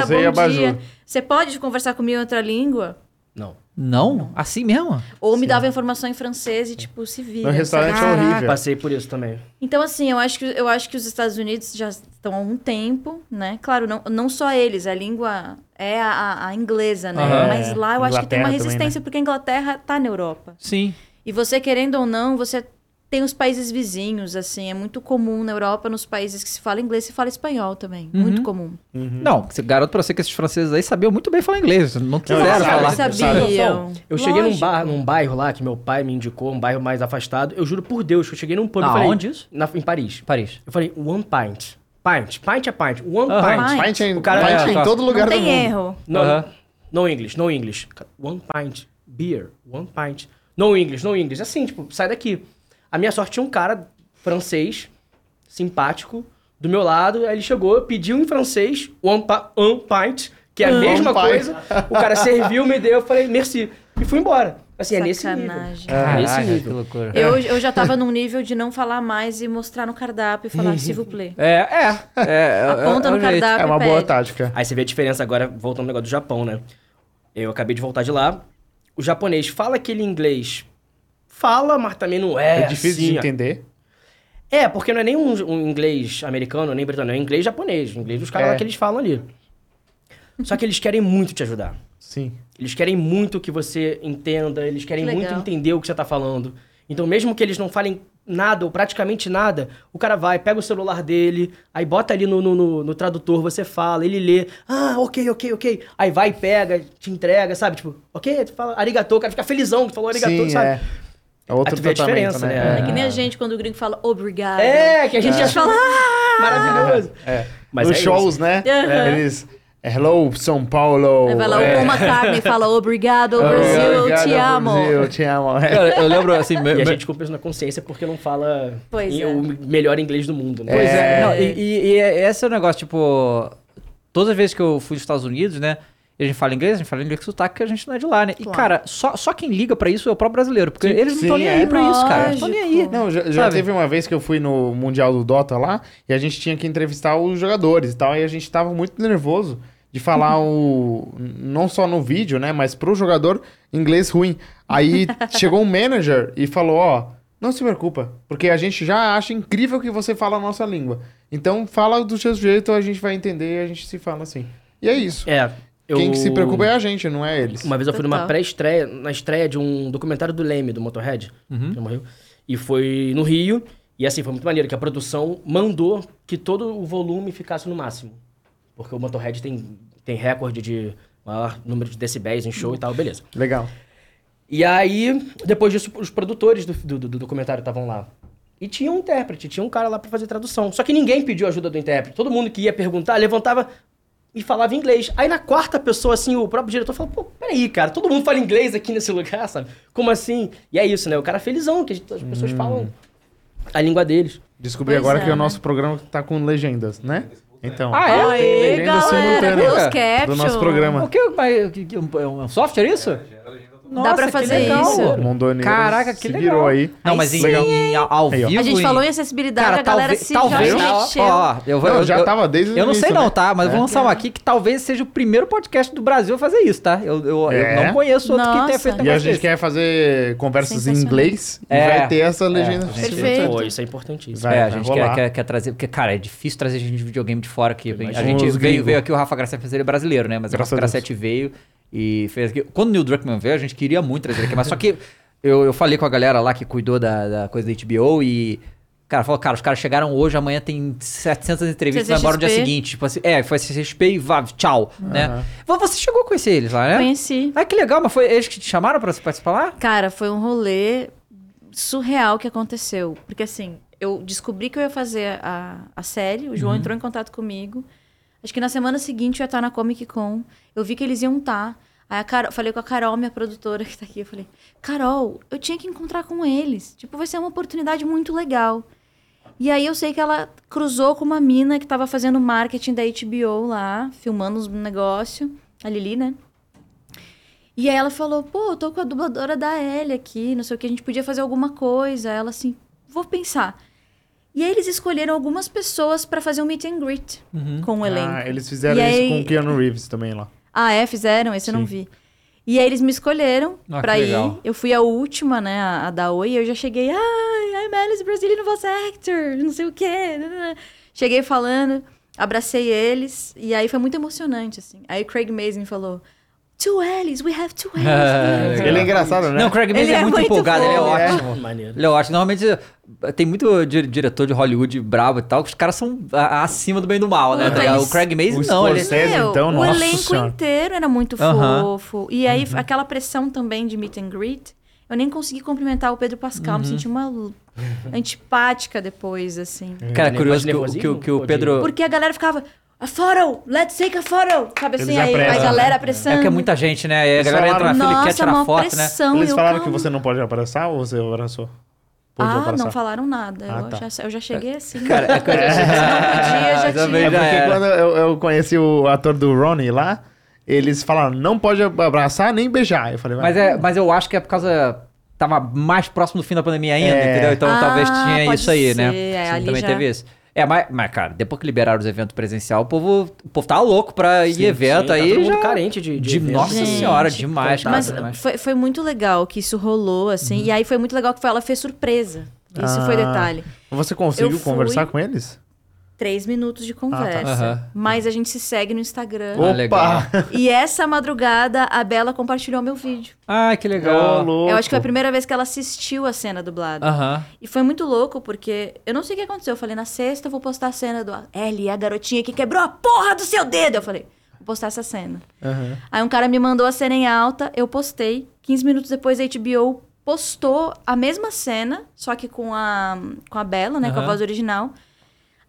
S3: licença,
S2: sei
S3: bom
S2: abajur.
S3: dia. Você pode conversar comigo em outra língua?
S4: Não.
S1: Não? Assim mesmo?
S3: Ou me dava informação em francês e, tipo, se vira.
S2: No restaurante
S3: sabe?
S2: é horrível.
S4: Ah, Passei por isso também.
S3: Então, assim, eu acho, que, eu acho que os Estados Unidos já estão há um tempo, né? Claro, não, não só eles, a língua é a, a- a inglesa, né?
S1: Aham.
S3: Mas lá eu acho que tem
S2: é. Inglaterra também,
S3: uma
S2: né?
S3: resistência, porque a Inglaterra tá na Europa.
S1: Sim.
S3: E você, querendo ou não, você tem os países vizinhos, assim. É muito comum na Europa, nos países que se fala inglês, se fala espanhol também.
S2: Uhum.
S3: Muito comum.
S1: Não, você- garoto pra você que esses franceses aí sabiam muito bem falar inglês. Não quiseram
S2: sabe,
S1: falar.
S3: sabe.
S4: Então, Eu cheguei num,
S3: Lógico.
S4: bar, num bairro lá que meu pai me indicou, um bairro mais afastado. Eu juro por Deus que eu cheguei num pub e falei...
S1: Aonde isso?
S4: Na, em Paris.
S1: Paris.
S4: Eu falei, one pint. Pint. Pint é pint. One
S1: Aham.
S4: pint.
S2: Pint em,
S4: O cara
S2: pint
S1: é-
S2: em todo lugar
S3: não
S2: do
S3: tem
S2: mundo.
S3: erro.
S4: No,
S1: Aham.
S4: no English, no English. One pint. Beer. One pint. No English, no English. Assim, tipo, sai daqui. A minha sorte tinha um cara francês, simpático, do meu lado. Aí ele chegou, pediu em francês, one, pa- un pint, que é a mesma
S2: pint.
S4: coisa. O cara serviu, me deu, eu falei, merci. E fui embora. Assim, é nesse nível.
S3: Sacanagem.
S4: É nesse
S1: Caraca, que
S4: nível.
S1: loucura.
S3: Eu, eu já tava num nível de não falar mais e mostrar no cardápio e falar, s'il vous plaît.
S1: É, é. é é,
S3: Aponta
S1: é
S3: no
S1: o jeito.
S3: cardápio
S2: É uma
S3: e
S2: boa
S3: pede.
S2: tática.
S4: Aí você vê a diferença agora, voltando ao negócio do Japão, né? Eu acabei de voltar de lá. O japonês fala aquele inglês. Fala, mas também não é.
S2: É difícil
S4: assim,
S2: de entender.
S4: É, porque não é nem um, um inglês americano, nem britânico, é um inglês japonês, o inglês dos caras
S2: É.
S4: lá que eles falam ali. Só que eles querem muito te ajudar.
S2: Sim.
S4: Eles querem muito que você entenda, eles querem
S3: Que
S4: muito
S3: legal.
S4: entender o que você tá falando. Então, mesmo que eles não falem nada ou praticamente nada, o cara vai, pega o celular dele, aí bota ali no, no- no- no tradutor, você fala, ele lê, ah, ok, ok, ok. Aí vai, pega, te entrega, sabe? Tipo, ok, tu fala arigatô, o cara fica felizão que tu falou arigatô,
S2: Sim,
S4: sabe?
S2: é. É outro
S4: tu vê a
S2: tratamento,
S4: diferença,
S2: né?
S4: né?
S3: É
S2: É.
S3: que nem a gente quando o gringo fala obrigado.
S4: É, que a gente
S3: já
S4: acha
S3: fala.
S4: maravilhoso.
S2: É.
S4: Mas
S2: Nos
S4: é
S2: shows, né?
S3: Aham.
S2: Eles. é, Hello, São Paulo.
S3: Aí né? vai lá
S2: É.
S3: o Paul McCartney fala obrigado, ô Brasil, eu te
S2: Obrigado,
S3: amo.
S2: Brasil, eu te amo. É.
S1: Cara, eu lembro assim. meu-
S4: E a
S1: meu-
S4: gente com isso na consciência porque não fala
S3: Pois
S4: em-
S3: é.
S4: o melhor inglês do mundo, né?
S1: Pois é.
S2: É.
S1: não, e, e- e é- esse é o negócio, tipo. Todas as vezes que eu fui dos Estados Unidos, né? E a gente fala inglês, a gente fala inglês com sotaque, que a gente não é de lá, né? E,
S3: Claro.
S1: cara, só, só quem liga pra isso é o próprio brasileiro. Porque eles não
S2: Sim,
S1: estão nem
S2: é.
S1: aí pra isso, cara. Não estão nem aí.
S3: Lógico.
S2: Não, já, já
S1: Sabe?
S2: teve uma vez que eu fui no Mundial do Dota lá e a gente tinha que entrevistar os jogadores e tal, e a gente tava muito nervoso de falar o. não só no vídeo, né, mas pro jogador inglês ruim. Aí chegou um manager e falou: ó, não se preocupa, porque a gente já acha incrível que você fala a nossa língua. Então fala do seu jeito, a gente vai entender e a gente se fala assim. E é isso.
S4: É, eu-
S2: Quem que se preocupa é a gente, não é eles.
S4: Uma vez eu fui numa
S3: Total.
S4: pré-estreia, na estreia de um documentário do Leme, do Motorhead,
S2: Uhum.
S4: que morreu. E foi no Rio, e assim, foi muito maneiro, que a produção mandou que todo o volume ficasse no máximo. Porque o Motorhead tem, tem recorde de maior número de decibéis em show e tal, beleza.
S2: Legal.
S4: E aí, depois disso, os produtores do, do, do documentário estavam lá. E tinha um intérprete, tinha um cara lá pra fazer tradução. Só que ninguém pediu ajuda do intérprete. Todo mundo que ia perguntar, levantava e falava inglês. Aí na quarta pessoa, assim, o próprio diretor falou, pô, peraí, cara, todo mundo fala inglês aqui nesse lugar, sabe? Como assim? E é isso, né? O cara felizão, que a gente- as pessoas falam a língua deles.
S2: Descobri
S3: Pois
S2: agora
S3: é,
S2: que o
S3: né?
S2: nosso programa tá com legendas, né? Então,
S1: Ah, é?
S2: tem
S3: Aê,
S2: legenda
S3: galera,
S2: simultânea
S3: meus
S1: do
S2: do
S3: captions.
S2: nosso
S1: O
S2: programa.
S1: que, mas, o que- que- é um software isso? Nossa,
S3: pra
S1: que
S3: fazer
S1: legal.
S3: isso.
S2: Mondoneiro
S1: Caraca, que
S2: se
S1: legal.
S2: virou aí.
S1: Não, mas em,
S2: Legal.
S1: em- ao
S2: Aí, ó.
S1: vivo...
S3: A gente
S1: em-
S3: falou em acessibilidade,
S1: Cara,
S3: a galera
S1: talvez...
S3: se
S1: talvez
S3: já
S1: ó,
S3: mexeu.
S1: ó, eu, vou-
S2: Não,
S1: eu-
S2: já
S1: eu-
S2: tava desde o
S1: Eu não sei
S2: início,
S1: não,
S2: né?
S1: tá? Mas
S2: É.
S1: eu vou lançar um aqui que talvez seja o primeiro podcast do Brasil a fazer isso, tá? Eu, eu, eu
S2: É.
S1: não conheço outro que
S3: Nossa.
S1: tenha feito um
S2: E a
S1: negócio
S2: gente
S1: desse.
S2: quer fazer conversas em
S3: tá Sensacional.
S2: inglês e
S1: É.
S2: vai ter essa legenda.
S4: A gente-
S3: Perfeito.
S4: Pô, isso é importantíssimo.
S2: Vai,
S1: é, a
S2: vai
S1: gente
S2: rolar.
S1: quer, quer, quer trazer. Porque, cara, é difícil trazer gente de videogame de fora aqui. A
S2: Imagina.
S1: gente
S2: Os
S1: veio,
S2: gringos.
S1: veio aqui o Rafa Grassetti, mas ele é brasileiro, né? Mas
S2: Graças
S1: o Rafa
S2: a Deus.
S1: Grassetti veio e fez aqui. Quando o Neil Druckmann veio, a gente queria muito trazer ele aqui, mas só que eu, eu falei com a galera lá que cuidou da, da coisa da HBO e. Cara, falou, cara, os caras chegaram hoje, amanhã tem 700 entrevistas, vai embora no dia
S3: CCXP.
S1: seguinte. Tipo assim, é, foi CCXP e vá, tchau,
S3: É.
S2: Ah,
S1: né? Vo- Você chegou a conhecer eles lá, né?
S3: Conheci.
S1: Ah, que legal, mas foi eles que te chamaram pra você participar lá?
S3: Cara, foi um rolê surreal que aconteceu. Porque assim, eu descobri que eu ia fazer a, a série, o
S1: Uhum.
S3: João entrou em contato comigo. Acho que na semana seguinte eu ia estar na Comic Con. Eu vi que eles iam estar. Aí a Carol, falei com a Carol, minha produtora que tá aqui. Eu falei, Carol, eu tinha que encontrar com eles. Tipo, vai ser uma oportunidade muito legal. E aí eu sei que ela cruzou com uma mina que tava fazendo marketing da HBO lá, filmando uns negócio. A Lili, né? E aí ela falou, pô, eu tô com a dubladora da Ellie aqui, não sei o que, a gente podia fazer alguma coisa. Ela assim, vou pensar. E aí eles escolheram algumas pessoas pra fazer um meet and greet com o Um elenco.
S2: Ah, eles fizeram
S3: E
S2: isso
S3: aí-
S2: com o Keanu Reeves também lá.
S3: Ah, é? Fizeram? Esse eu não vi. E aí eles me escolheram
S1: Ah,
S3: pra
S1: que
S3: ir.
S1: legal.
S3: Eu fui a última, né? A, a da Oi. E eu já cheguei. Ai, I'm Alice Brazilian Voice Actor. Não sei o quê. nananã." Cheguei falando. Abracei eles. E aí foi muito emocionante, assim. Aí o Craig Mazin falou... Two Alice, we have two Alice.
S1: Legal.
S2: Ele é engraçado, né?
S1: Não, o Craig Mason
S3: Ele
S1: é,
S3: é
S1: muito
S3: muito
S1: empolgado, ele é
S3: fofo.
S1: ótimo.
S4: Maneiro.
S1: Ele é ótimo. Normalmente eh, tem muito di- diretor de Hollywood brabo e tal, que os caras são a- acima do bem e do mal, né?
S3: Puta,
S1: Tá ligado?
S3: eles-
S1: o Craig Mason
S2: o
S1: não, ele
S2: Scorsese. César, então,
S3: o
S2: nossa
S3: elenco
S2: senhora. Uhum.
S3: inteiro era muito
S1: Aham.
S3: fofo. E aí, aquela pressão também de meet and greet. Eu nem consegui cumprimentar o Pedro Pascal,
S2: Uhum.
S3: me senti uma l- antipática depois, assim.
S1: Cara, é
S4: Mas
S1: curioso que, o-
S4: nervosismo?
S1: que o- que o
S4: Pode-
S1: Pedro...
S3: Porque a galera ficava, a photo, let's take a photo. Sabe assim,
S2: Eles
S3: aí, a
S2: apressam,
S3: galera
S1: É
S3: apressando.
S1: porque é muita gente, né? E a
S2: Eles
S1: galera entra na
S2: falaram-
S1: fila e quer
S3: Nossa, é
S1: tirar
S3: uma
S1: foto, né?
S3: pressão.
S2: Eles
S3: eu,
S2: falaram que
S3: calma.
S2: você não pode abraçar ou você abraçou? Pôde
S3: Ah,
S2: abraçar?
S3: não falaram nada.
S2: Ah,
S3: eu,
S2: tá.
S3: já, eu já cheguei assim.
S1: Cara, é coisa-
S3: Se não podia, já
S1: Também
S2: É
S3: tinha.
S1: já
S2: porque
S1: era.
S2: quando eu, eu conheci o ator do Ronnie lá, eles falaram, não pode abraçar nem beijar. Eu falei,
S1: Mas, é, mas eu acho que é por causa... Tava mais próximo do fim da pandemia ainda,
S2: É.
S1: entendeu? Então
S3: Ah,
S1: talvez tinha
S3: pode
S1: isso aí, né?
S3: ser, é,
S1: Sim,
S3: ali
S1: também
S3: já-
S1: teve isso. É, mas, mas, cara, depois que liberaram os eventos presencial, o povo, o povo tava louco pra ir
S4: Sim,
S1: evento
S4: tá
S1: aí.
S4: todo mundo
S1: já...
S4: carente de, assim.
S1: de-
S4: evento.
S1: nossa
S3: Gente,
S1: senhora, demais, cara.
S3: Mas
S1: Nada, né?
S3: foi, foi muito legal que isso rolou, assim. E aí foi muito legal que foi, ela fez surpresa. Isso
S2: Ah.
S3: foi detalhe.
S1: é
S2: Você conseguiu
S3: Eu fui-
S2: conversar com eles?
S3: Três minutos de conversa.
S1: Aham.
S3: Mas a gente se segue no Instagram.
S1: Ah, legal.
S3: E essa madrugada, a Bela compartilhou meu vídeo.
S1: Ah, que
S2: Ô,
S1: legal.
S2: louco.
S3: Eu acho que foi a primeira vez que ela assistiu a cena dublada.
S1: Aham.
S3: E foi muito louco, porque eu não sei o que aconteceu. Eu falei, na sexta eu vou postar a cena do Ellie, a garotinha que quebrou a porra do seu dedo. Eu falei, vou postar essa cena.
S2: Aham.
S3: Aí um cara me mandou a cena em alta, eu postei. 15 minutos depois a HBO postou a mesma cena, só que com a, com a Bela, né? Com a
S1: Aham.
S3: voz original.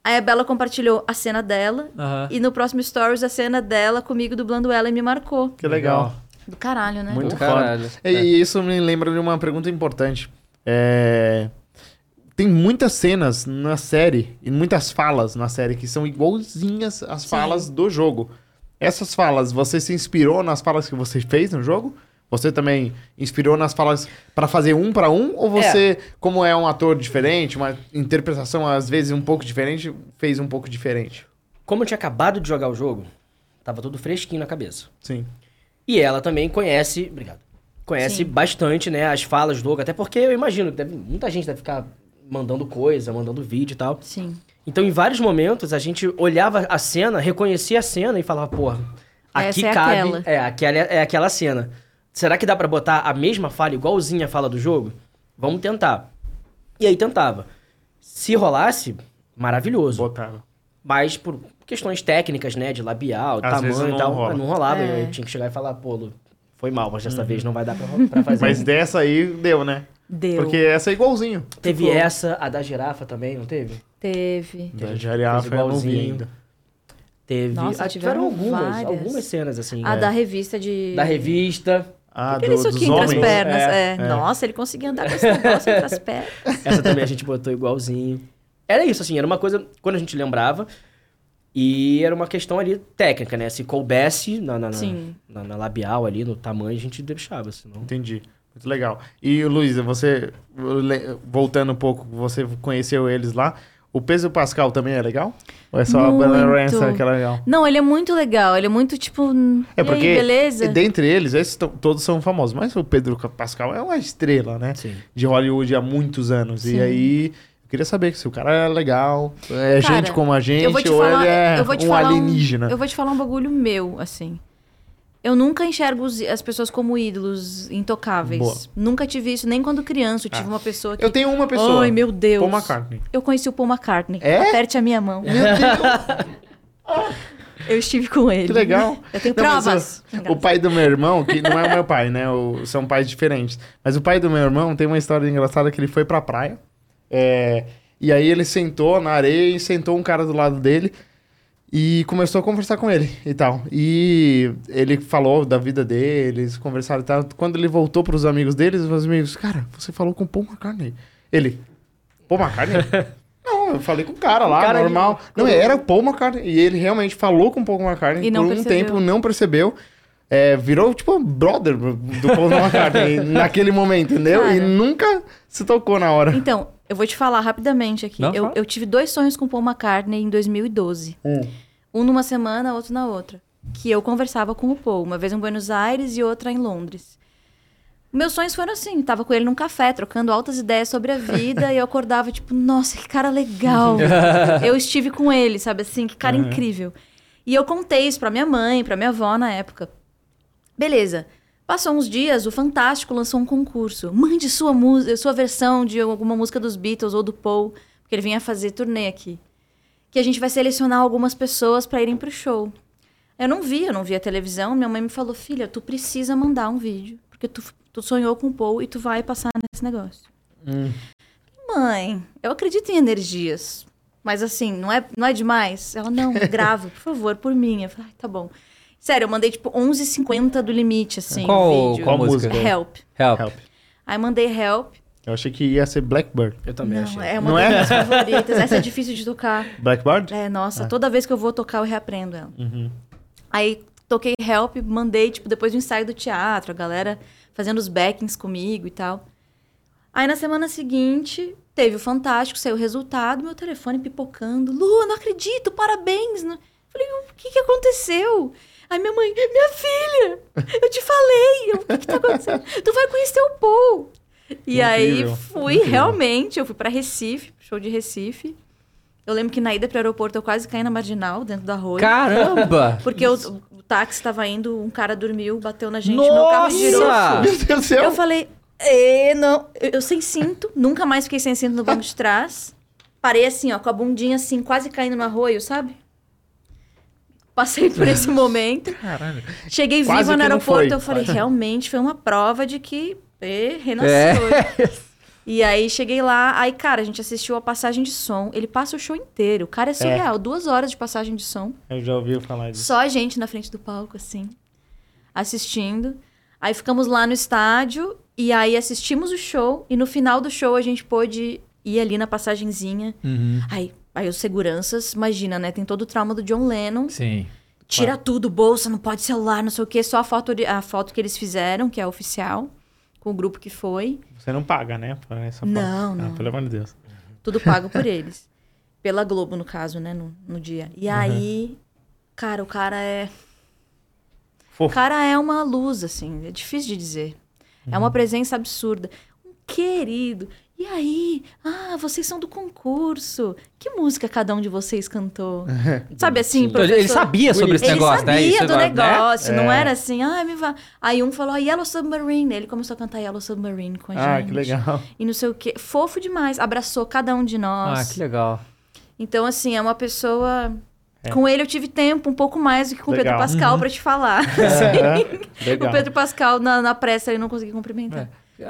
S3: Aí a Bela compartilhou a cena dela.
S1: Aham.
S3: E no próximo Stories, a cena dela comigo dublando ela e me marcou.
S2: Que legal.
S3: Do caralho, né?
S2: Muito
S1: Pô, caralho. É.
S2: foda. E e isso me lembra de uma pergunta importante. É, Tem muitas cenas na série e muitas falas na série que são igualzinhas às falas do jogo. Essas falas, você se inspirou nas falas que você fez no jogo? Você também inspirou nas falas pra fazer um pra um? Ou você, como é um ator diferente, uma interpretação às vezes um pouco diferente, fez um pouco diferente?
S4: Como eu tinha acabado de jogar o jogo, tava tudo fresquinho na cabeça.
S2: Sim.
S4: E ela também conhece, obrigado, conhece
S3: Sim.
S4: bastante, né, as falas do Oga, até porque eu imagino que deve- muita gente deve ficar mandando coisa, mandando vídeo e tal.
S3: Sim.
S4: Então, em vários momentos, a gente olhava a cena, reconhecia a cena e falava, porra, aqui
S3: Essa é
S4: cabe,
S3: aquela."
S4: é, aquela é aquela cena. Será que dá pra botar a mesma fala igualzinha a fala do jogo? Vamos tentar. E aí tentava. Se rolasse, maravilhoso.
S2: Botaram.
S4: Mas por questões técnicas, né? De labial,
S2: Às
S4: tamanho
S2: vezes
S4: e
S2: não
S4: tal,
S2: rola. Uhum.
S4: não rolava.
S3: É.
S4: Eu tinha que chegar e falar, pô, Lu, Foi mal, mas dessa vez não vai dar pra, pra fazer.
S2: Mas dessa aí deu, né?
S3: Deu.
S2: Porque essa é igualzinho.
S4: Teve
S3: Ficou.
S4: essa, a da girafa também, não teve?
S3: Teve.
S2: Da girafa eu não vi
S4: igualzinho.
S2: ainda.
S4: Teve.
S3: Nossa,
S4: Ah,
S3: tiveram
S4: algumas,
S3: várias.
S4: algumas cenas, assim.
S3: A
S4: é.
S3: da revista de.
S4: Da revista.
S2: Ah,
S3: Aquele
S2: do, dos
S3: soquinho entre as
S2: homens.
S3: pernas.
S4: É,
S3: É, Nossa, ele conseguia andar com esse negócio entre as pernas.
S4: Essa também a gente botou igualzinho. Era isso, assim, era uma coisa quando a gente lembrava. E era uma questão ali técnica, né? Se coubesse na, na, na-
S3: Sim.
S4: na- na labial ali, no tamanho, a gente deixava, senão.
S2: É, Entendi. Muito legal. E, Luísa, você, le- voltando um pouco, você conheceu eles lá. O peso Pascal também é legal? Ou é só
S3: Muito.
S2: a Bella Ransom que é legal?
S3: Não, ele é muito legal. Ele é muito tipo.
S2: É porque,
S3: E aí, beleza?
S2: dentre eles, esses tão- todos são famosos. Mas o Pedro Pascal é uma estrela, né?
S4: Sim.
S2: De Hollywood há muitos anos. E aí, eu queria saber se o cara é legal, é
S3: Cara,
S2: gente como a gente,
S3: eu vou te
S2: ou
S3: falar,
S2: ele é
S3: eu vou te
S2: um
S3: falar
S2: alienígena.
S3: Eu vou te falar um bagulho meu, assim. Eu nunca enxergo os- as pessoas como ídolos intocáveis.
S2: Boa.
S3: Nunca tive isso, nem quando criança. Eu tive
S2: Ah.
S3: uma pessoa que.
S2: Eu tenho uma pessoa.
S3: Ai, meu Deus.
S2: Paul McCartney.
S3: Eu conheci o Paul McCartney.
S2: É?
S3: Aperte a minha mão.
S2: Meu Deus,
S3: Eu estive com ele.
S2: que legal.
S3: Eu tenho
S2: Não, mas
S3: provas.
S2: O, o pai do meu irmão, que não é o meu pai, né? O- são pais diferentes. Mas o pai do meu irmão tem uma história engraçada que ele foi pra praia. é, e aí ele sentou na areia e sentou um cara do lado dele e começou a conversar com ele e tal. E ele falou da vida dele, eles conversaram e tal. Quando ele voltou pros amigos deles, os amigos, cara, você falou com o Paul McCartney. Ele, Paul McCartney? Não, eu falei com o cara lá,
S4: cara ali,
S2: normal. Não, era o Paul McCartney. E ele realmente falou com o Paul McCartney
S3: E não
S2: por um
S3: percebeu.
S2: tempo, não percebeu. É, virou, tipo, brother do Paul McCartney naquele momento, entendeu? E
S3: Cara.
S2: nunca se tocou na hora.
S3: Então, eu vou te falar rapidamente aqui.
S1: Não,
S3: eu,
S1: fala.
S3: eu tive dois sonhos com o Paul McCartney em 2012.
S2: Hum.
S3: Um numa semana, outro na outra. Que eu conversava com o Paul, uma vez em Buenos Aires e outra em Londres. Meus sonhos foram assim, tava com ele num café, trocando altas ideias sobre a vida, e eu acordava tipo, nossa, que cara legal. eu estive com ele, sabe assim, que cara incrível. E eu contei isso pra minha mãe, pra minha avó na época. Beleza. Passou uns dias, o Fantástico lançou um concurso. Mande sua música, sua versão de alguma música dos Beatles ou do Paul, porque ele vinha fazer turnê aqui. Que a gente vai selecionar algumas pessoas pra irem pro show. Eu não vi, eu não via televisão. Minha mãe me falou, filha, tu precisa mandar um vídeo, porque tu, tu sonhou com o Paul e tu vai passar nesse negócio. Mãe, eu acredito em energias, mas assim, não é, não é demais? Ela, não, grava, por favor, por mim. Eu falei, "Ai, tá bom. Sério, eu mandei tipo 11h50 do limite, assim, o
S1: qual,
S3: vídeo.
S1: qual
S2: Qual
S1: música?
S2: música?
S1: Help. Help.
S3: Help.
S2: Help.
S3: Aí mandei help.
S2: Eu achei que ia ser Blackbird.
S4: Eu também
S3: não,
S4: achei.
S3: é uma
S2: Não
S3: das
S2: é?
S3: minhas favoritas. Essa é difícil de tocar.
S2: Blackbird? Uhum.
S3: É, nossa, toda vez que eu vou tocar, eu reaprendo ela. Aí toquei help, mandei, tipo, depois do ensaio do teatro, a galera fazendo os backings comigo e tal. Aí na semana seguinte, teve o Fantástico, saiu o resultado, meu telefone pipocando. Lu, não acredito, parabéns! Não- Falei, o que, que aconteceu? Aí minha mãe, minha filha, eu te falei, eu, o que, que tá acontecendo? Tu vai conhecer o Paul. E aí
S2: Incrível,
S3: fui, realmente, eu fui pra Recife, pro show de Recife. Eu lembro que na ida pro aeroporto eu quase caí na marginal, dentro da rua.
S1: Caramba!
S3: Porque o, o táxi tava indo, um cara dormiu, bateu na gente, meu carro
S1: Nossa!
S3: girou.
S1: Ah.
S2: Meu Deus do céu.
S3: Eu falei, "É, não, eu, eu sem cinto, nunca mais fiquei sem cinto no banco de trás. Parei assim, ó, com a bundinha assim, quase caindo no arroio, sabe? Passei por esse momento.
S2: Caralho.
S3: Cheguei
S2: Quase
S3: viva no
S2: que não
S3: aeroporto,
S2: foi.
S3: eu falei, realmente foi uma prova de que é, renasceu.
S1: É.
S3: E aí cheguei lá, aí, cara, a gente assistiu a passagem de som. Ele passa o show inteiro. O cara é surreal, duas horas de passagem de som.
S2: Eu já ouvi falar disso.
S3: Só a gente na frente do palco, assim, assistindo. Aí ficamos lá no estádio e aí assistimos o show. E no final do show a gente pôde ir ali na passagenzinha.
S1: Uhum.
S3: Aí, aí os seguranças, imagina, né? Tem todo o trauma do John Lennon.
S1: Sim.
S3: Tira tudo, bolsa, não pode celular, não sei o quê. Só a foto, ori- a foto que eles fizeram, que é oficial, com o grupo que foi.
S2: Você não paga, né? por essa
S3: Não,
S2: parte.
S3: não.
S2: pelo amor de Deus.
S3: Tudo pago por eles. Pela Globo, no caso, né? No, no dia. E aí, cara, o cara é. O
S2: Fofo.
S3: cara é uma luz, assim. É difícil de dizer. É
S1: Uhum.
S3: uma presença absurda. Um querido. E aí? Ah, vocês são do concurso. Que música cada um de vocês cantou? Sabe assim,
S1: Então, ele- ele
S3: professor?
S1: sabia sobre esse
S3: Ele
S1: negócio,
S3: sabia
S1: né? Isso
S3: do
S1: agora, né?
S3: negócio, não era assim, ah, me vá. Aí um falou, Yellow Submarine. Ele começou a cantar Yellow Submarine com a gente.
S2: Ah, que legal.
S3: E não sei o quê. Fofo demais. Abraçou cada um de
S1: Ah,
S3: nós.
S1: que legal.
S3: Então, assim, é uma pessoa Com ele eu tive tempo um pouco mais do que com o Pedro
S2: Legal.
S1: Uhum.
S3: Pascal pra te falar.
S2: É,
S3: o
S2: Legal.
S3: Pedro Pascal na, na pressa ele não conseguiu cumprimentar.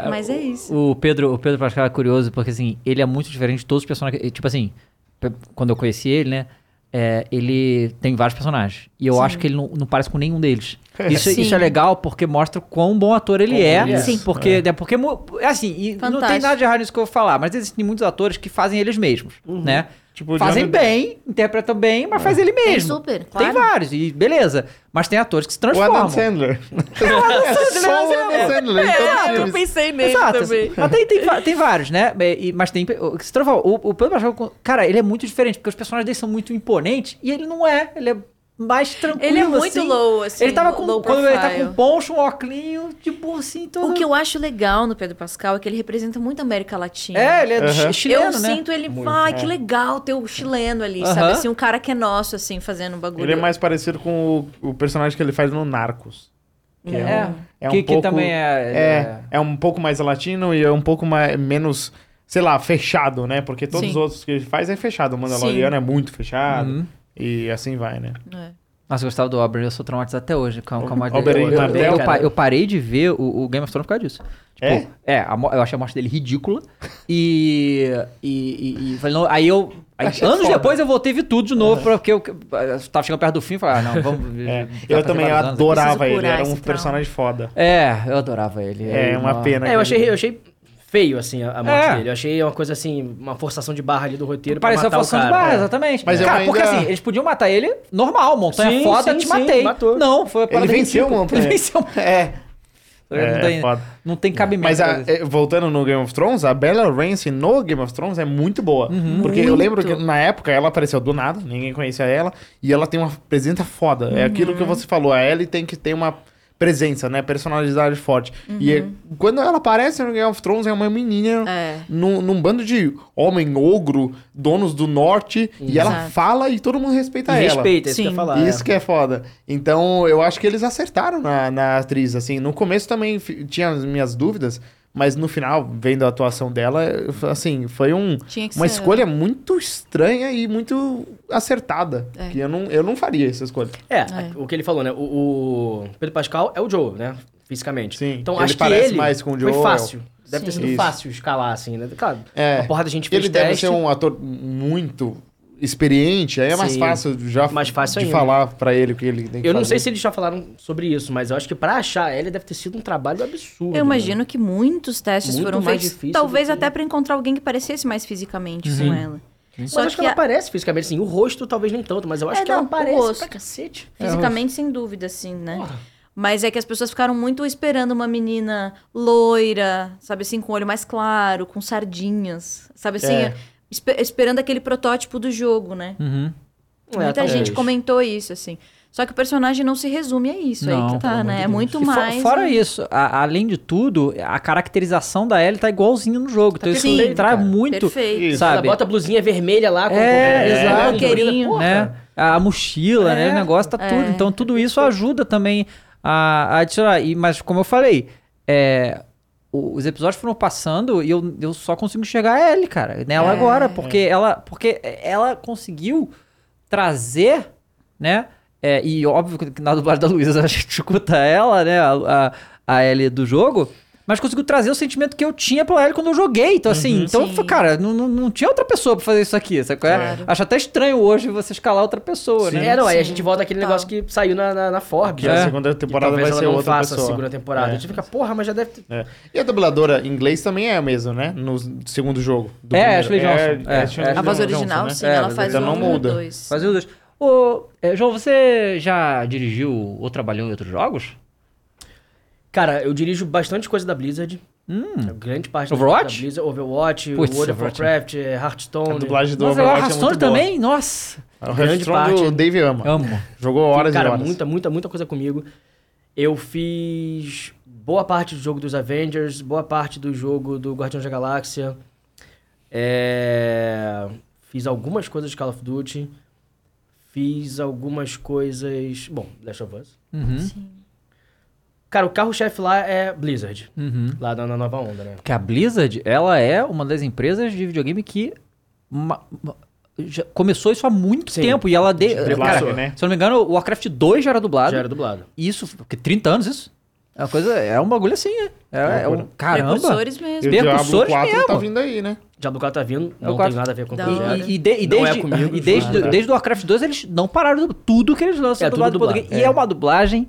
S3: Mas é isso.
S1: O Pedro, o Pedro Pascal é curioso porque, assim, ele é muito diferente de todos os personagens. Tipo assim, pe- quando eu conheci ele, né? é, ele tem vários personagens. E eu acho que ele não, não parece com nenhum deles. Isso,
S3: Sim.
S1: isso é legal porque mostra o quão bom ator ele
S2: Como
S1: é.
S2: ele é.
S1: Sim. Porque, é. Né, porque mu- é assim, e não tem
S3: Fantástico.
S1: nada de errado nisso que eu vou falar, mas existem muitos atores que fazem eles mesmos, né?
S2: Tipo,
S1: fazem
S2: Johnny
S1: bem, interpretam bem,
S2: É.
S1: mas faz ele mesmo.
S3: É super,
S1: Tem
S3: claro.
S1: vários, e beleza. Mas tem atores que se
S2: O
S1: transformam.
S2: Adam Sandler. É só o Adam Sandler. em todos os filmes.
S3: pensei
S1: Exato. Mas tem, tem, va- tem vários, né? E- e- mas tem. o que Se trova, o, o Pedro Pascal, co- cara, ele é muito diferente, porque os personagens dele são muito imponentes e ele não é. Ele é mais tranquilo.
S3: Ele é muito
S1: assim.
S3: low, assim.
S1: ele tava com.
S3: low
S1: Quando ele tá
S3: profile.
S1: com poncho, um óculinho, tipo assim, todo.
S3: O que eu acho legal no Pedro Pascal é que ele representa muito a América Latina.
S1: É, ele é do
S2: Aham.
S1: chi- chileno,
S3: eu
S1: né?
S3: sinto ele,
S4: Muito,
S3: ai,
S2: é.
S3: que legal ter o chileno ali,
S1: Aham.
S3: sabe? Assim, um cara que é nosso, assim, fazendo um bagulho.
S2: Ele é mais parecido com o, o personagem que ele faz no Narcos. Que é, um, é um
S1: que, que
S2: pouco,
S1: também é.
S2: É, é um pouco mais latino e é um pouco mais, menos, sei lá, fechado, né? Porque todos
S3: Sim.
S2: os outros que ele faz é fechado. O Mandaloriano é muito fechado.
S1: Uhum.
S2: E assim vai, né?
S3: É.
S1: Nossa, eu gostava do Oberyn, eu sou traumatizado até hoje com, com a morte
S2: Oberyn
S1: dele. Eu, eu,
S2: Martell,
S1: eu, pa-
S4: cara.
S1: eu parei de ver o, o Game of Thrones por causa disso. Tipo,
S2: É?
S1: a mo- eu achei a morte dele ridícula. E. e, e- e falei, não, aí eu. aí anos
S2: Achei foda.
S1: depois eu voltei e vi tudo de novo, pra- porque eu, eu tava chegando perto do fim e falei, ah, não, vamos.
S2: É,
S1: já
S2: eu
S1: passei
S2: também
S1: vários anos né?
S2: adorava
S3: Preciso
S2: ele,
S3: curar
S2: era um
S3: esse trauma.
S2: personagem foda.
S1: aqui. É, eu adorava ele.
S2: É,
S1: Ele,
S2: uma
S1: nó-
S2: pena.
S4: É, eu
S2: que ele-
S4: achei, eu achei feio, assim, a a morte
S1: É.
S4: dele. Eu achei uma coisa assim, uma forçação de barra ali do roteiro
S1: Pareceu
S4: pra
S1: a
S4: matar
S1: forção
S4: o
S1: de
S4: cara.
S1: barra,
S4: É.
S1: um exatamente.
S2: Mas eu
S1: cara, porque
S2: ainda-
S1: assim, eles podiam matar ele normal, montanha
S4: Sim,
S1: foda,
S4: sim,
S1: te
S4: sim,
S1: matei.
S4: matou.
S1: Não, foi a parada
S2: venceu
S1: ridícula.
S2: o Montanha.
S1: Ele venceu o Montanha.
S2: É,
S1: não, tem,
S2: foda.
S1: não tem cabimento.
S2: Mas a-
S1: coisa assim.
S2: eh, voltando no Game of Thrones, a Bella Ramsey no Game of Thrones é muito boa. porque eu
S3: Muito.
S2: lembro que na época ela apareceu do nada, ninguém conhecia ela, e ela tem uma presença foda. É aquilo que você falou, a Ellie tem que ter uma presença, né? Personalidade forte. E eh, quando ela aparece no Game of Thrones, é uma menina
S3: É.
S2: num, num bando de homem ogro, donos do norte, e ela
S3: Exato.
S2: fala e todo mundo respeita
S4: E
S2: ela.
S4: Respeita, isso que eu
S3: Sim.
S4: ia falar.
S2: É. Isso que é foda. Então, eu acho que eles acertaram na, na atriz, assim. No começo também fi- tinha as minhas dúvidas, mas no final, vendo a atuação dela, eu fa- assim, foi um,
S3: Tinha que
S2: uma
S3: ser.
S2: escolha muito estranha e muito acertada.
S3: É.
S2: Que eu não, eu não faria essa escolha.
S4: É, a- o que ele falou, né? O, o Pedro Pascal é o Joe, né? Fisicamente.
S2: Sim,
S4: Então
S2: ele
S4: acho que
S2: parece
S4: ele
S2: mais com o
S4: foi
S2: Joel.
S4: fácil. Deve ter
S3: Sim.
S4: sido
S2: Isso.
S4: fácil escalar, assim, né? Cara,
S2: É.
S4: uma porrada a gente fez
S2: Ele deve
S4: teste.
S2: ser um ator muito experiente, aí é mais
S4: Sim.
S2: fácil já
S4: Mais fácil
S2: de
S4: ainda.
S2: falar pra ele o que ele tem que
S4: Eu não
S2: fazer.
S4: sei se eles já falaram sobre isso, mas eu acho que pra achar ele deve ter sido um trabalho absurdo.
S3: Eu
S4: né?
S3: imagino que muitos testes
S4: Muito
S3: foram
S4: mais
S3: feitos.
S4: difícil
S3: Talvez
S4: do que-
S3: até pra encontrar alguém que parecesse mais fisicamente com ela.
S4: Mas
S3: Só
S4: acho que,
S3: que
S4: ela
S3: a-
S4: parece fisicamente, sim. O rosto talvez nem tanto, mas eu acho
S3: É,
S4: que
S3: não,
S4: ela
S3: o
S4: parece
S3: rosto.
S4: pra cacete.
S3: Fisicamente, sem dúvida, assim, né? Mas é que as pessoas ficaram muito esperando uma menina loira, sabe assim, com olho mais claro, com sardinhas, sabe assim?
S2: É.
S3: espe- esperando aquele protótipo do jogo, né?
S1: Uhum.
S3: Muita
S4: É, talvez.
S3: gente comentou isso, assim. Só que o personagem não se resume a isso aí
S1: Não,
S3: que tá,
S4: pelo amor
S3: né?
S4: de
S3: É
S4: Deus.
S3: muito
S1: E fo-
S3: mais.
S1: fora isso, a- além de tudo, a caracterização da Ellie tá igualzinha no jogo. então isso
S3: perfeito,
S1: traz
S4: cara.
S1: muito,
S3: um Perfeito.
S2: Isso.
S4: Ela
S1: sabe?
S4: bota a blusinha vermelha lá. Com,
S1: É,
S4: com-
S1: exato.
S4: com-
S3: Coqueirinho.
S4: Porra.
S1: né? A mochila,
S3: É.
S1: né? O negócio tá tudo. Então tudo isso ajuda também a, a adicionar. E, mas como eu falei, é, o- os episódios foram passando e eu, eu só consigo enxergar a Ellie, cara, nela
S3: É.
S1: agora. Porque ela. Porque ela conseguiu trazer, né? É, e óbvio que na dublagem da Luísa a gente escuta ela, né? A, a, a Ellie do jogo. Mas conseguiu trazer o sentimento que eu tinha pela Ellie quando eu joguei. Então, assim, então,
S3: Uhum. Sim.
S1: cara, não, não, não tinha outra pessoa pra fazer isso aqui, sabe? qual é?
S3: Claro.
S1: Acho até estranho hoje você escalar outra pessoa, né?
S4: É, não, aí a
S3: Sim,
S4: gente volta àquele
S3: total.
S4: negócio que saiu na, na, na Forbes.
S2: Tá.
S4: né?
S2: Que
S1: É.
S2: a segunda
S4: Que
S2: temporada
S4: talvez
S2: vai
S4: ela
S2: ser
S4: não
S2: outra
S4: faça
S2: pessoa.
S4: a segunda temporada.
S2: É.
S4: A gente fica, porra, mas já deve ter...
S2: É. E a dubladora em inglês também é a mesma, né? No segundo jogo. do
S1: É,
S2: primeiro.
S1: Ashley Johnson. É,
S2: Ashley
S1: é.
S3: A voz
S2: Johnson,
S3: original,
S2: né?
S3: sim,
S1: É,
S3: ela
S1: mas
S3: faz o
S2: ela não
S3: um e o
S2: muda.
S3: dois.
S1: Fazer os dois. Ô, é, João, você já dirigiu ou trabalhou em outros jogos?
S4: Cara, eu dirijo bastante coisa da Blizzard. A Grande parte da-
S1: Hum. Overwatch?
S4: da Blizzard. Overwatch,
S1: Putz,
S4: World of
S1: Overwatch. é
S4: Warcraft, eh,
S2: A
S4: Hearthstone.
S2: dublagem do
S1: Nossa, eu
S2: Overwatch é
S1: Hearthstone
S2: muito
S1: também? Nossa.
S2: boa. A
S4: Grande
S2: grande parte.
S4: parte.
S2: do Dave ama.
S1: Amo.
S2: Jogou horas
S4: cara,
S2: e horas.
S4: muita, muita, muita coisa comigo. Eu fiz boa parte do jogo dos Avengers, boa parte do jogo do Guardiões da Galáxia. É, Fiz algumas coisas de Call of Duty. Fiz algumas coisas. Bom, Last of Us.
S1: Uhum.
S4: Cara, o carro-chefe lá é Blizzard.
S1: Uhum.
S4: Lá na, na nova onda, né?
S1: Porque a Blizzard, ela é uma das empresas de videogame que ma- ma- já começou isso há muito
S4: Sim.
S1: tempo. E ela. De...
S2: Dublagem,
S1: Cara,
S2: né?
S1: Se eu não me engano, o Warcraft 2 já era dublado.
S4: Já era dublado.
S1: Isso, porque 30 anos isso. É uma coisa. É um bagulho assim, né? É, é um. Caramba.
S3: Precursores
S2: E o
S3: mesmo.
S1: Bem
S2: Diablo
S1: precursores
S2: 4 tá
S1: mesmo.
S2: vindo aí, né?
S4: Diablo 4 tá vindo, não
S1: quatro-
S4: tem nada a ver com o
S3: Da
S4: projeto.
S3: hora.
S1: E, e, de- e
S4: Não é
S1: desde,
S4: comigo,
S1: e desde,
S4: nada.
S1: desde o Warcraft 2 eles não pararam. de- Tudo que eles lançam é
S4: É, tudo
S1: dublado em
S4: dublado,
S1: português. E é uma dublagem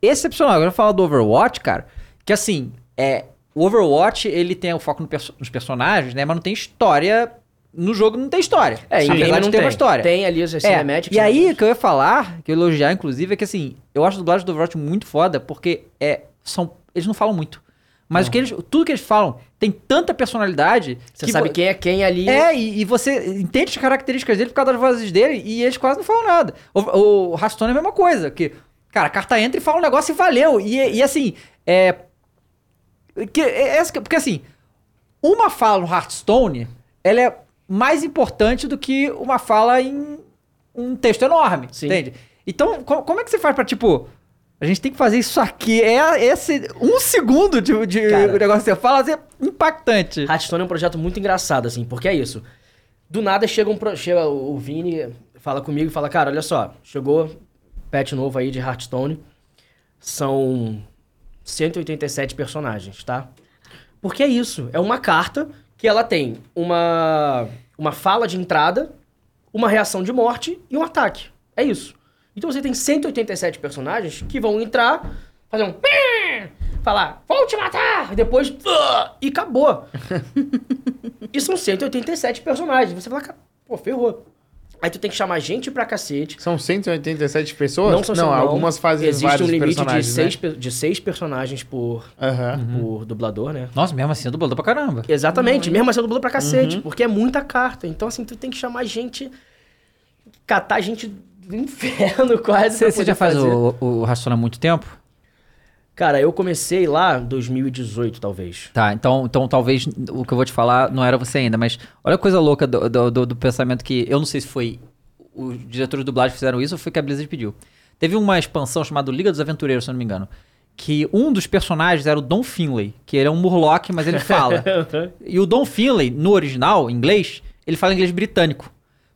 S1: excepcional. Agora eu vou falar do Overwatch, cara. Que assim, é, o Overwatch ele tem o foco no perso- nos personagens, né? Mas não tem história. No jogo não tem história.
S4: É, e
S1: Apesar
S4: game
S1: de ter
S4: não tem.
S1: uma história.
S4: Tem né, ali as as
S1: É,
S4: cinemáticas.
S1: E aí, o que eu ia falar, que eu ia elogiar, inclusive, é que assim, eu acho a dublagem do Overwatch muito foda, porque é, são, eles não falam muito. Mas o que eles, tudo que eles falam tem tanta personalidade.
S4: Você sabe
S1: vo-
S4: quem é quem ali.
S1: É, e, e você entende as características dele por causa das vozes dele, e eles quase não falam nada. O, o Rastone é a mesma coisa, que, cara, a carta entra e fala um negócio e valeu. E, e assim, é. Que, é- essa que- porque assim, uma fala no Hearthstone, ela é mais importante do que uma fala em um texto enorme,
S4: Sim.
S1: entende? Então, co- como é que você faz pra, tipo, a gente tem que fazer isso aqui, é esse um segundo de, de
S4: Cara.
S1: negócio que você fala, assim, é impactante.
S4: Hearthstone é um projeto muito engraçado, assim, porque é isso. Do nada chega um pro- chega o o Vini, fala comigo e fala, cara, olha só, chegou patch novo aí de Hearthstone. São 187 personagens, tá? Porque é isso, é uma carta que ela tem uma uma fala de entrada, uma reação de morte e um ataque. É isso. Então você tem 187 personagens que vão entrar, fazer um falar, vou te matar! E depois. "Ah", E acabou. e são 187 personagens. Você fala, "Ca- pô, ferrou. Aí tu tem que chamar gente pra cacete.
S2: São 187 pessoas?
S4: não são cem,
S2: algumas fazem
S4: Existe
S2: vários
S4: um limite de
S2: personagens,
S4: seis, pe- de seis personagens por,
S2: né? Aham.
S4: por dublador, né?
S1: Nossa, mesmo assim, é dublador pra caramba.
S4: Exatamente,
S1: Uhum.
S4: mesmo assim eu dublo pra cacete, porque é muita carta. Então, assim, tu tem que chamar gente. catar gente do inferno quase. pra
S1: Você, você
S4: poder
S1: já faz
S4: fazer.
S1: o, o Raciocínio há muito tempo?
S4: Cara, eu comecei lá em 2018, talvez.
S1: Tá, então, então talvez o que eu vou te falar não era você ainda, mas olha a coisa louca do, do, do- do pensamento que. Eu não sei se foi os diretores de dublagem que fizeram isso ou foi que a Blizzard pediu. Teve uma expansão chamada Liga dos Aventureiros, se eu não me engano. Que um dos personagens era o Don Finlay, que ele é um Murloc, mas ele fala. E o Don Finlay, no original, em inglês, ele fala inglês britânico.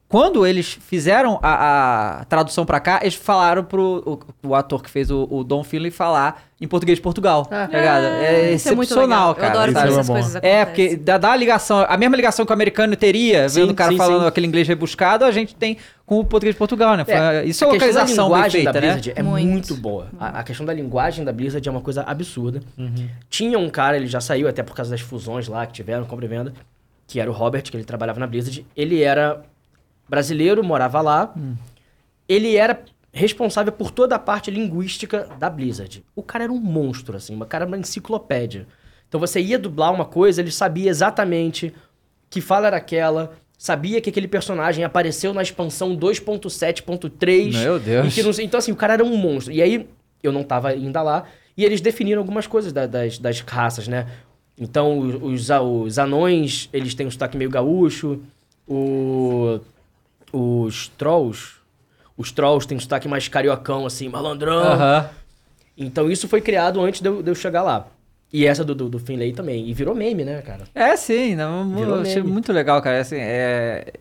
S1: Quando eles fizeram a, a tradução pra cá, eles falaram pro o, o ator que fez o, o Don Finlay falar em português de Portugal. tá ligado? É,
S3: Isso é muito
S1: excepcional,
S3: legal. Eu
S1: cara.
S3: adoro
S2: Isso
S1: sabe?
S3: quando
S2: é
S3: essas
S2: bom.
S3: coisas acontecem.
S1: É, porque dá, dá a ligação, a mesma ligação que o americano teria,
S4: Sim,
S1: vendo o cara
S4: sim,
S1: falando
S4: sim.
S1: aquele inglês rebuscado, a gente tem com o português de Portugal, né? Foi- isso é
S4: a questão da
S1: localização bem
S4: linguagem
S1: feita,
S4: da
S1: né?
S4: Blizzard é muito,
S3: Muito.
S4: boa. A, a questão da linguagem da Blizzard é uma coisa absurda.
S1: Uhum.
S4: Tinha um cara, ele já saiu até por causa das fusões lá que tiveram, compra e venda, que era o Robert, que ele trabalhava na Blizzard. Ele era brasileiro, morava lá.
S1: Uhum.
S4: Ele era responsável por toda a parte linguística da Blizzard. O cara era um monstro, assim, o cara era uma enciclopédia. Então você ia dublar uma coisa, ele sabia exatamente que fala era aquela, sabia que aquele personagem apareceu na expansão 2.7.3.
S1: Meu Deus.
S4: e que não sei- Então, assim, o cara era um monstro. E aí, eu não tava ainda lá, e eles definiram algumas coisas da- das, das raças, né? Então, o- os, a- os anões, eles têm um sotaque meio gaúcho, o, os trolls, os trolls têm um sotaque mais cariocão, assim, malandrão.
S1: Aham.
S4: Então, isso foi criado antes de eu, de eu chegar lá. E essa do, do, do Finlay também. E virou meme, né, cara?
S1: É, sim, não, eu
S4: Virou
S1: achei
S4: meme.
S1: muito legal, cara. Assim, é...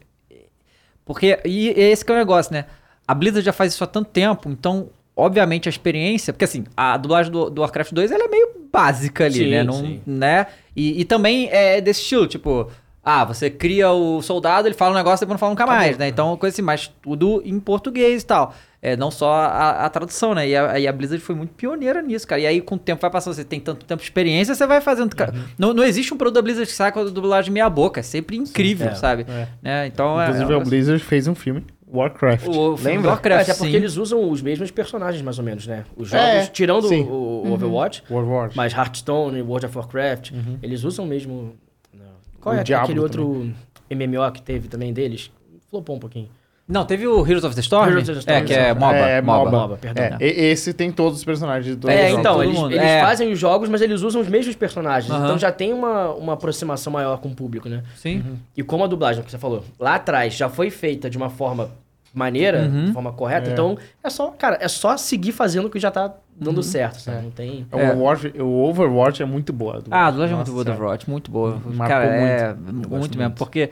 S1: Porque, e e esse que é o negócio, né? A Blizzard já faz isso há tanto tempo, então, obviamente, a experiência. Porque, assim, a dublagem do, do Warcraft 2 ela é meio básica ali,
S4: Sim,
S1: né? Não,
S4: sim.
S1: né? E, e também é desse estilo, tipo. Ah, você cria o soldado, ele fala um negócio, depois não fala nunca mais, né? Então, coisa assim, mas tudo em português e tal. É, não só a, a tradução, né? E a, e a Blizzard foi muito pioneira nisso, cara. E aí, com o tempo vai passando, você tem tanto tempo de experiência, você vai fazendo. cara. Não, não existe um produto da Blizzard que sai com a dublagem meia boca. É sempre incrível,
S4: é,
S1: sabe?
S2: é.
S1: Né? Então, é-
S2: Inclusive,
S1: é,
S2: o Blizzard fez um filme, Warcraft.
S1: o filme do
S2: Lembra?
S1: Warcraft,
S4: Até É, porque
S1: sim.
S4: eles usam os mesmos personagens, mais ou menos, né? Os jogos,
S2: É,
S4: tirando
S2: sim.
S4: o, o Overwatch,
S2: World War.
S4: mas Hearthstone, World of Warcraft,
S1: Uhum.
S4: eles usam mesmo. né? Qual
S2: O
S4: é aquele
S2: Diablo
S4: outro MMO que teve também deles? Flopou um pouquinho.
S1: Não, teve o Heroes of the Storm?
S4: Heroes of the Storm,
S1: é, que é
S4: exato.
S1: MOBA.
S2: É,
S1: MOBA.
S2: MOBA.
S4: MOBA, perdão.
S2: É, e- esse tem todos os personagens do
S4: é,
S1: jogos,
S4: então,
S1: todo
S4: eles,
S1: mundo.
S4: eles
S1: É.
S4: fazem os jogos, mas eles usam os mesmos personagens.
S1: Aham.
S4: Então já tem uma, uma aproximação maior com o público, né?
S1: Sim.
S4: E como a dublagem que você falou, lá atrás já foi feita de uma forma maneira,
S1: Uhum.
S4: de forma correta, então é só, cara, é só seguir fazendo o que já tá dando
S1: Uhum.
S4: certo, sabe? Não tem.
S2: O, É um Overwatch, o Overwatch é muito boa.
S1: É. Ah, a dublagem é muito
S2: Nossa
S1: boa do
S2: senhora.
S1: Overwatch, muito boa.
S2: Marcou
S1: Cara, é
S2: muito.
S1: muito mesmo, porque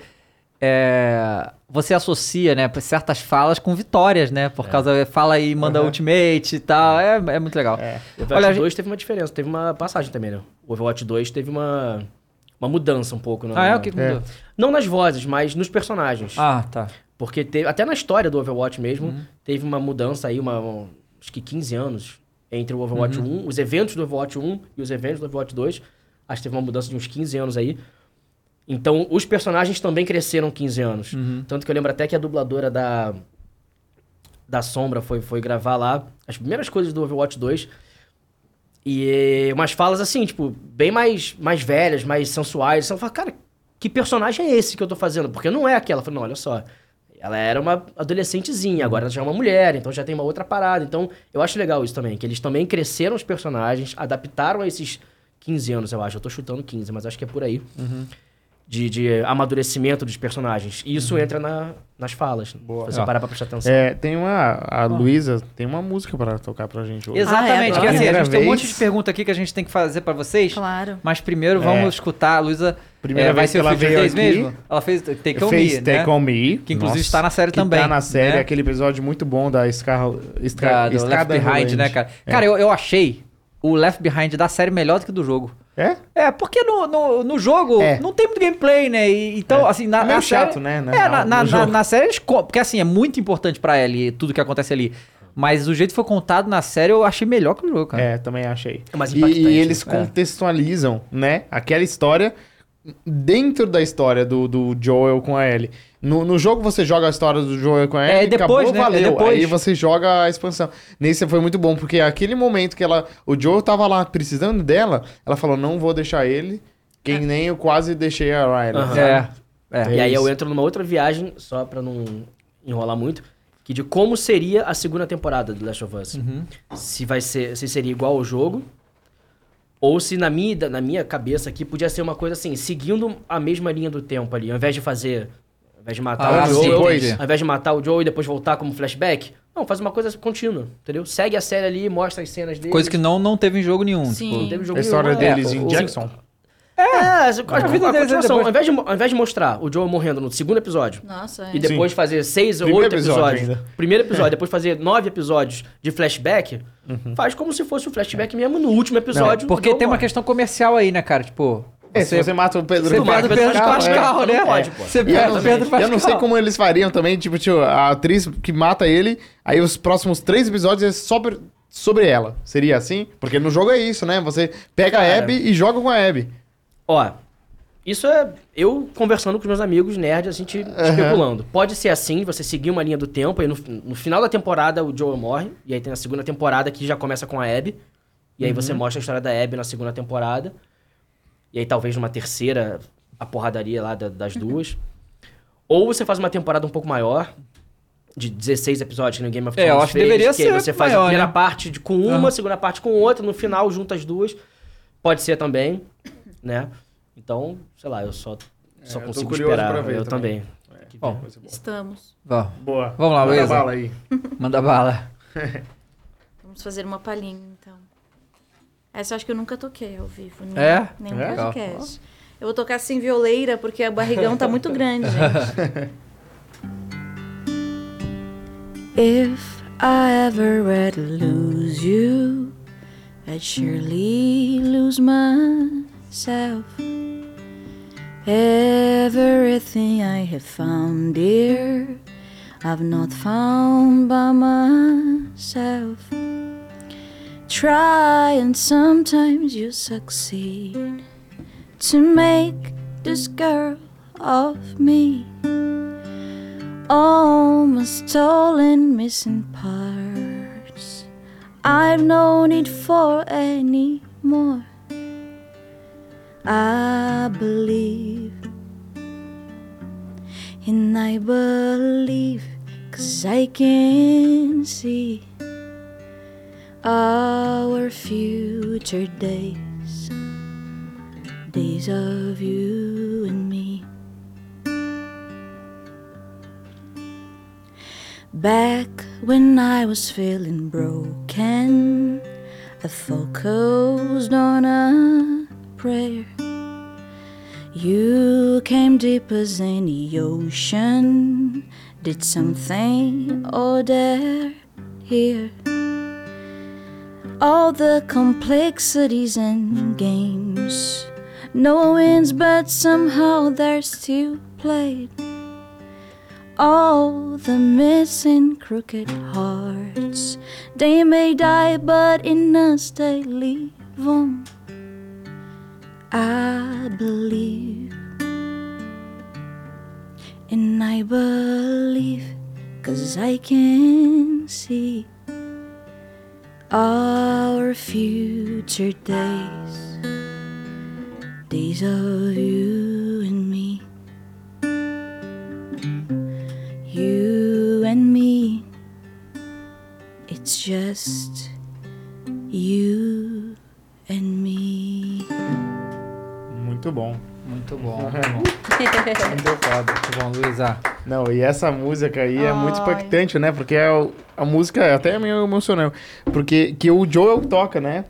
S1: é, você associa, né, certas falas com vitórias, né?
S2: É.
S1: Por causa fala e manda ultimate e tal. É, é muito legal.
S4: O Overwatch
S1: Olha, a gente-
S4: 2 teve uma diferença, teve uma passagem também, né? O Overwatch 2 teve uma, uma mudança um pouco. na-
S1: Ah, é o que que
S2: É.
S1: mudou?
S4: Não nas vozes, mas nos personagens.
S1: Ah, tá.
S4: Porque teve, até na história do Overwatch mesmo, teve uma mudança aí, uma, um- acho que 15 anos, entre o Overwatch 1, os eventos do Overwatch 1 e os eventos do Overwatch 2. Acho que teve uma mudança de uns 15 anos aí. Então, os personagens também cresceram 15 anos. Tanto que eu lembro até que a dubladora da, da Sombra foi, foi gravar lá as primeiras coisas do Overwatch 2. E eh, umas falas assim, tipo, bem mais, mais velhas, mais sensuais. Você fala, cara, que personagem é esse que eu tô fazendo? Porque não é aquela. Eu falo, não, olha só. Ela era uma adolescentezinha, agora ela já é uma mulher, então já tem uma outra parada. Então, eu acho legal isso também, que eles também cresceram os personagens, adaptaram a esses 15 anos, eu acho. Eu tô chutando 15, mas acho que é por aí. De, de amadurecimento dos personagens. E isso entra na- nas falas. Boa. Você
S1: Ó.
S4: parar pra prestar atenção.
S2: É, tem uma. A Luísa tem uma música pra tocar pra gente hoje.
S1: Exatamente.
S3: Ah, é,
S1: que, assim, a
S2: Primeira
S1: gente tem um
S2: vez.
S1: monte de pergunta aqui que a gente tem que fazer pra vocês.
S3: Claro.
S1: Mas primeiro vamos escutar a Luísa.
S2: É. Primeira
S1: é, vai
S2: vez
S1: ser
S2: que
S1: o
S2: ela
S1: Feed
S2: veio
S1: 3
S2: aqui.
S1: mesmo? Ela fez Take On
S2: Fez
S1: Me,
S2: Take
S1: né?
S2: On Me.
S1: Que inclusive está na série
S2: que
S1: também,
S2: Tá na série,
S1: né?
S2: aquele episódio muito bom da Escarra. Esca,
S1: Da, do Left
S2: escada
S1: Behind,
S2: Rolante.
S1: né, cara?
S2: É.
S1: Cara, eu, eu achei o Left Behind da série melhor do que do jogo.
S2: É?
S1: É, porque no, no, no jogo
S2: É.
S1: não tem muito gameplay, né? E, então,
S2: É.
S1: assim, na,
S2: É meio
S1: na série-
S2: chato, né, né,
S1: É, na,
S2: na-
S1: na,
S2: no
S1: na,
S2: jogo.
S1: na série eles. co- Porque assim, é muito importante pra ela e tudo que acontece ali. Mas o jeito que foi contado na série eu achei melhor que o jogo, cara.
S2: É, também achei.
S4: É mais
S2: E-
S4: impactante,
S2: e, eles
S1: né?
S2: contextualizam, né? Aquela história dentro da história do, do Joel com a Ellie. No, no jogo você joga a história do Joel com a
S1: É,
S2: Ellie,
S1: depois,
S2: acabou,
S1: né? É
S2: valeu.
S1: depois.
S2: Aí você joga a expansão. Nesse foi muito bom, porque aquele momento que ela... O Joel tava lá precisando dela, ela falou, não vou deixar ele, quem nem eu quase deixei a Riley.
S4: É. Aham.
S2: sabe?
S1: É.
S4: E aí eu
S2: isso.
S4: entro numa outra viagem, só pra não enrolar muito, que de como seria a segunda temporada do Last of Us.
S1: Uhum.
S4: Se vai ser, se seria igual ao jogo, ou se na minha, ida- na minha cabeça aqui podia ser uma coisa assim, seguindo a mesma linha do tempo ali, ao invés de fazer, ao invés de matar
S1: Ah,
S4: o
S1: sim,
S4: Joel,
S2: entendi.
S4: ao invés de matar o Joel e depois voltar como flashback, não, faz uma coisa contínua, entendeu? Segue a série ali, mostra as cenas dele.
S1: Coisa que não, não teve em jogo nenhum.
S3: Sim.
S1: tipo.
S4: teve
S2: A história
S4: nenhum, né?
S2: deles
S4: É,
S2: em
S4: o-
S2: Jackson.
S4: É, a, a,
S1: vida
S4: a
S1: deles é
S4: continuação.
S1: depois.
S4: Ao, invés de, mo- ao invés de mostrar o Joel morrendo no segundo episódio,
S3: Nossa, é.
S4: E depois fazer seis ou
S2: Primeiro
S4: oito
S2: episódio
S4: episódios.
S2: ainda.
S4: Primeiro episódio, depois fazer nove episódios de flashback, faz como se fosse o flashback mesmo no último episódio.
S1: é, Porque
S4: do
S1: tem uma
S4: Homem.
S1: questão comercial aí, né, cara? Tipo.
S2: É, se você mata o Pedro
S1: Você
S4: mata
S1: perde
S4: o
S1: o
S4: Pedro
S1: Pedro
S4: Pascal,
S1: Pascal,
S4: é.
S1: né?
S4: Não pode, pô.
S1: Você
S2: E
S1: perde
S2: eu,
S1: o Pedro Pascal.
S2: eu não sei como eles fariam também, tipo, tio, a atriz que mata ele, aí os próximos três episódios é sobre, sobre ela. Seria assim? Porque no jogo é isso, né? Você pega a
S4: Cara.
S2: Abby e joga com a Abby.
S4: Ó, isso é eu conversando com os meus amigos nerd, a gente especulando. Pode ser assim, você seguir uma linha do tempo, aí no, no final da temporada o Joel morre, e aí tem a segunda temporada que já começa com a Abby, e aí
S1: Uhum.
S4: você mostra a história da Abby na segunda temporada, e aí talvez numa terceira a porradaria lá da- das
S1: Uhum.
S4: duas. Ou você faz uma temporada um pouco maior, de 16 episódios que no Game of
S1: É, eu
S4: Thrones
S1: acho que deveria
S4: aí
S1: ser
S4: você faz a
S1: maior,
S4: primeira
S1: né?
S4: parte de- com uma,
S1: Aham.
S4: a segunda parte com outra, no final junta as duas. Pode ser também, né? Então, sei lá, eu só, só
S2: É, eu tô
S4: consigo
S2: curioso
S4: esperar.
S2: pra ver
S4: eu também.
S1: Bom,
S3: Estamos.
S1: vamos,
S2: Boa.
S1: Vamos lá, Manda Luísa. bala
S2: aí.
S1: manda bala.
S3: Vamos fazer uma palhinha, então. Essa eu acho que eu nunca toquei ao vivo. Né?
S1: É?
S3: Nenhum
S2: É?
S3: podcast. Eu vou tocar sem violeira, porque o barrigão tá muito grande, gente. If I ever were to lose you, I'd surely lose myself. Everything I have found, dear, I've not found by myself. Try and sometimes you succeed to make this girl of me. Almost stolen, missing parts. I've no need for any more. I believe, and I believe, cause I can see our future days, days of you and me. Back when I was feeling broken, I focused on a prayer. You came deep as any ocean, did something or there, here. All the complexities and games, no wins, but somehow they're still played. All the missing crooked hearts, they may die, but in us they live on. I believe, and I believe, cause I can see our future days, days of you and me, you and me. It's just you and me.
S2: Muito bom.
S1: Muito bom, muito bom. Muito foda, muito bom, Luísa.
S2: Não, e essa música aí é muito impactante, né? Porque é o- a música é até meio emocionante. Porque que o Joel toca, né?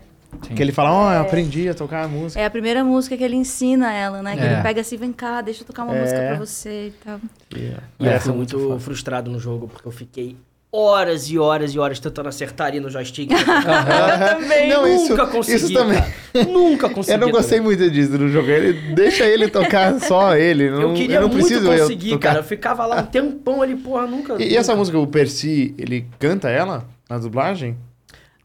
S2: Que ele fala, ó,
S4: É.
S2: eu aprendi a tocar a música.
S3: É a primeira música que ele ensina ela, né? Que
S1: É.
S3: ele pega assim, vem cá, deixa eu tocar uma
S2: É.
S3: música pra você e tal.
S4: E eu
S2: foi
S4: fui muito frustrado no jogo, porque eu fiquei horas e horas e horas tentando acertar ali no joystick.
S2: também.
S4: Nunca consegui,
S2: Isso também.
S4: cara. Nunca consegui. tá
S2: Eu não gostei muito disso do jogo. Ele, deixa ele tocar só ele. Não,
S4: cara. Eu queria
S2: não
S4: muito
S2: preciso eu
S4: conseguir,
S2: tocar.
S4: cara. Eu ficava lá um tempão ali, porra, nunca.
S2: E, e essa música, o Percy, ele canta ela na dublagem?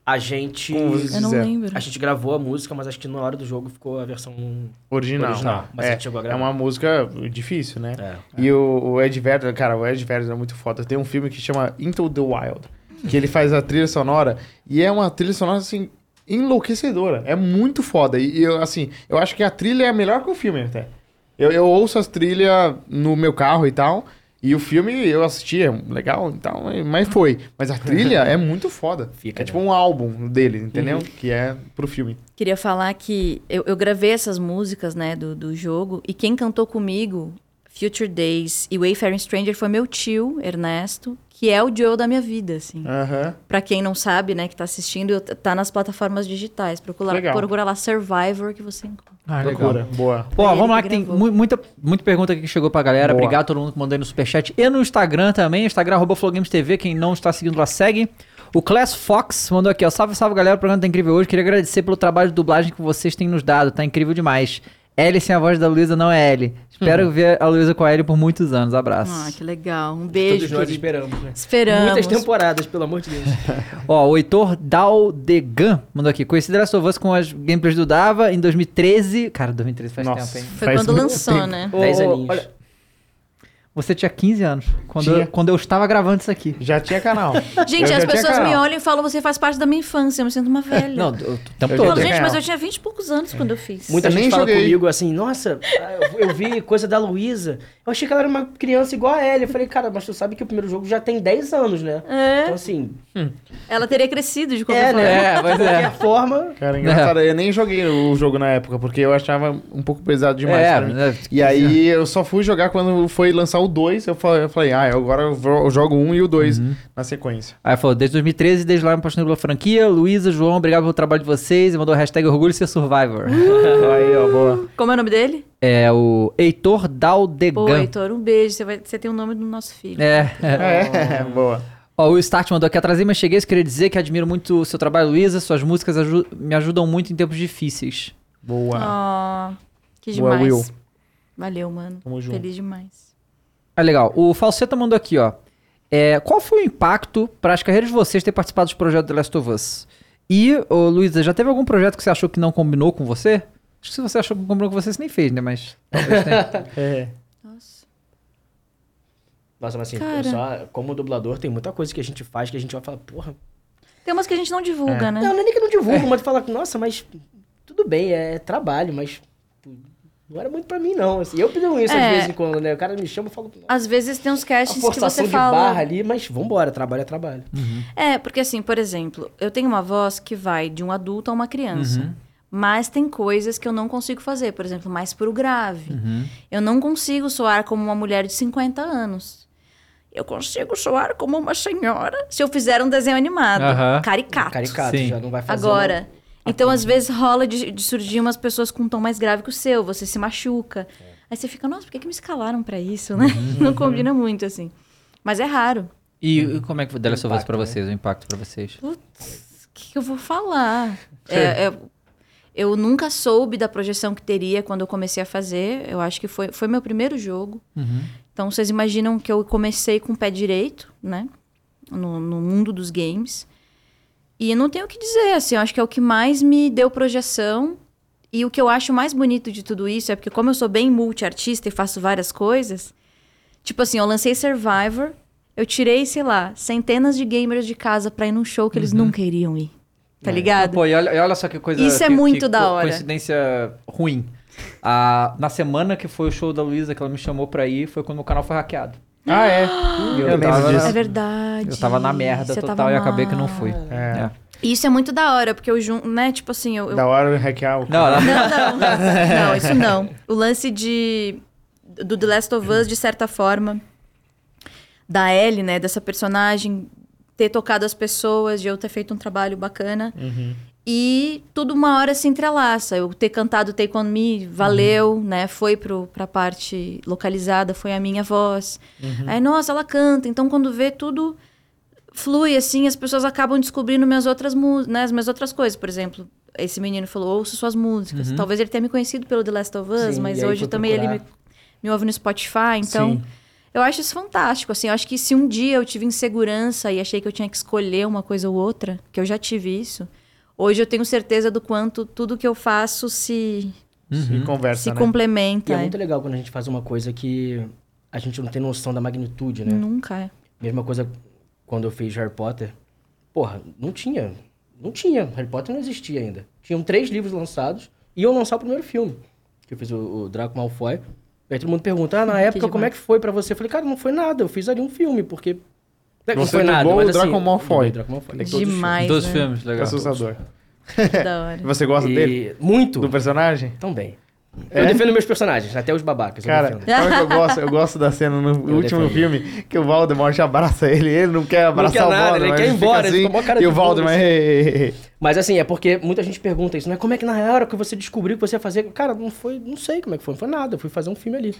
S4: A gente.
S2: Como vocês
S3: Eu não
S2: fizeram?
S3: lembro.
S4: A gente gravou a música, mas acho que na hora do jogo ficou a versão.
S2: Original.
S4: Original, mas a
S2: é,
S4: gente chegou a
S2: é
S4: gravar.
S2: uma música difícil, né?
S4: É.
S2: E o, o Ed Vedder, cara, o Ed Vedder é muito foda. Tem um filme que chama Into the Wild, que ele faz a trilha sonora e é uma trilha sonora assim enlouquecedora. É muito foda. E eu assim, eu acho que a trilha é melhor que o filme até. Eu, eu ouço as trilhas no meu carro e tal. E o filme eu assisti, é legal, então, mas foi. Mas a trilha é muito foda.
S4: Fica,
S2: é tipo um álbum dele,
S1: Uhum.
S2: entendeu? Que é pro filme.
S3: Queria falar que eu, eu gravei essas músicas, né, do, do jogo, e quem cantou comigo, Future Days e Wayfaring Stranger, foi meu tio, Ernesto, que é o Joe da minha vida, assim.
S2: Aham.
S3: Pra quem não sabe, né, que tá assistindo, eu- tá nas plataformas digitais. Procura,
S2: Legal.
S3: procura lá Survivor que você encontra.
S1: Ah,
S2: Procura. Boa.
S1: Pô,
S3: Foi ele
S1: vamos lá,
S3: que
S1: que tem
S3: gravou.
S1: mu- muita, muita pergunta aqui que chegou pra galera.
S2: Boa.
S1: Obrigado a todo mundo que mandou aí no Superchat. E no Instagram também, Instagram, arroba Flogames TV. Quem não está seguindo lá, segue. O Class Fox mandou aqui, ó. Salve, salve, galera. O programa tá incrível hoje. Queria agradecer pelo trabalho de dublagem que vocês têm nos dado. Tá incrível demais. L sem a voz da Luísa não é L. Espero ver a Luísa com a L por muitos anos. Abraço.
S3: Hum. Ah, que legal. Um
S4: Todos
S3: beijo.
S4: nós
S3: querido.
S4: esperamos, né? Muitas
S3: Esperamos.
S4: temporadas, pelo amor de Deus.
S1: Ó, o Heitor Daldegan mandou aqui. Conheci The Last of Us com as gameplays do Dava em 2013. Cara, 2013 faz
S2: Nossa.
S1: tempo, hein?
S3: Foi
S2: Faz
S3: quando
S2: muito
S3: lançou,
S2: tempo.
S3: né?
S1: Ô,
S4: Dez
S1: ô,
S4: aninhos.
S1: olha, Você tinha 15 anos quando,
S2: Tinha.
S1: Eu, quando eu estava gravando isso aqui.
S2: Já tinha canal.
S3: Gente,
S2: Eu
S3: as
S2: já tinha
S3: pessoas me
S2: canal.
S3: olham e falam, você faz parte da minha infância, eu me sinto uma velha.
S1: Não,
S3: eu
S1: eu- o tempo
S2: Eu
S1: todo.
S3: falo,
S2: já-
S3: gente,
S2: É.
S3: mas eu tinha 20 e poucos anos quando eu fiz.
S4: Muita
S2: Eu
S4: gente
S2: nem
S4: fala
S2: joguei.
S4: comigo assim, nossa, eu eu vi coisa da Luísa. Eu achei que ela era uma criança igual a ela. Eu falei, cara, mas tu sabe que o primeiro jogo já tem 10 anos, né?
S3: É.
S4: Então assim,
S3: Ela teria crescido de qualquer
S4: É,
S3: forma.
S4: né?
S1: É,
S4: de
S1: pois é.
S4: qualquer forma.
S2: Cara, engraçado, eu nem joguei o jogo na época, porque eu achava um pouco pesado demais
S1: É,
S2: pra mim.
S1: né?
S2: E aí eu só fui jogar quando foi lançar o 2, eu fa- eu falei, ah, eu agora eu vo- eu jogo o 1 um e o 2 na sequência.
S1: Aí falou, desde 2013, desde lá eu me apaixonei pela franquia. Luísa, João, obrigado pelo trabalho de vocês. E mandou a hashtag orgulho de ser survivor.
S2: aí, ó, boa.
S3: Como é o nome dele?
S1: É o Heitor
S3: Pô,
S1: Daldegan.
S3: Heitor, um beijo. Você, vai- você tem o nome do nosso filho.
S1: É, é.
S2: É, boa.
S1: Ó, o Start mandou aqui atrasei, mas cheguei. Só Queria dizer que admiro muito o seu trabalho, Luísa. Suas músicas aju- me ajudam muito em tempos difíceis.
S3: Ah,
S2: Boa.
S3: Ó, que
S2: Boa,
S3: demais.
S2: Will.
S3: Valeu, mano.
S2: Tamo junto.
S3: Feliz demais.
S1: Ah, legal. O Falseta mandou aqui, ó. É, qual foi o impacto para as carreiras de vocês ter participado do projeto The Last of Us? E, ô, Luísa, já teve algum projeto que você achou que não combinou com você? Acho que se você achou que combinou com você, você nem fez, né? Mas talvez tenha.
S2: É.
S3: Nossa.
S4: Nossa, mas assim,
S3: Cara.
S4: eu só, como dublador, tem muita coisa que a gente faz que a gente vai falar, porra.
S3: Tem umas que a gente não divulga, né?
S4: Não, não é nem que eu não divulgo, mas fala, nossa, mas tudo bem, é trabalho, mas não era muito pra mim, não. Assim, eu pedi isso
S3: É.
S4: às vezes em quando, né? O cara me chama e fala, "Nossa,
S3: Às vezes tem uns
S4: a
S3: castings que
S4: forçação
S3: você
S4: de
S3: fala.
S4: barra ali, mas vambora, trabalho é trabalho.
S3: É, porque assim, por exemplo, eu tenho uma voz que vai de um adulto a uma criança. Mas tem coisas que eu não consigo fazer, por exemplo, mais pro grave.
S1: Hum.
S3: Eu não consigo soar como uma mulher de 50 anos. Eu consigo soar como uma senhora se eu fizer um desenho animado,
S1: Aham.
S3: caricato.
S4: Caricato,
S1: Sim.
S4: já não vai fazer.
S3: Agora, Então, às vezes, rola de, de surgir umas pessoas com um tom mais grave que o seu, você se machuca. Aí você fica, nossa, por que, que me escalaram pra isso, né? Não combina muito, assim. Mas é raro.
S1: E, e como é que foi The Last of Us pra
S6: Impacto,
S1: vocês? O impacto pra vocês?
S3: O que, que eu vou falar? É, é, eu nunca soube da projeção que teria quando eu comecei a fazer. Eu acho que foi, foi meu primeiro jogo. Então, vocês imaginam que eu comecei com o pé direito, né? No, no mundo dos games. E não tenho o que dizer, assim, eu acho que é o que mais me deu projeção. E o que eu acho mais bonito de tudo isso é porque, como eu sou bem multiartista e faço várias coisas, tipo assim, eu lancei Survivor, eu tirei, sei lá, centenas de gamers de casa pra ir num show que eles
S6: Uhum.
S3: nunca iriam ir.
S6: É,
S3: Tá ligado?
S6: Pô, e olha, e olha só que coisa.
S3: Isso é
S6: que-
S3: muito
S6: que
S3: da
S6: co-
S3: hora.
S6: Coincidência ruim. Ah, na semana que foi o show da Luísa, que ela me chamou pra ir, foi quando meu canal foi hackeado.
S2: Ah, é.
S6: E
S2: Eu lembro
S6: tava-
S2: disso.
S3: É verdade.
S6: Eu tava na merda
S3: Você
S6: total
S3: tava
S6: e acabei que não
S3: mal.
S6: fui. É.
S3: E Isso é muito da hora, porque eu junto, né? Tipo assim, eu. eu-
S2: Da hora eu hackear o...
S6: Não, ela-
S3: Não, não, não, isso não. O lance de do The Last of Us, de certa forma, da Ellie, né, dessa personagem ter tocado as pessoas, de eu ter feito um trabalho bacana. E tudo uma hora se entrelaça. Eu ter cantado Take On Me, valeu,
S4: Uhum.
S3: né? Foi pro, pra parte localizada, foi a minha voz.
S4: Uhum.
S3: Aí, nossa, ela canta. Então, quando vê, tudo flui, assim. As pessoas acabam descobrindo minhas outras, mu- né, as minhas outras coisas. Por exemplo, esse menino falou, ouço suas músicas. Talvez ele tenha me conhecido pelo The Last of Us,
S4: Uhum. Sim, e
S3: mas
S4: aí
S3: hoje
S4: foi
S3: também ele
S4: procurar.
S3: me, me ouve no Spotify. Então,
S4: Sim.
S3: eu acho isso fantástico, assim. Eu acho que se um dia eu tive insegurança e achei que eu tinha que escolher uma coisa ou outra, que eu já tive isso, hoje eu tenho certeza do quanto tudo que eu faço se,
S2: E conversa,
S3: se
S2: né?
S3: complementa.
S4: E é muito legal quando a gente faz uma coisa que a gente não tem noção da magnitude, né?
S3: Nunca é.
S4: Mesma coisa quando eu fiz Harry Potter. Porra, não tinha. Não tinha. Harry Potter não existia ainda. Tinham três livros lançados e iam lançar o primeiro filme. Que eu fiz o, o Draco Malfoy. Aí todo mundo pergunta, ah, na época como é
S3: demais.
S4: que foi pra você? Eu falei, cara, não foi nada. Eu fiz ali um filme, porque... Não é que Não
S2: Você
S4: foi nada,
S2: dublou
S4: mas
S2: o
S4: assim...
S2: Draco Malfoy.
S4: dublei o Draco Malfoy.
S2: Todos os
S3: Demais,
S1: Dois
S3: né?
S1: filmes, legal.
S2: Assustador.
S3: Que da hora.
S2: Você gosta dele?
S4: E muito.
S2: Do personagem?
S4: Também.
S2: É?
S4: Eu defendo meus personagens, até os babacas. eu
S2: Cara,
S4: defendo.
S2: sabe o que eu gosto? Eu gosto da cena no
S4: é
S2: último
S4: defendo.
S2: filme que o Voldemort abraça ele, ele não quer abraçar
S4: quer nada,
S2: o Voldemort.
S4: ele quer ir
S2: fica
S4: embora, ele
S2: assim,
S4: fica mó cara
S2: E
S4: de
S2: o Voldemort,
S4: burro,
S2: "Ei, ei,
S4: Mas assim, é porque muita gente pergunta isso, né? Como é que na hora que você descobriu que você ia fazer. Cara, não foi. Não sei como é que foi, não foi nada. Eu fui fazer um filme ali.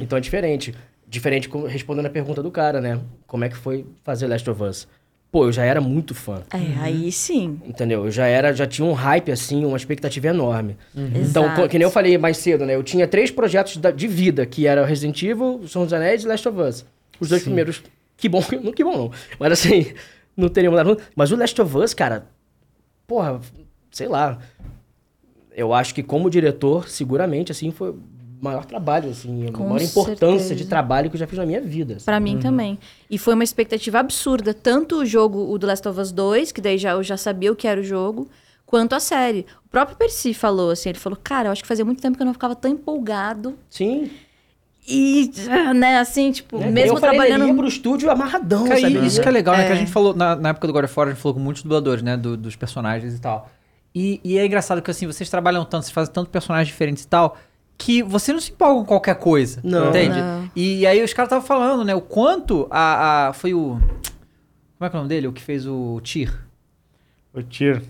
S4: Então é diferente. Diferente com- respondendo a pergunta do cara, né? Como é que foi fazer Last of Us? Pô, eu já era muito fã.
S3: É, aí sim.
S4: Entendeu? Eu já era, já tinha um hype, assim, uma expectativa enorme. Então,
S3: Exato.
S4: co- que nem eu falei mais cedo, né? Eu tinha três projetos da- de vida, que era Resident Evil, O Senhor dos Anéis e Last of Us. Os dois primeiros. Que bom, que- não que bom não. Mas assim, não teria mudado muito. Mas o Last of Us, cara, porra, sei lá. Eu acho que como diretor, seguramente, assim, foi o maior trabalho, assim, a
S3: Com
S4: maior importância de
S3: certeza.
S4: trabalho que eu já fiz na minha vida. assim.
S3: Pra mim também. E foi uma expectativa absurda. Tanto o jogo, o The Last of Us 2, que daí já, eu já sabia o que era o jogo, quanto a série. O próprio Percy falou assim, ele falou, cara, eu acho que fazia muito tempo que eu não ficava tão empolgado.
S4: Sim.
S3: E, né, assim, tipo,
S4: né?
S3: mesmo
S4: eu falei,
S3: trabalhando...
S4: Ele ia pro estúdio amarradão,
S1: Cara,
S4: sabe?
S1: e isso que é legal, né? Que a gente falou na, na época do God of War, a gente falou com muitos dubladores, né? do- dos personagens e tal. E, e é engraçado que assim, vocês trabalham tanto, vocês fazem tanto personagens diferentes e tal, que você não se empolga com qualquer coisa.
S4: Não.
S1: Entende?
S3: Não.
S1: E aí os caras estavam falando, né? O quanto a, a- Foi o. Como é que é o nome dele? O que fez o Tyr.
S2: ei." O Tyr.